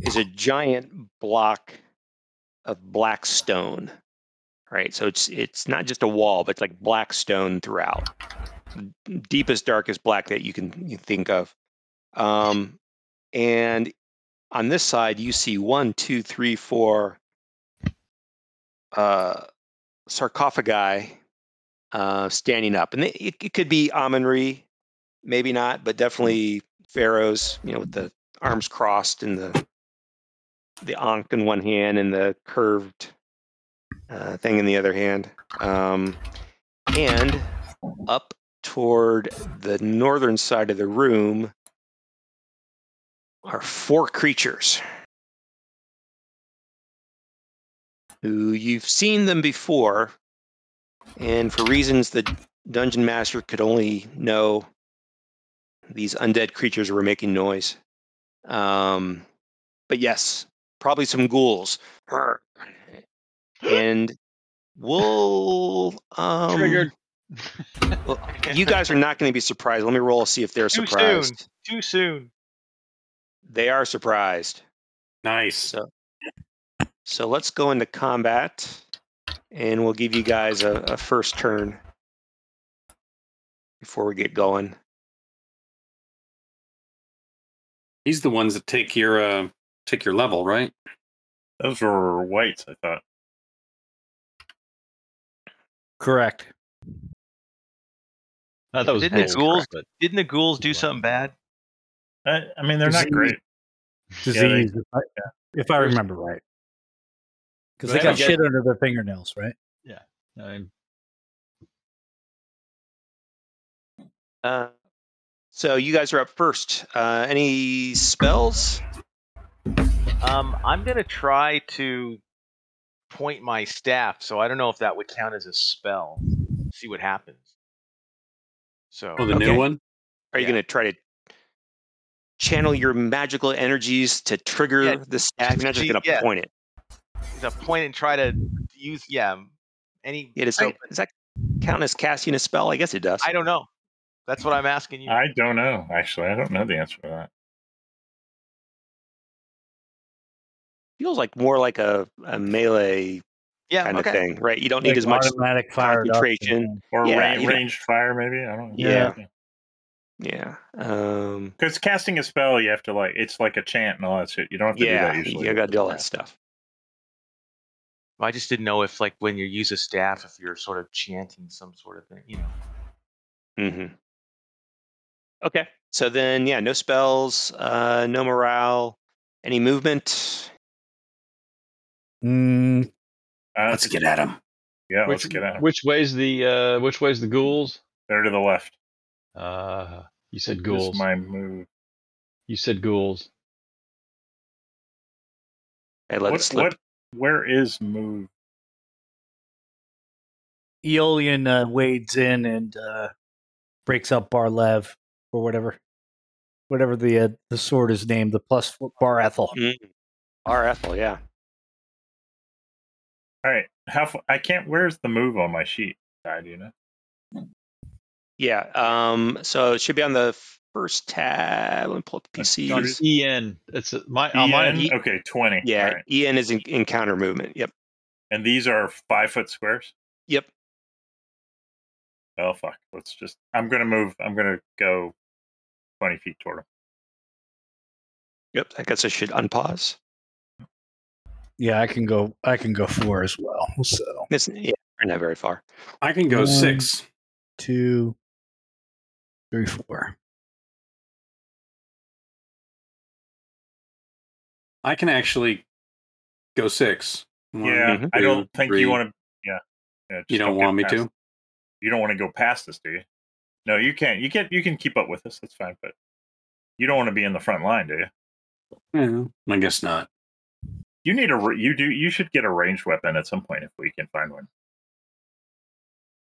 [SPEAKER 7] is a giant block of black stone right so it's it's not just a wall but it's like black stone throughout deepest darkest black that you can you think of um and on this side you see one two three four uh sarcophagi uh, standing up, and it, it, it could be Amun-Re, maybe not, but definitely pharaohs. You know, with the arms crossed and the the ankh in one hand and the curved uh, thing in the other hand. Um, and up toward the northern side of the room are four creatures who you've seen them before, and for reasons the dungeon master could only know, these undead creatures were making noise. Um, but yes, probably some ghouls. Arr. And we'll um,
[SPEAKER 3] Triggered.
[SPEAKER 7] well, you guys are not going to be surprised. Let me roll to see if they're
[SPEAKER 5] Too soon.
[SPEAKER 7] surprised.
[SPEAKER 5] Too soon.
[SPEAKER 7] They are surprised.
[SPEAKER 8] Nice.
[SPEAKER 7] So, so let's go into combat, and we'll give you guys a, a first turn before we get going.
[SPEAKER 8] He's the ones that take your uh, take your level, right?
[SPEAKER 1] Those were whites, I thought.
[SPEAKER 2] Correct.
[SPEAKER 4] I thought it was
[SPEAKER 5] Didn't
[SPEAKER 4] gold,
[SPEAKER 5] the ghouls?
[SPEAKER 4] but
[SPEAKER 5] Didn't the ghouls do something bad?
[SPEAKER 1] I, Uh, I mean, they're not
[SPEAKER 2] Disease.
[SPEAKER 1] great.
[SPEAKER 2] Disease, if, I, if I
[SPEAKER 4] There's-
[SPEAKER 2] remember right. Because
[SPEAKER 4] But
[SPEAKER 2] they
[SPEAKER 4] I
[SPEAKER 2] got
[SPEAKER 4] don't get-
[SPEAKER 2] shit under their fingernails, right?
[SPEAKER 4] I'm-
[SPEAKER 7] Uh, so you guys are up first. Uh, any spells?
[SPEAKER 5] Um, I'm gonna try to point my staff, so I don't know if that would count as a spell. See what happens. So
[SPEAKER 8] Oh, the
[SPEAKER 7] Okay.
[SPEAKER 8] new one.
[SPEAKER 7] Are you
[SPEAKER 5] Yeah.
[SPEAKER 7] going to try to channel your magical energies to trigger
[SPEAKER 5] Yeah,
[SPEAKER 7] the staff? You're not just
[SPEAKER 5] see,
[SPEAKER 7] going to
[SPEAKER 5] yeah.
[SPEAKER 7] point it.
[SPEAKER 5] to point and try to use yeah any.
[SPEAKER 7] Yeah, does,
[SPEAKER 5] I-
[SPEAKER 7] that, does that count as casting a spell? I guess it does.
[SPEAKER 5] I don't know. That's what I'm asking you.
[SPEAKER 1] I don't know. Actually, I don't know the answer to that.
[SPEAKER 7] Feels like more like a, a melee
[SPEAKER 1] Oh,
[SPEAKER 5] yeah.
[SPEAKER 7] kind
[SPEAKER 5] okay.
[SPEAKER 7] of thing, right? You don't need
[SPEAKER 2] Like
[SPEAKER 7] as much.
[SPEAKER 2] automatic fire adoption.
[SPEAKER 7] concentration.
[SPEAKER 1] Or
[SPEAKER 7] Yeah,
[SPEAKER 1] ra-
[SPEAKER 7] you know-
[SPEAKER 1] ranged fire, maybe. I don't. know.
[SPEAKER 7] Yeah. Yeah. Um,
[SPEAKER 1] Because casting a spell, you have to like it's like a chant and all that shit. You don't have to
[SPEAKER 7] yeah,
[SPEAKER 1] do that usually.
[SPEAKER 7] you got to do all that stuff.
[SPEAKER 5] I just didn't know if like when you use a staff, if you're sort of chanting some sort of thing. You know.
[SPEAKER 7] hmm Mm-hmm. Okay. So then, yeah, no spells, uh, no morale, any movement.
[SPEAKER 2] Mm,
[SPEAKER 1] Uh,
[SPEAKER 8] Let's get at him.
[SPEAKER 1] Yeah, let's
[SPEAKER 4] which,
[SPEAKER 1] get at 'em.
[SPEAKER 4] which way's the uh, which way's the ghouls?
[SPEAKER 1] They're to the left.
[SPEAKER 4] Uh, you said
[SPEAKER 1] This is
[SPEAKER 4] ghouls.
[SPEAKER 1] my move.
[SPEAKER 4] You said ghouls.
[SPEAKER 7] I let
[SPEAKER 1] What,
[SPEAKER 7] it slip.
[SPEAKER 1] what? Where is move?
[SPEAKER 2] Aeolian uh, wades in and uh, breaks up Barlev or whatever, whatever the uh, the sword is named, the plus four, Bar Ethel.
[SPEAKER 7] Mm. R. Ethel, yeah.
[SPEAKER 1] All right. How? f- I can't. Where's the move on my sheet? I do you know.
[SPEAKER 7] Yeah. Um, so it should be on the first tab. Let me pull up the
[SPEAKER 1] That's
[SPEAKER 7] PCs.
[SPEAKER 1] Johnny's-
[SPEAKER 4] En. E It's uh, my E on
[SPEAKER 1] EN?
[SPEAKER 4] mine.
[SPEAKER 1] E okay, twenty.
[SPEAKER 7] Yeah.
[SPEAKER 1] All right.
[SPEAKER 7] Ian is in, encounter movement. Yep.
[SPEAKER 1] And these are five foot squares.
[SPEAKER 7] Yep.
[SPEAKER 1] Oh fuck. Let's just. I'm gonna move. I'm gonna go twenty feet toward him.
[SPEAKER 7] Yep. I guess I should unpause.
[SPEAKER 2] Yeah, I can go. I can go four as well. So
[SPEAKER 7] It's, yeah, we're not very far.
[SPEAKER 8] I can go
[SPEAKER 2] One.
[SPEAKER 8] six.
[SPEAKER 2] two, three, four.
[SPEAKER 8] I can actually go six. One,
[SPEAKER 1] Yeah, I
[SPEAKER 8] two,
[SPEAKER 1] don't think
[SPEAKER 8] three.
[SPEAKER 1] you want to. Yeah, yeah just
[SPEAKER 8] You don't
[SPEAKER 1] get
[SPEAKER 8] want me
[SPEAKER 1] past-
[SPEAKER 8] to?
[SPEAKER 1] You don't want to go past this, do you? No, you can't. You can You can keep up with us. That's fine, but you don't want to be in the front line, do you?
[SPEAKER 8] Yeah, I guess not.
[SPEAKER 1] You need a. ra- You do. You should get a ranged weapon at some point if we can find one.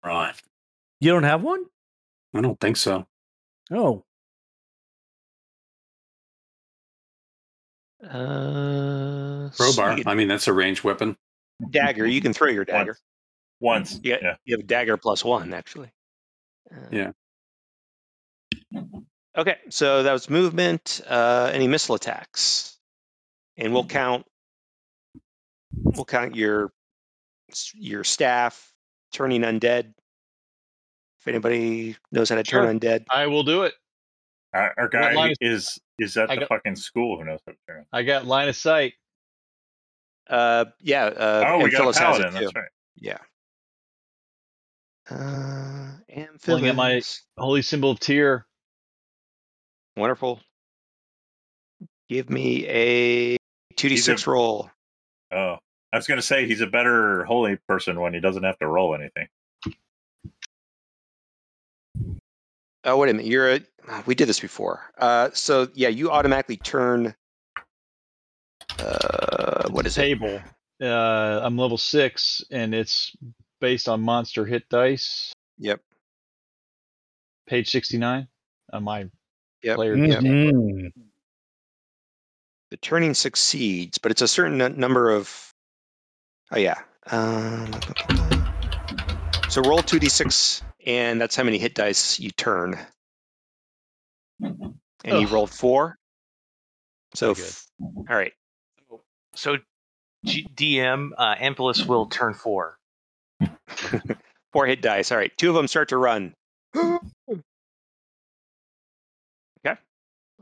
[SPEAKER 8] Right.
[SPEAKER 2] You don't have one?
[SPEAKER 8] I don't think so.
[SPEAKER 2] Oh,
[SPEAKER 7] Uh,
[SPEAKER 8] Crowbar.
[SPEAKER 7] speaking-
[SPEAKER 8] I mean, that's a ranged weapon.
[SPEAKER 7] dagger. You can throw your dagger.
[SPEAKER 1] Once.
[SPEAKER 7] Yeah.
[SPEAKER 1] yeah.
[SPEAKER 7] You have dagger plus one, actually. Uh,
[SPEAKER 8] Yeah.
[SPEAKER 7] Okay, so that was movement. Uh, any missile attacks, and we'll count. We'll count your s- your staff turning undead. If anybody knows how to turn
[SPEAKER 4] Sure.
[SPEAKER 7] undead,
[SPEAKER 4] I will do it.
[SPEAKER 1] Our, our
[SPEAKER 4] got
[SPEAKER 1] guy
[SPEAKER 4] line of-
[SPEAKER 1] is is at
[SPEAKER 4] I
[SPEAKER 1] the
[SPEAKER 4] got-
[SPEAKER 1] fucking school. Who knows how to turn it.
[SPEAKER 4] I got line of sight.
[SPEAKER 7] uh, yeah. Uh,
[SPEAKER 1] oh, we
[SPEAKER 7] and
[SPEAKER 1] got
[SPEAKER 7] Phyllis
[SPEAKER 1] a
[SPEAKER 7] has it
[SPEAKER 1] paladin.
[SPEAKER 7] too.
[SPEAKER 1] That's right.
[SPEAKER 7] Yeah. Uh, and
[SPEAKER 4] Pulling out my-
[SPEAKER 7] Phyllis.
[SPEAKER 4] Holy symbol of tear.
[SPEAKER 7] Wonderful. Give me a two d
[SPEAKER 1] He's a-
[SPEAKER 7] six roll.
[SPEAKER 1] Oh, I was going to say he's a better holy person when he doesn't have to roll anything.
[SPEAKER 7] Oh, wait a minute. You're a, ah, we did this before. Uh, so yeah, you automatically turn. Uh, what is it?
[SPEAKER 4] table. Uh, I'm level six, and it's based on monster hit dice.
[SPEAKER 7] Yep.
[SPEAKER 4] Page sixty-nine on my
[SPEAKER 7] Yep.
[SPEAKER 4] player.
[SPEAKER 7] Mhm.
[SPEAKER 4] table.
[SPEAKER 2] Mm-hmm.
[SPEAKER 7] The turning succeeds, but it's a certain nu- number of. Oh yeah. Um, so roll two d six, and that's how many hit dice you turn. And you
[SPEAKER 4] Ugh.
[SPEAKER 7] rolled four. So,
[SPEAKER 4] Very good.
[SPEAKER 7] f- all right.
[SPEAKER 5] So G- DM uh, Ampulus will turn four.
[SPEAKER 7] Four hit dice. All right. Two of them start to run. okay.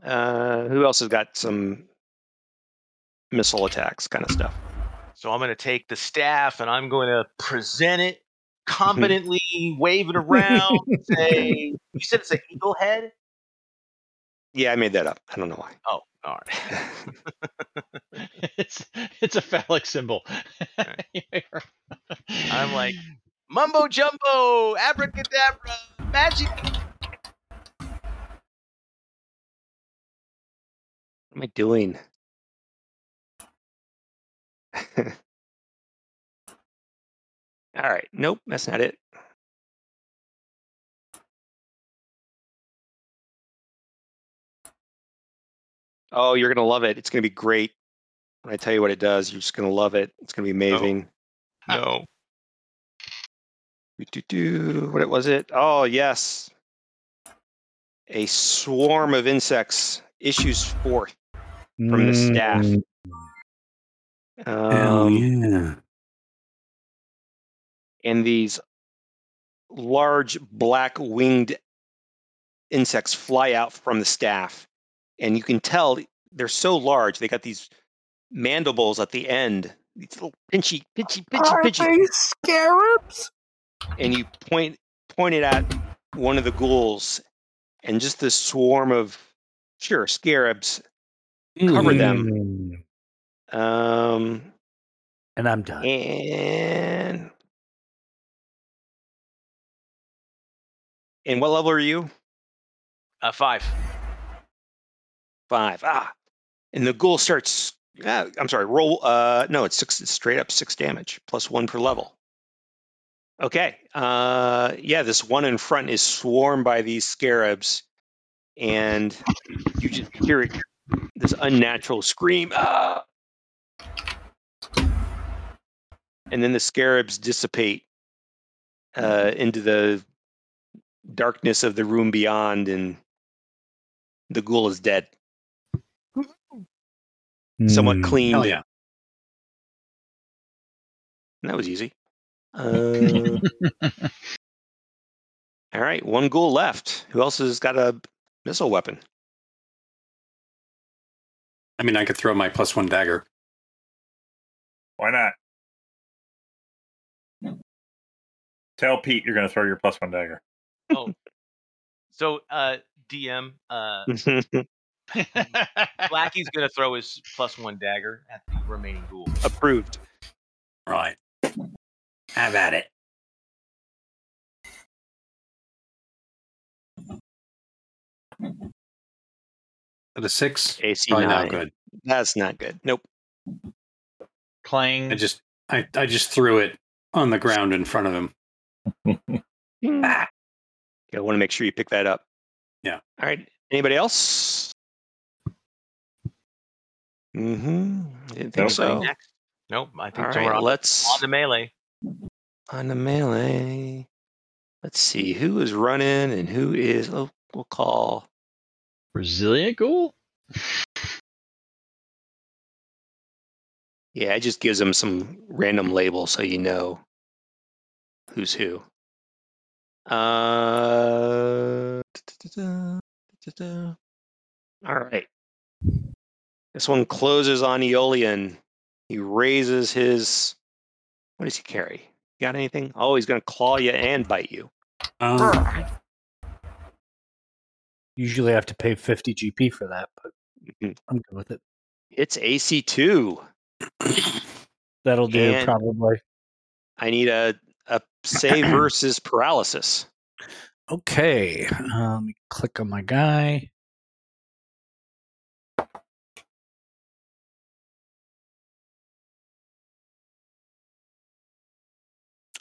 [SPEAKER 7] Uh, who else has got some missile attacks kind of stuff?
[SPEAKER 5] So I'm going to take the staff and I'm going to present it competently, wave it around. say, you said it's an eagle head.
[SPEAKER 7] Yeah, I made that up. I don't know why.
[SPEAKER 5] Oh, all right.
[SPEAKER 4] it's it's a phallic symbol.
[SPEAKER 5] I'm like mumbo jumbo, abracadabra, magic.
[SPEAKER 7] What am I doing? All right. Nope, that's not it. Oh, you're going to love it. It's going to be great. When I tell you what it does, you're just going to love it. It's going to be amazing.
[SPEAKER 5] No.
[SPEAKER 7] Do, do, do. What was it? Oh, yes. A swarm of insects issues forth. From the staff.
[SPEAKER 2] Mm.
[SPEAKER 7] Um,
[SPEAKER 8] yeah.
[SPEAKER 7] and these large black winged insects fly out from the staff and you can tell they're so large they got these mandibles at the end these little pinchy pinchy pinchy pinchy
[SPEAKER 9] scarabs?
[SPEAKER 7] and you point point it at one of the ghouls and just this swarm of sure scarabs cover them
[SPEAKER 2] Mm.
[SPEAKER 7] um
[SPEAKER 2] And I'm done.
[SPEAKER 7] and and what level are you
[SPEAKER 5] Uh, five.
[SPEAKER 7] five. Ah, and the ghoul starts. ah, I'm sorry. Roll. Uh, no, it's six. It's straight up six damage plus one per level. Okay. Uh, yeah, this one in front is swarmed by these scarabs, and you just hear it, this unnatural scream. Ah! And then the scarabs dissipate uh, into the darkness of the room beyond, and the ghoul is dead somewhat
[SPEAKER 2] Mm.
[SPEAKER 7] clean.
[SPEAKER 8] Hell yeah.
[SPEAKER 7] That was easy. Uh, all right, one ghoul left. Who else has got a missile weapon?
[SPEAKER 8] I mean, I could throw my plus one dagger.
[SPEAKER 1] Why not? Tell Pete you're going to throw your plus one dagger.
[SPEAKER 5] So uh, DM, uh, Blackie's gonna throw his plus one dagger at the remaining ghoul.
[SPEAKER 7] Approved.
[SPEAKER 8] Right. Have at it. At a six,
[SPEAKER 7] AC
[SPEAKER 8] probably
[SPEAKER 7] nine.
[SPEAKER 8] not good.
[SPEAKER 7] That's not good. Nope.
[SPEAKER 4] Clang.
[SPEAKER 8] I just, I, I just threw it on the ground in front of him.
[SPEAKER 7] Ah. I want to make sure you pick that up.
[SPEAKER 8] Yeah.
[SPEAKER 7] All right. Anybody else? Mm-hmm. I didn't think
[SPEAKER 1] Nope.
[SPEAKER 7] so.
[SPEAKER 5] Next. Nope. I
[SPEAKER 7] All
[SPEAKER 5] think so. we're
[SPEAKER 7] right.
[SPEAKER 5] on, on
[SPEAKER 7] Let's
[SPEAKER 5] the melee.
[SPEAKER 7] on the melee. Let's see who is running and who is. Oh, we'll call.
[SPEAKER 4] Resilient ghoul?
[SPEAKER 7] Yeah, it just gives them some random label so you know who's who. Uh, all right. This one closes on Aeolian. He raises his. What does he carry? Got anything? Oh, he's going to claw you and bite you.
[SPEAKER 8] Um,
[SPEAKER 2] Usually I have to pay 50 GP for that, but
[SPEAKER 7] Mhm.
[SPEAKER 2] I'm good with it.
[SPEAKER 7] It's AC2.
[SPEAKER 2] That'll do
[SPEAKER 7] And-
[SPEAKER 2] probably.
[SPEAKER 7] I need a, a save versus paralysis.
[SPEAKER 2] Okay. uh, let me click on my guy.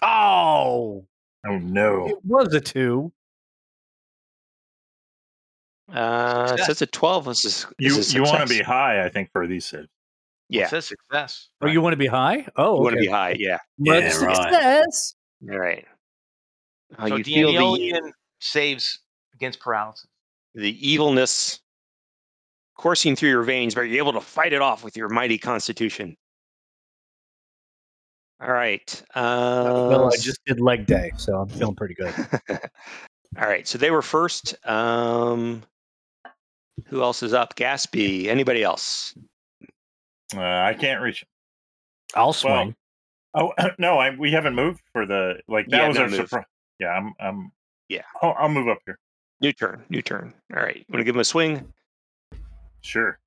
[SPEAKER 2] Oh,
[SPEAKER 1] Oh no.
[SPEAKER 2] it was a two.
[SPEAKER 7] Uh, so it's a 12. This is,
[SPEAKER 1] You
[SPEAKER 7] is a
[SPEAKER 1] you want to
[SPEAKER 7] success.
[SPEAKER 1] be high, I think, for these uh, saves.
[SPEAKER 7] Yeah.
[SPEAKER 5] It says success.
[SPEAKER 2] Oh, you want to be high? Oh,
[SPEAKER 7] You want to
[SPEAKER 2] okay.
[SPEAKER 7] be high. Yeah.
[SPEAKER 2] But
[SPEAKER 8] Yeah, right.
[SPEAKER 2] success.
[SPEAKER 7] All right. How
[SPEAKER 5] so
[SPEAKER 7] you feel the,
[SPEAKER 5] Danielian saves against paralysis.
[SPEAKER 7] the evilness coursing through your veins, but you're able to fight it off with your mighty constitution. All right. Uh,
[SPEAKER 2] well, I just did leg day, so I'm feeling pretty good.
[SPEAKER 7] All right. So they were first. Um, who else is up? Gatsby. Anybody else?
[SPEAKER 1] Uh, I can't reach.
[SPEAKER 2] I'll
[SPEAKER 1] Well,
[SPEAKER 2] swing.
[SPEAKER 1] Oh no, I we haven't moved for the like that
[SPEAKER 7] Yeah,
[SPEAKER 1] was
[SPEAKER 7] no
[SPEAKER 1] our
[SPEAKER 7] move.
[SPEAKER 1] surprise. Yeah, I'm I'm
[SPEAKER 7] Yeah.
[SPEAKER 1] I'll, I'll move up here.
[SPEAKER 7] New turn. New turn. All right. You want to give him a swing?
[SPEAKER 1] Sure.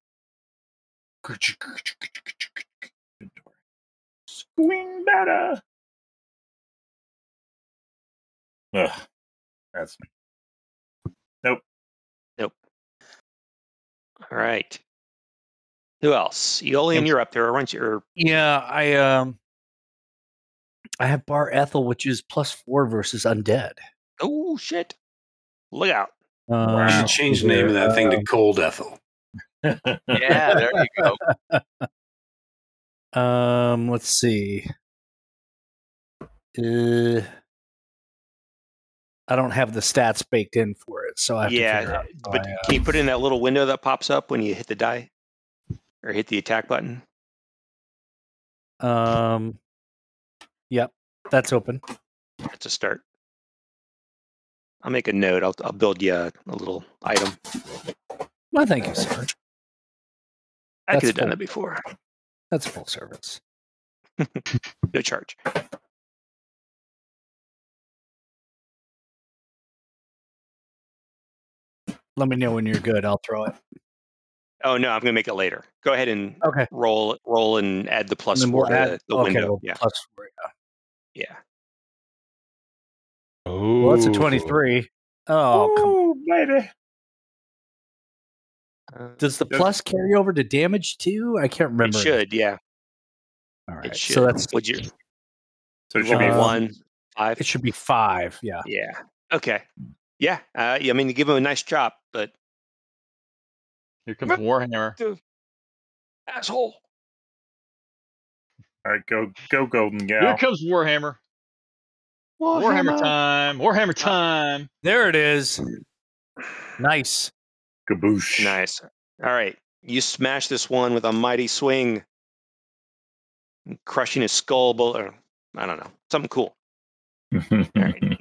[SPEAKER 1] Swing better. Ugh, that's
[SPEAKER 7] All right. Who else? Eolian, you're up there. Why don't you? Or,
[SPEAKER 2] Yeah, I um, I have bar Ethel, which is plus four versus undead.
[SPEAKER 7] oh shit! Look out!
[SPEAKER 2] Uh,
[SPEAKER 8] you should change the name of that thing to Cold Ethel.
[SPEAKER 5] Yeah, there you go.
[SPEAKER 2] Um, let's see. Uh, I don't have the stats baked in for it, so I have to figure
[SPEAKER 7] yeah,
[SPEAKER 2] out how
[SPEAKER 7] but
[SPEAKER 2] I, uh,
[SPEAKER 7] can you put in that little window that pops up when you hit the die or hit the attack button?
[SPEAKER 2] um, yep, that's open.
[SPEAKER 7] That's a start. I'll make a note. I'll, I'll build you a, a little item.
[SPEAKER 2] Well, thank you, sir.
[SPEAKER 7] I
[SPEAKER 2] That's
[SPEAKER 7] could have done
[SPEAKER 2] cool.
[SPEAKER 7] that before.
[SPEAKER 2] That's full service.
[SPEAKER 7] No charge.
[SPEAKER 2] Let me know when you're good. I'll throw it.
[SPEAKER 7] Oh no, I'm gonna make it later. Go ahead and
[SPEAKER 2] Okay.
[SPEAKER 7] roll roll and add the plus
[SPEAKER 2] Oh. And then
[SPEAKER 7] four
[SPEAKER 2] we'll
[SPEAKER 7] to
[SPEAKER 2] add-
[SPEAKER 7] the, the
[SPEAKER 2] okay,
[SPEAKER 7] window.
[SPEAKER 2] well,
[SPEAKER 7] yeah,
[SPEAKER 2] plus four, yeah.
[SPEAKER 7] yeah.
[SPEAKER 4] Oh,
[SPEAKER 2] Well, that's a 23. Oh, come on.
[SPEAKER 1] Ooh, baby.
[SPEAKER 2] Does the
[SPEAKER 1] Does-
[SPEAKER 2] plus carry over to damage too? I can't
[SPEAKER 7] It
[SPEAKER 2] remember.
[SPEAKER 7] should, yeah.
[SPEAKER 2] All right.
[SPEAKER 7] It should.
[SPEAKER 2] So that's
[SPEAKER 7] Would you
[SPEAKER 1] So it should
[SPEAKER 7] roll
[SPEAKER 1] be
[SPEAKER 2] Uh,
[SPEAKER 7] one five?
[SPEAKER 2] it should be five. Yeah.
[SPEAKER 7] Yeah. Okay. Yeah. Uh, yeah, I mean, you give him a nice chop, but
[SPEAKER 4] Here comes Warhammer.
[SPEAKER 7] asshole.
[SPEAKER 1] all right. Go go golden
[SPEAKER 4] Here
[SPEAKER 1] gal.
[SPEAKER 4] comes Warhammer. Warhammer time. Warhammer time.
[SPEAKER 2] There it is. Nice.
[SPEAKER 1] Kaboosh.
[SPEAKER 7] Nice. All right. You smash this one with a mighty swing, Mm, crushing his skull, bul- or I don't know, something cool. All right.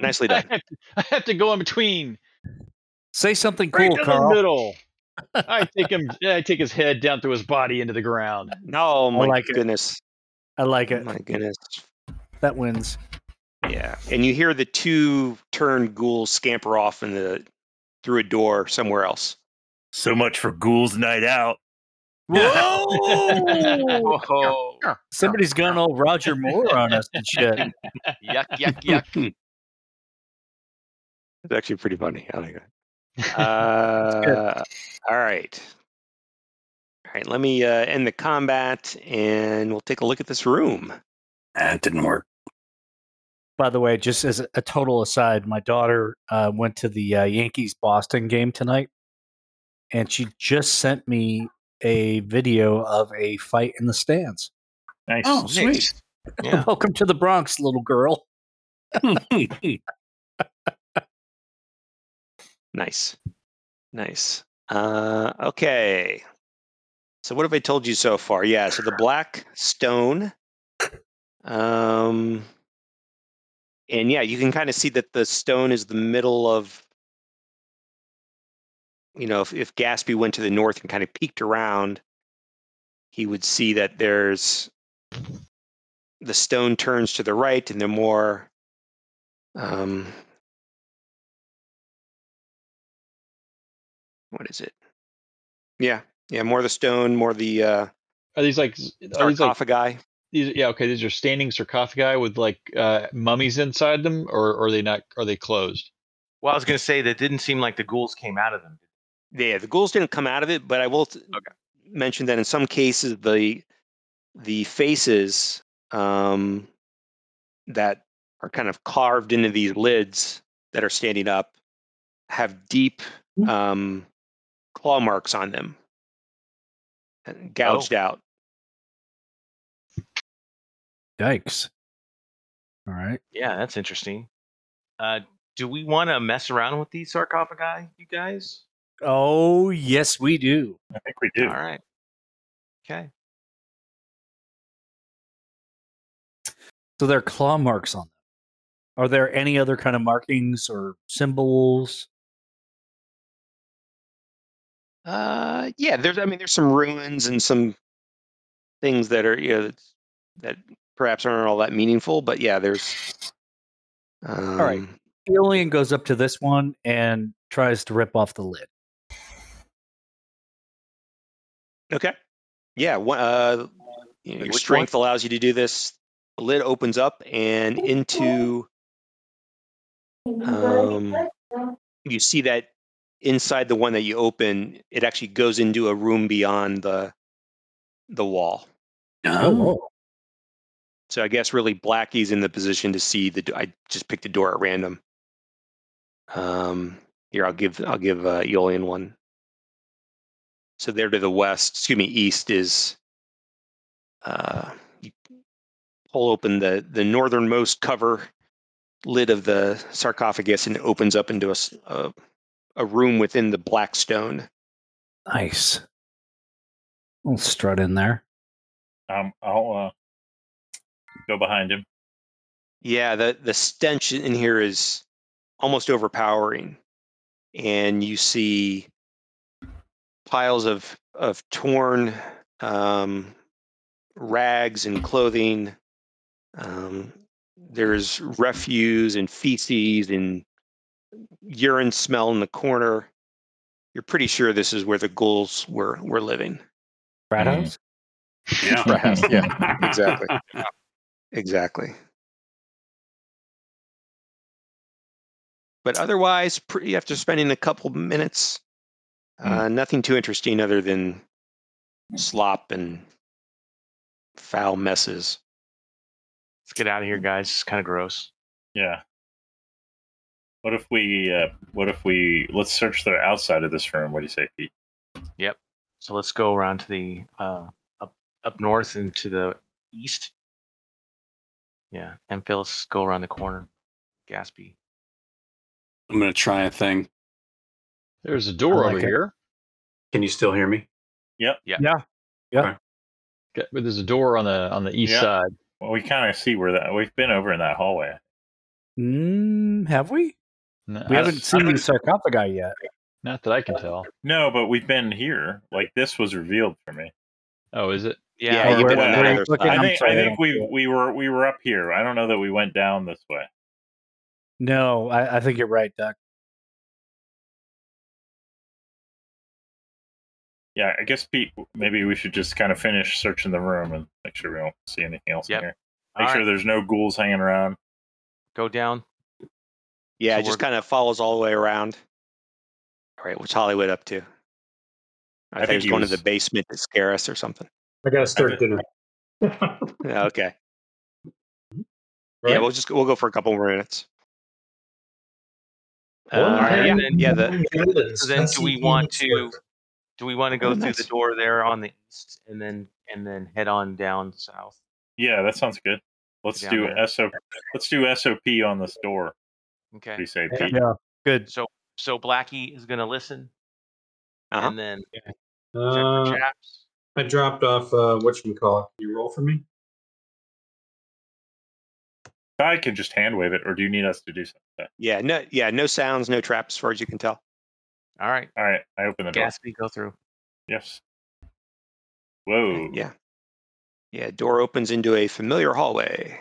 [SPEAKER 7] Nicely
[SPEAKER 4] I
[SPEAKER 7] done.
[SPEAKER 4] have, to, I have to go in between.
[SPEAKER 2] Say something
[SPEAKER 4] Right
[SPEAKER 2] cool,
[SPEAKER 4] in
[SPEAKER 2] Carl.
[SPEAKER 4] the middle. I take him. I take his head down through his body into the ground.
[SPEAKER 7] Oh my
[SPEAKER 2] like it.
[SPEAKER 7] goodness.
[SPEAKER 2] I like it.
[SPEAKER 7] Oh My goodness.
[SPEAKER 2] That wins.
[SPEAKER 7] Yeah. And you hear the two turned ghouls scamper off in the through a door somewhere else.
[SPEAKER 9] So much for ghouls night out.
[SPEAKER 2] Whoa!
[SPEAKER 5] Whoa.
[SPEAKER 2] Somebody's gone all Roger Moore on us and shit.
[SPEAKER 5] yuck, yuck, yuck.
[SPEAKER 7] It's actually pretty funny. I like that. Uh, all right. All right. Let me uh, end the combat and we'll take a look at this room.
[SPEAKER 6] That didn't work.
[SPEAKER 2] By the way, just as a total aside, my daughter uh, went to the uh, Yankees Boston game tonight, and she just sent me a video of a fight in the stands.
[SPEAKER 1] Nice.
[SPEAKER 6] Oh, sweet.
[SPEAKER 5] Yeah.
[SPEAKER 2] Welcome to the Bronx, little girl.
[SPEAKER 7] Nice. Nice. Uh, okay. So what have I told you so far? Yeah, so the black stone. Um and yeah, you can kind of see that the stone is the middle of you know, if, if Gatsby went to the north and kind of peeked around, he would see that there's the stone turns to the right and the more um what is it? Yeah, yeah, more the stone, more the uh,
[SPEAKER 4] Are these like are these like
[SPEAKER 7] sarcophagi.
[SPEAKER 4] these? Yeah, okay. These are standing sarcophagi with like uh, mummies inside them, or, or are they not? Are they closed?
[SPEAKER 5] Well, I was going to say that didn't seem like the ghouls came out of them.
[SPEAKER 7] yeah, the ghouls didn't come out of it, but I will t- mention that in some cases the the faces um, that are kind of carved into these lids that are standing up have deep um, claw marks on them, uh, gouged out.
[SPEAKER 2] Yikes. All right.
[SPEAKER 5] Yeah, that's interesting. Uh, do we want to mess around with these sarcophagi, you guys?
[SPEAKER 2] Oh, yes, we do.
[SPEAKER 1] I think we do.
[SPEAKER 5] All right. Okay.
[SPEAKER 2] So there are claw marks on them. Are there any other kind of markings or symbols?
[SPEAKER 7] Uh, yeah, there's. I mean, there's some ruins and some things that are you know that's- that perhaps aren't all that meaningful, but yeah, there's. Um,
[SPEAKER 2] right. Alien goes up to this one and tries to rip off the lid.
[SPEAKER 7] Okay. Yeah. One, uh, you know, your
[SPEAKER 5] which one?
[SPEAKER 7] strength allows you to do this. The lid opens up and into. Um, you see that inside the one that you open, it actually goes into a room beyond the the wall.
[SPEAKER 8] Um,
[SPEAKER 7] So I guess really Blackie's in the position to see the. do- I just picked a door at random. Um, here I'll give I'll give uh, Aeolian one. So there to the west, excuse me, east is. Uh, you pull open the the northernmost cover lid of the sarcophagus, and it opens up into a s- a, a room within the black stone.
[SPEAKER 2] Nice. We'll strut in there.
[SPEAKER 1] Um, I'll uh, go behind him.
[SPEAKER 7] Yeah, the the stench in here is almost overpowering, and you see piles of of torn um, rags and clothing. Um, there's refuse and feces and urine smell in the corner. You're pretty sure this is where the ghouls were were living.
[SPEAKER 2] Brad
[SPEAKER 1] Mhm.
[SPEAKER 2] House?
[SPEAKER 3] Yeah.
[SPEAKER 7] Perhaps, yeah, exactly. Exactly. But otherwise, pretty after spending a couple minutes, uh, nothing too interesting other than slop and foul messes.
[SPEAKER 5] Let's get out of here, guys. It's kind of gross.
[SPEAKER 1] Yeah. What if we? Uh, what if we? Let's search the outside of this room. What do you say, Pete?
[SPEAKER 5] So let's go around to the uh, up up north and to the east. Yeah, and Phyllis, go around the corner. Gaspy.
[SPEAKER 8] I'm gonna try a thing.
[SPEAKER 4] There's a door
[SPEAKER 2] I like
[SPEAKER 4] over
[SPEAKER 2] it.
[SPEAKER 4] here.
[SPEAKER 8] Can you still hear me?
[SPEAKER 4] Okay, but there's a door on the on the east
[SPEAKER 1] Yeah.
[SPEAKER 4] side.
[SPEAKER 1] Well, we kind of see where that we've been over in that hallway.
[SPEAKER 2] Mm, have we?
[SPEAKER 4] No,
[SPEAKER 2] We
[SPEAKER 4] Uh, I-
[SPEAKER 2] haven't seen the sarcophagi yet.
[SPEAKER 4] Not that I can tell.
[SPEAKER 1] No, but we've been here. Like this was revealed for me.
[SPEAKER 4] Oh, is it?
[SPEAKER 7] Yeah,
[SPEAKER 2] Oh,
[SPEAKER 7] you've been
[SPEAKER 2] we're-
[SPEAKER 7] on that
[SPEAKER 1] we're
[SPEAKER 7] other
[SPEAKER 2] looking
[SPEAKER 7] side.
[SPEAKER 1] I
[SPEAKER 2] I'm
[SPEAKER 1] think
[SPEAKER 2] sorry, I
[SPEAKER 1] I think
[SPEAKER 2] don't see
[SPEAKER 1] we
[SPEAKER 2] it.
[SPEAKER 1] we were we were up here. I don't know that we went down this way.
[SPEAKER 2] No, I, I think you're right, Doc.
[SPEAKER 1] Yeah, I guess Pete, maybe we should just kind of finish searching the room and make sure we don't see anything else
[SPEAKER 5] Yep.
[SPEAKER 1] in here.
[SPEAKER 5] All
[SPEAKER 1] Make sure
[SPEAKER 5] right.
[SPEAKER 1] there's no ghouls hanging around.
[SPEAKER 5] Go down.
[SPEAKER 7] Yeah,
[SPEAKER 5] So
[SPEAKER 7] it just
[SPEAKER 5] we're-
[SPEAKER 7] kind of follows all the way around. All right, what's Hollywood up to? I,
[SPEAKER 1] think
[SPEAKER 7] think he's
[SPEAKER 1] he
[SPEAKER 7] going
[SPEAKER 1] was-
[SPEAKER 7] to the basement to scare us or something.
[SPEAKER 10] I gotta start dinner.
[SPEAKER 7] Yeah, okay. Yeah,
[SPEAKER 10] Right?
[SPEAKER 7] we'll just we'll go for a couple more minutes. Uh,
[SPEAKER 10] Well,
[SPEAKER 5] yeah,
[SPEAKER 10] then-
[SPEAKER 7] yeah, the-
[SPEAKER 5] So then, do we want to? Do we want to go
[SPEAKER 7] Oh,
[SPEAKER 5] through
[SPEAKER 7] nice.
[SPEAKER 5] the door there on the east, and then and then head on down south?
[SPEAKER 1] Yeah, that sounds good. Let's
[SPEAKER 5] Down
[SPEAKER 1] do
[SPEAKER 5] there.
[SPEAKER 1] SOP. Let's do SOP on this door.
[SPEAKER 5] Okay.
[SPEAKER 1] What do you say,
[SPEAKER 10] Yeah.
[SPEAKER 1] Pete?
[SPEAKER 2] Good.
[SPEAKER 5] So so Blackie is gonna listen,
[SPEAKER 7] Uh-huh.
[SPEAKER 5] and then check for
[SPEAKER 10] Uh,
[SPEAKER 5] chaps.
[SPEAKER 10] I dropped off. Uh, what you call it? Can you roll for me?
[SPEAKER 1] I can just hand wave it, or do you need us to do something?
[SPEAKER 7] Yeah, no, yeah, no sounds, no traps, as far as you can tell.
[SPEAKER 5] All right,
[SPEAKER 1] All right, I open the door.
[SPEAKER 5] Gatsby, go through.
[SPEAKER 1] Yes. Whoa.
[SPEAKER 7] Yeah, yeah. Door opens into a familiar hallway.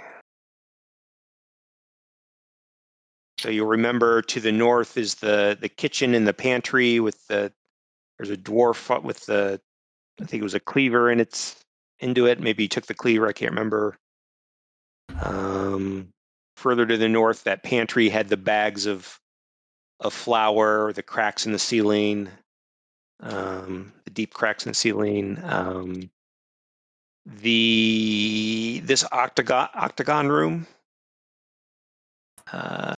[SPEAKER 7] So you'll remember to the north is the the kitchen and the pantry with the there's a dwarf up with the I think it was a cleaver in its into it. Maybe he took the cleaver. I can't remember. Um, further to the north, that pantry had the bags of of flour, the cracks in the ceiling, um, the deep cracks in the ceiling. Um, the this octagon octagon room uh,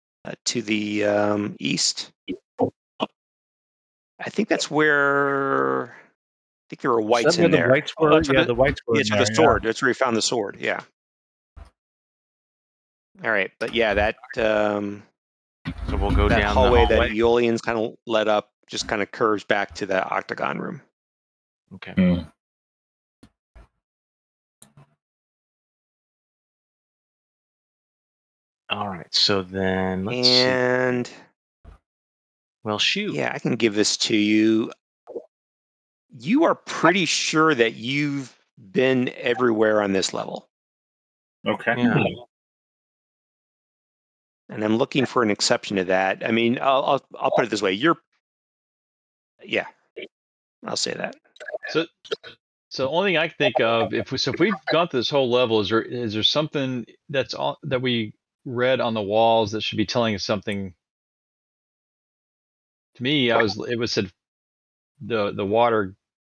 [SPEAKER 7] to the um, east. I think that's where I think there were whites
[SPEAKER 2] Is that where
[SPEAKER 7] in there.
[SPEAKER 2] The whites
[SPEAKER 7] Oh,
[SPEAKER 2] were,
[SPEAKER 7] that's where
[SPEAKER 2] yeah,
[SPEAKER 7] the-
[SPEAKER 2] the whites were.
[SPEAKER 7] yeah,
[SPEAKER 2] in
[SPEAKER 7] it's with
[SPEAKER 2] there,
[SPEAKER 7] the
[SPEAKER 2] yeah.
[SPEAKER 7] sword. That's where he found the sword. Yeah. All right, but yeah, that um,
[SPEAKER 5] So we'll go
[SPEAKER 7] that
[SPEAKER 5] down
[SPEAKER 7] hallway,
[SPEAKER 5] the hallway.
[SPEAKER 7] that Eolian's kind of led up just kind of curves back to the octagon room.
[SPEAKER 5] okay. All right. So then let's. see.
[SPEAKER 7] and
[SPEAKER 5] Well, shoot.
[SPEAKER 7] yeah, I can give this to you. You are pretty sure that you've been everywhere on this level,
[SPEAKER 1] Okay. Oh,
[SPEAKER 5] Yeah.
[SPEAKER 7] and I'm looking for an exception to that. I mean, I'll I'll, I'll put it this way: you're, yeah, I'll say that.
[SPEAKER 4] So, so the only thing I can think of if we, so if we've gone through this whole level, is there is there something that's all that we read on the walls that should be telling us something? To me, I was it was said the the water.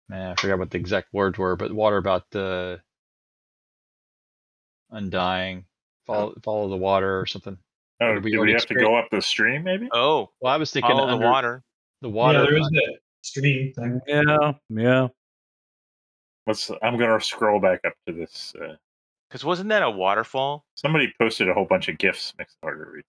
[SPEAKER 4] Man, I forgot what the exact words were, but water about the undying. Follow follow the water or something.
[SPEAKER 1] Oh,
[SPEAKER 4] Did we
[SPEAKER 1] do we
[SPEAKER 4] already
[SPEAKER 1] have to go up the stream, maybe?
[SPEAKER 5] Oh,
[SPEAKER 4] Well, I was thinking
[SPEAKER 5] follow
[SPEAKER 4] under
[SPEAKER 5] the water.
[SPEAKER 4] The water.
[SPEAKER 10] Yeah, there is that stream thing.
[SPEAKER 2] Yeah, yeah.
[SPEAKER 1] Let's. I'm gonna scroll back up to this. Uh,
[SPEAKER 5] Because wasn't that a waterfall?
[SPEAKER 1] somebody posted a whole bunch of gifs. Makes it harder to read.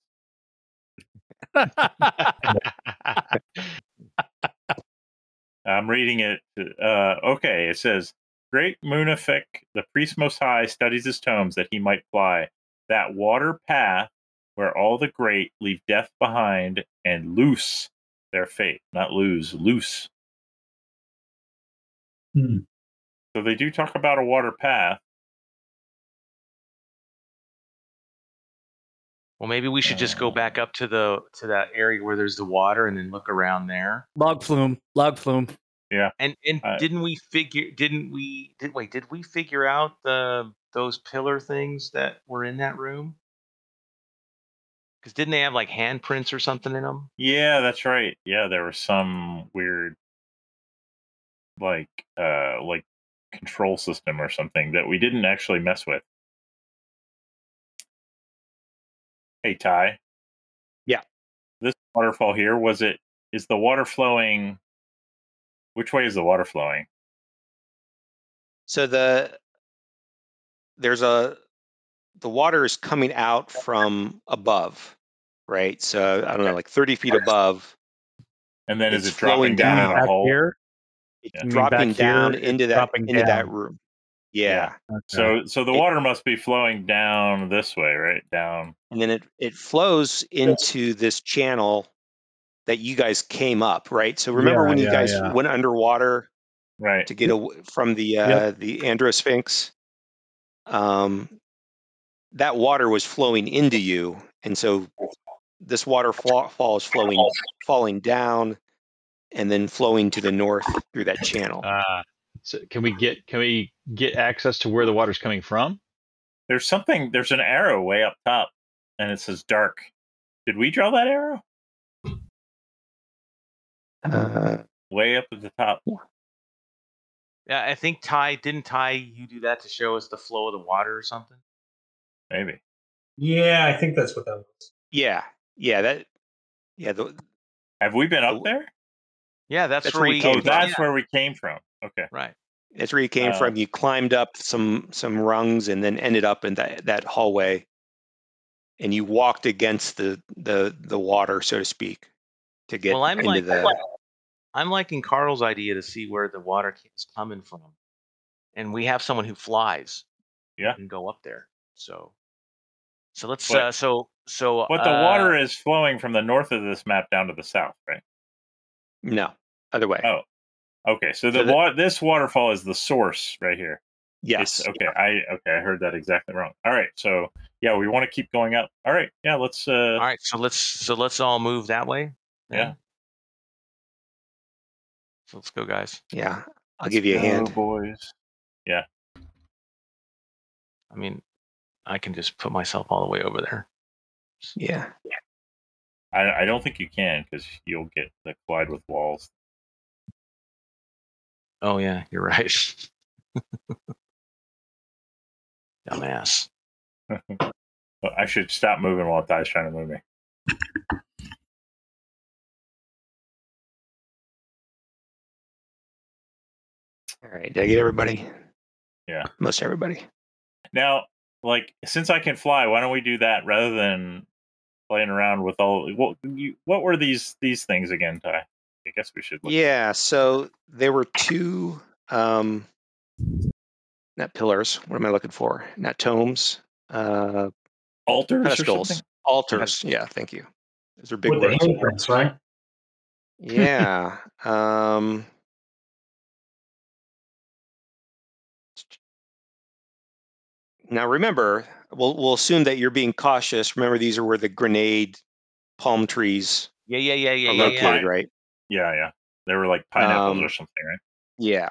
[SPEAKER 1] I'm reading it. Uh, okay, it says, "Great Munafik, the priest most high, studies his tomes that he might fly that water path where all the great leave death behind and loose their fate, not lose, loose."
[SPEAKER 10] Hmm.
[SPEAKER 1] So they do talk about a water path.
[SPEAKER 5] Well, maybe we should just go back up to the to that area where there's the water and then look around there.
[SPEAKER 2] Log flume, log flume.
[SPEAKER 5] And and
[SPEAKER 1] Uh,
[SPEAKER 5] didn't we figure? Didn't we? Did wait? Did we figure out the those pillar things that were in that room? Because didn't they have like handprints or something in them?
[SPEAKER 1] Yeah, that's right. Yeah, there was some weird, like, uh, like control system or something that we didn't actually mess with. Hey, Ty.
[SPEAKER 7] Yeah.
[SPEAKER 1] This waterfall here was it? Is the water flowing? Which way is the water flowing?
[SPEAKER 7] So the there's a the water is coming out from above, right? So I don't know, like 30 feet above,
[SPEAKER 1] And then is
[SPEAKER 7] It's
[SPEAKER 1] it dropping
[SPEAKER 7] flowing
[SPEAKER 1] down,
[SPEAKER 7] down
[SPEAKER 1] in a
[SPEAKER 2] Back
[SPEAKER 1] hole?
[SPEAKER 2] here.
[SPEAKER 7] it's
[SPEAKER 1] Yeah.
[SPEAKER 2] You mean
[SPEAKER 7] dropping
[SPEAKER 2] back here,
[SPEAKER 7] down
[SPEAKER 2] it's
[SPEAKER 7] into that
[SPEAKER 2] dropping
[SPEAKER 7] into that
[SPEAKER 2] down.
[SPEAKER 7] room.
[SPEAKER 1] Yeah.
[SPEAKER 7] yeah.
[SPEAKER 1] So, so the
[SPEAKER 7] It-
[SPEAKER 1] water must be flowing down this way, right? Down.
[SPEAKER 7] and then it it flows into this channel that you guys came up right so remember
[SPEAKER 2] Yeah,
[SPEAKER 7] when you
[SPEAKER 2] yeah,
[SPEAKER 7] guys
[SPEAKER 2] yeah.
[SPEAKER 7] went underwater
[SPEAKER 1] Right.
[SPEAKER 7] to get away from the uh the androsphinx um that water was flowing into you and so this water fla- fall is flowing falling down and then flowing to the north through that channel.
[SPEAKER 4] Uh, so can we get can we get access to where the water's coming from?
[SPEAKER 1] There's something. There's an arrow way up top, and it says dark. Did we draw that arrow?
[SPEAKER 2] Uh-huh.
[SPEAKER 7] Uh,
[SPEAKER 1] Way up at the top.
[SPEAKER 5] Yeah, I think Ty didn't Ty you do that to show us the flow of the water or something.
[SPEAKER 1] Maybe.
[SPEAKER 10] Yeah, I think that's what that was.
[SPEAKER 7] yeah, yeah, that, yeah, the,
[SPEAKER 1] Have we been up there?
[SPEAKER 5] Yeah, that's,
[SPEAKER 7] That's
[SPEAKER 5] where
[SPEAKER 7] where
[SPEAKER 5] we.
[SPEAKER 7] you
[SPEAKER 1] Oh,
[SPEAKER 7] came
[SPEAKER 5] yeah,
[SPEAKER 7] from.
[SPEAKER 1] that's where we came from. Okay.
[SPEAKER 5] right.
[SPEAKER 7] that's where you came
[SPEAKER 1] Uh,
[SPEAKER 7] from. You climbed up some some rungs and then ended up in that that hallway, and you walked against the the the water, so to speak, to get
[SPEAKER 5] Well, I'm
[SPEAKER 7] into
[SPEAKER 5] like-
[SPEAKER 7] the.
[SPEAKER 5] I'm liking Carl's idea to see where the water ca- is coming from, and we have someone who flies.
[SPEAKER 1] Yeah.
[SPEAKER 5] And go up there. So. So let's.
[SPEAKER 1] But-
[SPEAKER 5] uh, so so. uh,
[SPEAKER 1] But
[SPEAKER 7] Uh,
[SPEAKER 1] the water is flowing from the north of this map down to the south, right?
[SPEAKER 7] No, other way.
[SPEAKER 1] Oh, Okay. So the,
[SPEAKER 7] So the-
[SPEAKER 1] wa- this waterfall is the source right here.
[SPEAKER 7] yes.
[SPEAKER 1] It's- okay. I okay. I heard that exactly wrong. All right. So yeah, we want to keep going up. All right. Yeah. Let's.
[SPEAKER 5] All
[SPEAKER 1] uh
[SPEAKER 5] right. So let's so let's all move that way.
[SPEAKER 1] Yeah.
[SPEAKER 5] So let's go, guys.
[SPEAKER 7] Yeah, I'll give you a
[SPEAKER 1] go,
[SPEAKER 7] hand.
[SPEAKER 1] boys.
[SPEAKER 5] I mean, I can just put myself all the way over there.
[SPEAKER 7] Yeah.
[SPEAKER 1] I, I don't think you can because you'll get the collide with walls.
[SPEAKER 5] Oh yeah, you're right. Dumbass.
[SPEAKER 1] But I should stop moving while Ty's trying to move me.
[SPEAKER 7] All right. Did I get everybody?
[SPEAKER 1] Yeah.
[SPEAKER 7] Most everybody.
[SPEAKER 1] Now, like, since I can fly, why don't we do that rather than playing around with all? What you, what were these these things again, Ty? I guess we should. Look.
[SPEAKER 7] Yeah. So there were two, um, not pillars. What am I looking for? Not tomes. Uh,
[SPEAKER 1] Altars or
[SPEAKER 7] pedestals.
[SPEAKER 1] something.
[SPEAKER 7] Altars. Yeah. Thank you. Those are big
[SPEAKER 10] With the
[SPEAKER 7] words.
[SPEAKER 10] handprints, right?
[SPEAKER 7] yeah. Um, now remember, we'll we'll assume that you're being cautious. Remember, these are where the grenade palm trees
[SPEAKER 5] Yeah, yeah, yeah, yeah,
[SPEAKER 7] are
[SPEAKER 5] yeah.
[SPEAKER 7] located,
[SPEAKER 5] yeah.
[SPEAKER 7] right?
[SPEAKER 1] Yeah, yeah. They were like pineapples
[SPEAKER 7] Um,
[SPEAKER 1] or something, right?
[SPEAKER 7] Yeah.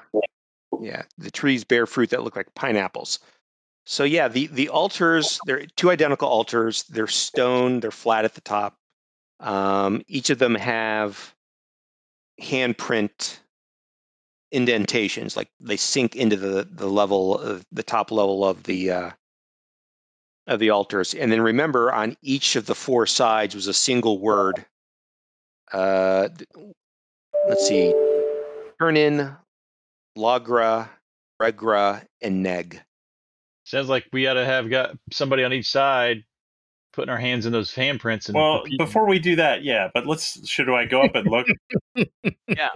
[SPEAKER 7] Yeah. The trees bear fruit that look like pineapples. So yeah, the the altars, they're two identical altars. They're stone, they're flat at the top. Um, each of them have handprint indentations, like they sink into the the level of the top level of the uh of the altars. And then remember on each of the four sides was a single word. Uh th- let's see. Turn in Lagra, Regra, and Neg.
[SPEAKER 4] Sounds like we ought to have got somebody on each side putting our hands in those handprints. And
[SPEAKER 1] Well,
[SPEAKER 4] repeating.
[SPEAKER 1] before we do that, yeah. But let's. Should I go up and look?
[SPEAKER 5] Yeah.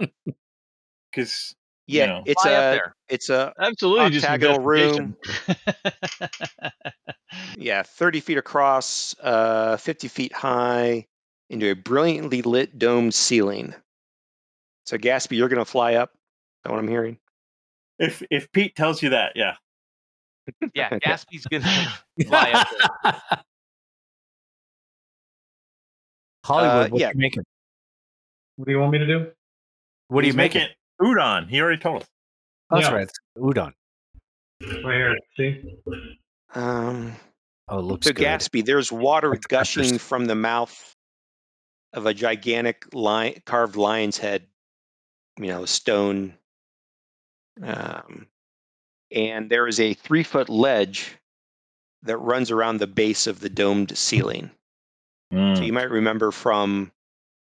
[SPEAKER 1] Because
[SPEAKER 7] Yeah,
[SPEAKER 1] know.
[SPEAKER 7] it's
[SPEAKER 5] Fly up
[SPEAKER 7] a
[SPEAKER 5] there.
[SPEAKER 7] it's a
[SPEAKER 4] absolutely just
[SPEAKER 7] octagonal
[SPEAKER 4] investigation.
[SPEAKER 7] yeah, thirty feet across, uh, fifty feet high, into a brilliantly lit domed ceiling. So Gatsby, you're gonna fly up. Is that what I'm hearing?
[SPEAKER 1] if if Pete tells you that, yeah.
[SPEAKER 5] Yeah, Gaspy's gonna fly up there.
[SPEAKER 2] Hollywood,
[SPEAKER 7] Uh,
[SPEAKER 2] what
[SPEAKER 7] yeah.
[SPEAKER 2] you making?
[SPEAKER 10] What do you want me to do?
[SPEAKER 2] What are you
[SPEAKER 1] He's
[SPEAKER 2] making?
[SPEAKER 1] making udon. He already told us.
[SPEAKER 2] Oh, that's
[SPEAKER 10] Yeah.
[SPEAKER 2] right. It's udon.
[SPEAKER 10] Right here. See?
[SPEAKER 7] Um,
[SPEAKER 2] Oh, it looks
[SPEAKER 7] so
[SPEAKER 2] good.
[SPEAKER 7] Gatsby, there's water
[SPEAKER 2] Like
[SPEAKER 7] gushing
[SPEAKER 2] peppers.
[SPEAKER 7] from the mouth of a gigantic lion, carved lion's head. You know, stone. Um, and there is a three foot ledge that runs around the base of the domed ceiling.
[SPEAKER 1] Hmm,
[SPEAKER 2] Hmm.
[SPEAKER 7] So you might remember from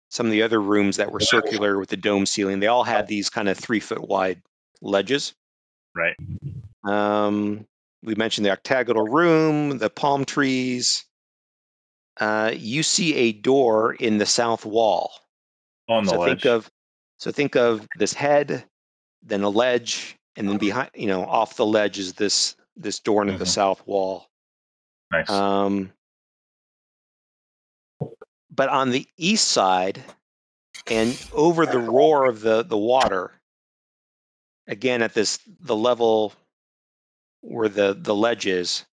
[SPEAKER 7] some of the other rooms that were circular with the dome ceiling, they all had these kind of three foot wide ledges.
[SPEAKER 1] Right.
[SPEAKER 7] Um, we mentioned the octagonal room, the palm trees. Uh, you see a door in the south wall.
[SPEAKER 1] on the
[SPEAKER 7] so
[SPEAKER 1] ledge.
[SPEAKER 7] think of so think of this head, then a ledge, and then behind you know off the ledge is this this door into the
[SPEAKER 1] Mhm.
[SPEAKER 7] south wall.
[SPEAKER 1] nice.
[SPEAKER 7] Um, but on the east side, and over the roar of the the water, again at this the level where the the ledge is,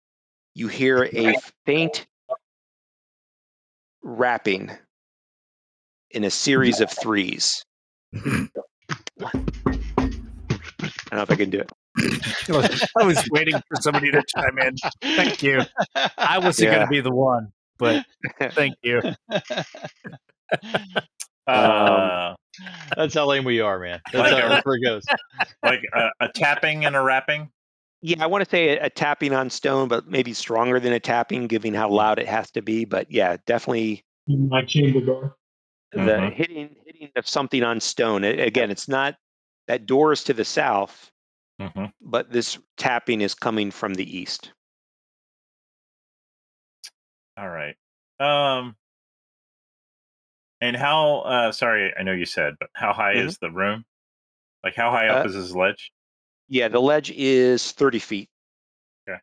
[SPEAKER 7] you hear a faint rapping in a series of threes. I don't know if I can do it.
[SPEAKER 2] I was waiting for somebody to chime in. Thank you. I wasn't
[SPEAKER 7] Yeah.
[SPEAKER 2] going to be the one, but thank you.
[SPEAKER 1] Uh,
[SPEAKER 4] That's how lame we are, man. That's
[SPEAKER 1] Like
[SPEAKER 4] how
[SPEAKER 1] a-
[SPEAKER 4] it goes.
[SPEAKER 1] like a, a tapping and a wrapping.
[SPEAKER 7] Yeah, I want to say a, a tapping on stone, but maybe stronger than a tapping, given how loud it has to be. But yeah, definitely
[SPEAKER 10] My chamber door.
[SPEAKER 7] the
[SPEAKER 1] Mhm.
[SPEAKER 7] hitting hitting of something on stone. A- again, it's not that door is to the south,
[SPEAKER 1] Mhm.
[SPEAKER 7] but this tapping is coming from the east.
[SPEAKER 1] All right. Um, and how? Uh, sorry, I know you said, but how high
[SPEAKER 7] Mhm.
[SPEAKER 1] is the room? Like how high up
[SPEAKER 7] Uh,
[SPEAKER 1] is this ledge?
[SPEAKER 7] Yeah, the ledge is 30 feet. This-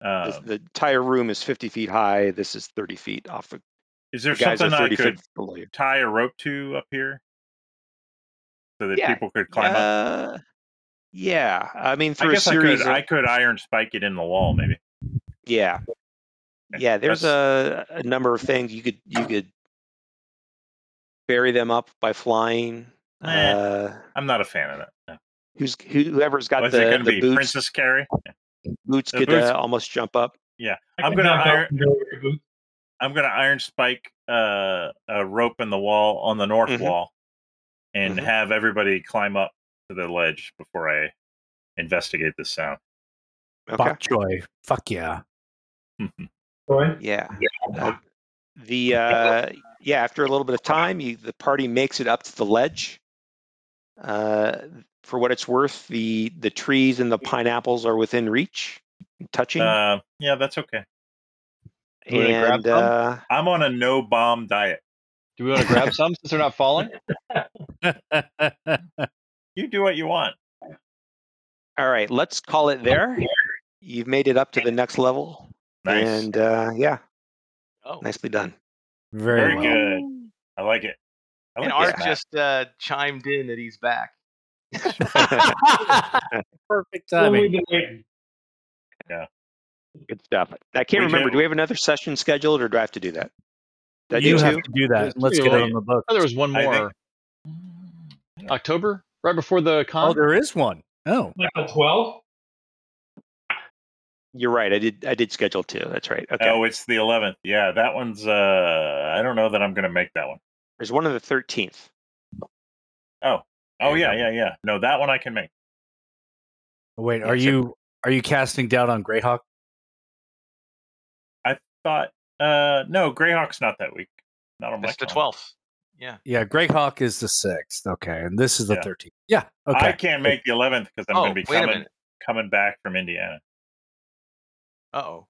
[SPEAKER 1] Um,
[SPEAKER 7] the entire room is 50 feet high. This is 30 feet off. The
[SPEAKER 1] is there
[SPEAKER 7] the guys are
[SPEAKER 1] something I
[SPEAKER 7] 30
[SPEAKER 1] could
[SPEAKER 7] feet below you.
[SPEAKER 1] tie a rope to up here, so that
[SPEAKER 7] Yeah,
[SPEAKER 1] people could climb up?
[SPEAKER 7] Uh, yeah, I mean
[SPEAKER 1] I
[SPEAKER 7] through
[SPEAKER 1] guess
[SPEAKER 7] a
[SPEAKER 1] I
[SPEAKER 7] series.
[SPEAKER 1] could.
[SPEAKER 7] of,
[SPEAKER 1] I could iron spike it in the wall, maybe.
[SPEAKER 7] Yeah.
[SPEAKER 1] Eh, Okay,
[SPEAKER 7] Yeah, there's a, a number of things you could you could bury them up by flying.
[SPEAKER 1] Eh.
[SPEAKER 7] Uh,
[SPEAKER 1] I'm not a fan of that. No.
[SPEAKER 7] who's whoever's got
[SPEAKER 1] What's it
[SPEAKER 7] the,
[SPEAKER 1] going to
[SPEAKER 7] the
[SPEAKER 1] be?
[SPEAKER 7] boots
[SPEAKER 1] Princess Carrie?
[SPEAKER 7] boots
[SPEAKER 1] the
[SPEAKER 7] could
[SPEAKER 1] boots-
[SPEAKER 7] Uh, almost jump up.
[SPEAKER 10] I
[SPEAKER 1] I'm
[SPEAKER 10] could
[SPEAKER 1] gonna
[SPEAKER 10] knock out
[SPEAKER 1] iron-
[SPEAKER 10] the door with the boot.
[SPEAKER 1] I'm going to iron spike uh, a rope in the wall on the north
[SPEAKER 10] Mm-hmm.
[SPEAKER 7] Mhm.
[SPEAKER 1] wall, and
[SPEAKER 7] Mhm.
[SPEAKER 1] have everybody climb up to the ledge before I investigate this sound.
[SPEAKER 7] Okay.
[SPEAKER 2] Bok choy. Fuck yeah.
[SPEAKER 10] Roy?
[SPEAKER 7] Yeah. Uh, the uh, yeah, after a little bit of time, you, the party makes it up to the ledge. Uh, for what it's worth, the the trees and the pineapples are within reach, touching.
[SPEAKER 1] Uh, yeah, that's okay.
[SPEAKER 4] you wanna grab
[SPEAKER 7] and
[SPEAKER 4] some?
[SPEAKER 7] uh,
[SPEAKER 1] I'm on a no bomb diet.
[SPEAKER 4] Do we want to grab some since they're not falling?
[SPEAKER 1] You do what you want.
[SPEAKER 7] all right, let's call it there. You've made it up to the next level.
[SPEAKER 1] Nice.
[SPEAKER 7] And uh, yeah,
[SPEAKER 5] Oh,
[SPEAKER 7] nicely done.
[SPEAKER 2] Very,
[SPEAKER 1] Very
[SPEAKER 2] well.
[SPEAKER 1] good. I like it. I
[SPEAKER 5] and
[SPEAKER 1] like
[SPEAKER 5] Art
[SPEAKER 1] this map.
[SPEAKER 5] just uh, chimed in that he's back.
[SPEAKER 2] Perfect
[SPEAKER 10] What
[SPEAKER 2] timing.
[SPEAKER 10] we been waiting?
[SPEAKER 7] Good stuff. I can't
[SPEAKER 1] We
[SPEAKER 7] remember.
[SPEAKER 1] do.
[SPEAKER 7] Do we have another session scheduled or do I have to do that? Did I
[SPEAKER 2] You
[SPEAKER 7] do
[SPEAKER 2] have
[SPEAKER 7] two?
[SPEAKER 2] to do that.
[SPEAKER 4] There's
[SPEAKER 2] Let's
[SPEAKER 4] two.
[SPEAKER 2] get it on the book.
[SPEAKER 4] Oh, there was one
[SPEAKER 1] I think-
[SPEAKER 4] more. October, right before the con.
[SPEAKER 2] Oh, there is one. Oh,
[SPEAKER 10] Like a 12?
[SPEAKER 7] You're right. I did I did schedule two. That's right. Okay.
[SPEAKER 1] Oh, it's the 11th. Yeah, that one's. uh I don't know that I'm going to make that one.
[SPEAKER 7] There's one on the 13th.
[SPEAKER 1] Oh yeah, yeah, yeah. No, that one I can make.
[SPEAKER 2] wait.
[SPEAKER 7] Yeah,
[SPEAKER 2] Are
[SPEAKER 7] sure.
[SPEAKER 2] you are you casting doubt on Greyhawk?
[SPEAKER 1] I thought. uh No, Greyhawk's not that week. Not on my
[SPEAKER 5] It's the
[SPEAKER 1] calendar.
[SPEAKER 5] 12th. Yeah.
[SPEAKER 2] Yeah, Greyhawk is the sixth. Okay, and this is the
[SPEAKER 1] Yeah.
[SPEAKER 2] thirteenth. Yeah. Okay.
[SPEAKER 1] I can't make the 11th because I'm
[SPEAKER 5] oh,
[SPEAKER 1] going to be
[SPEAKER 5] wait a
[SPEAKER 1] coming
[SPEAKER 5] minute.
[SPEAKER 1] coming back from Indiana.
[SPEAKER 5] Uh oh.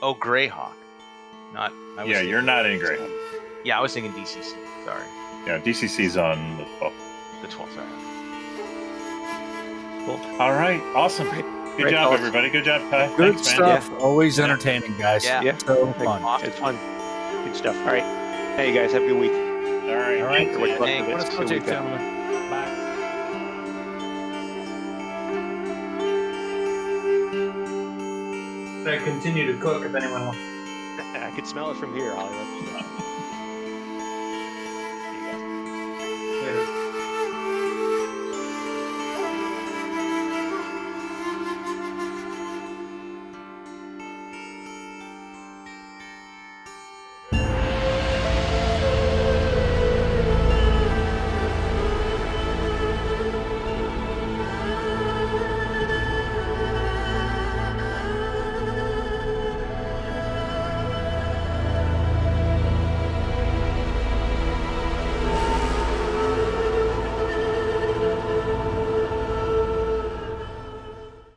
[SPEAKER 5] Oh, Greyhawk. Not. I was
[SPEAKER 1] Yeah,
[SPEAKER 5] thinking-
[SPEAKER 1] you're not in Greyhawk.
[SPEAKER 5] Yeah, I was thinking DCC. Sorry,
[SPEAKER 1] Yeah, DCC's on the 12th.
[SPEAKER 5] the 12th. Sorry.
[SPEAKER 1] All right, awesome. Good
[SPEAKER 7] Great
[SPEAKER 1] job,
[SPEAKER 7] calls.
[SPEAKER 1] everybody. Good job, Ty.
[SPEAKER 2] Good
[SPEAKER 1] Thanks, man.
[SPEAKER 2] stuff. Always
[SPEAKER 1] Yeah.
[SPEAKER 2] entertaining, guys.
[SPEAKER 5] Yeah.
[SPEAKER 7] Yeah.
[SPEAKER 2] So fun.
[SPEAKER 5] Awesome.
[SPEAKER 7] It's fun. Good stuff. All right. Hey, guys. Have a good week.
[SPEAKER 1] All right.
[SPEAKER 2] All right.
[SPEAKER 1] thanks, man.
[SPEAKER 7] Everybody,
[SPEAKER 5] Hey,
[SPEAKER 7] bless the rest of the weekend.
[SPEAKER 10] I continue to cook if anyone wants.
[SPEAKER 7] I could smell it from here, Hollywood.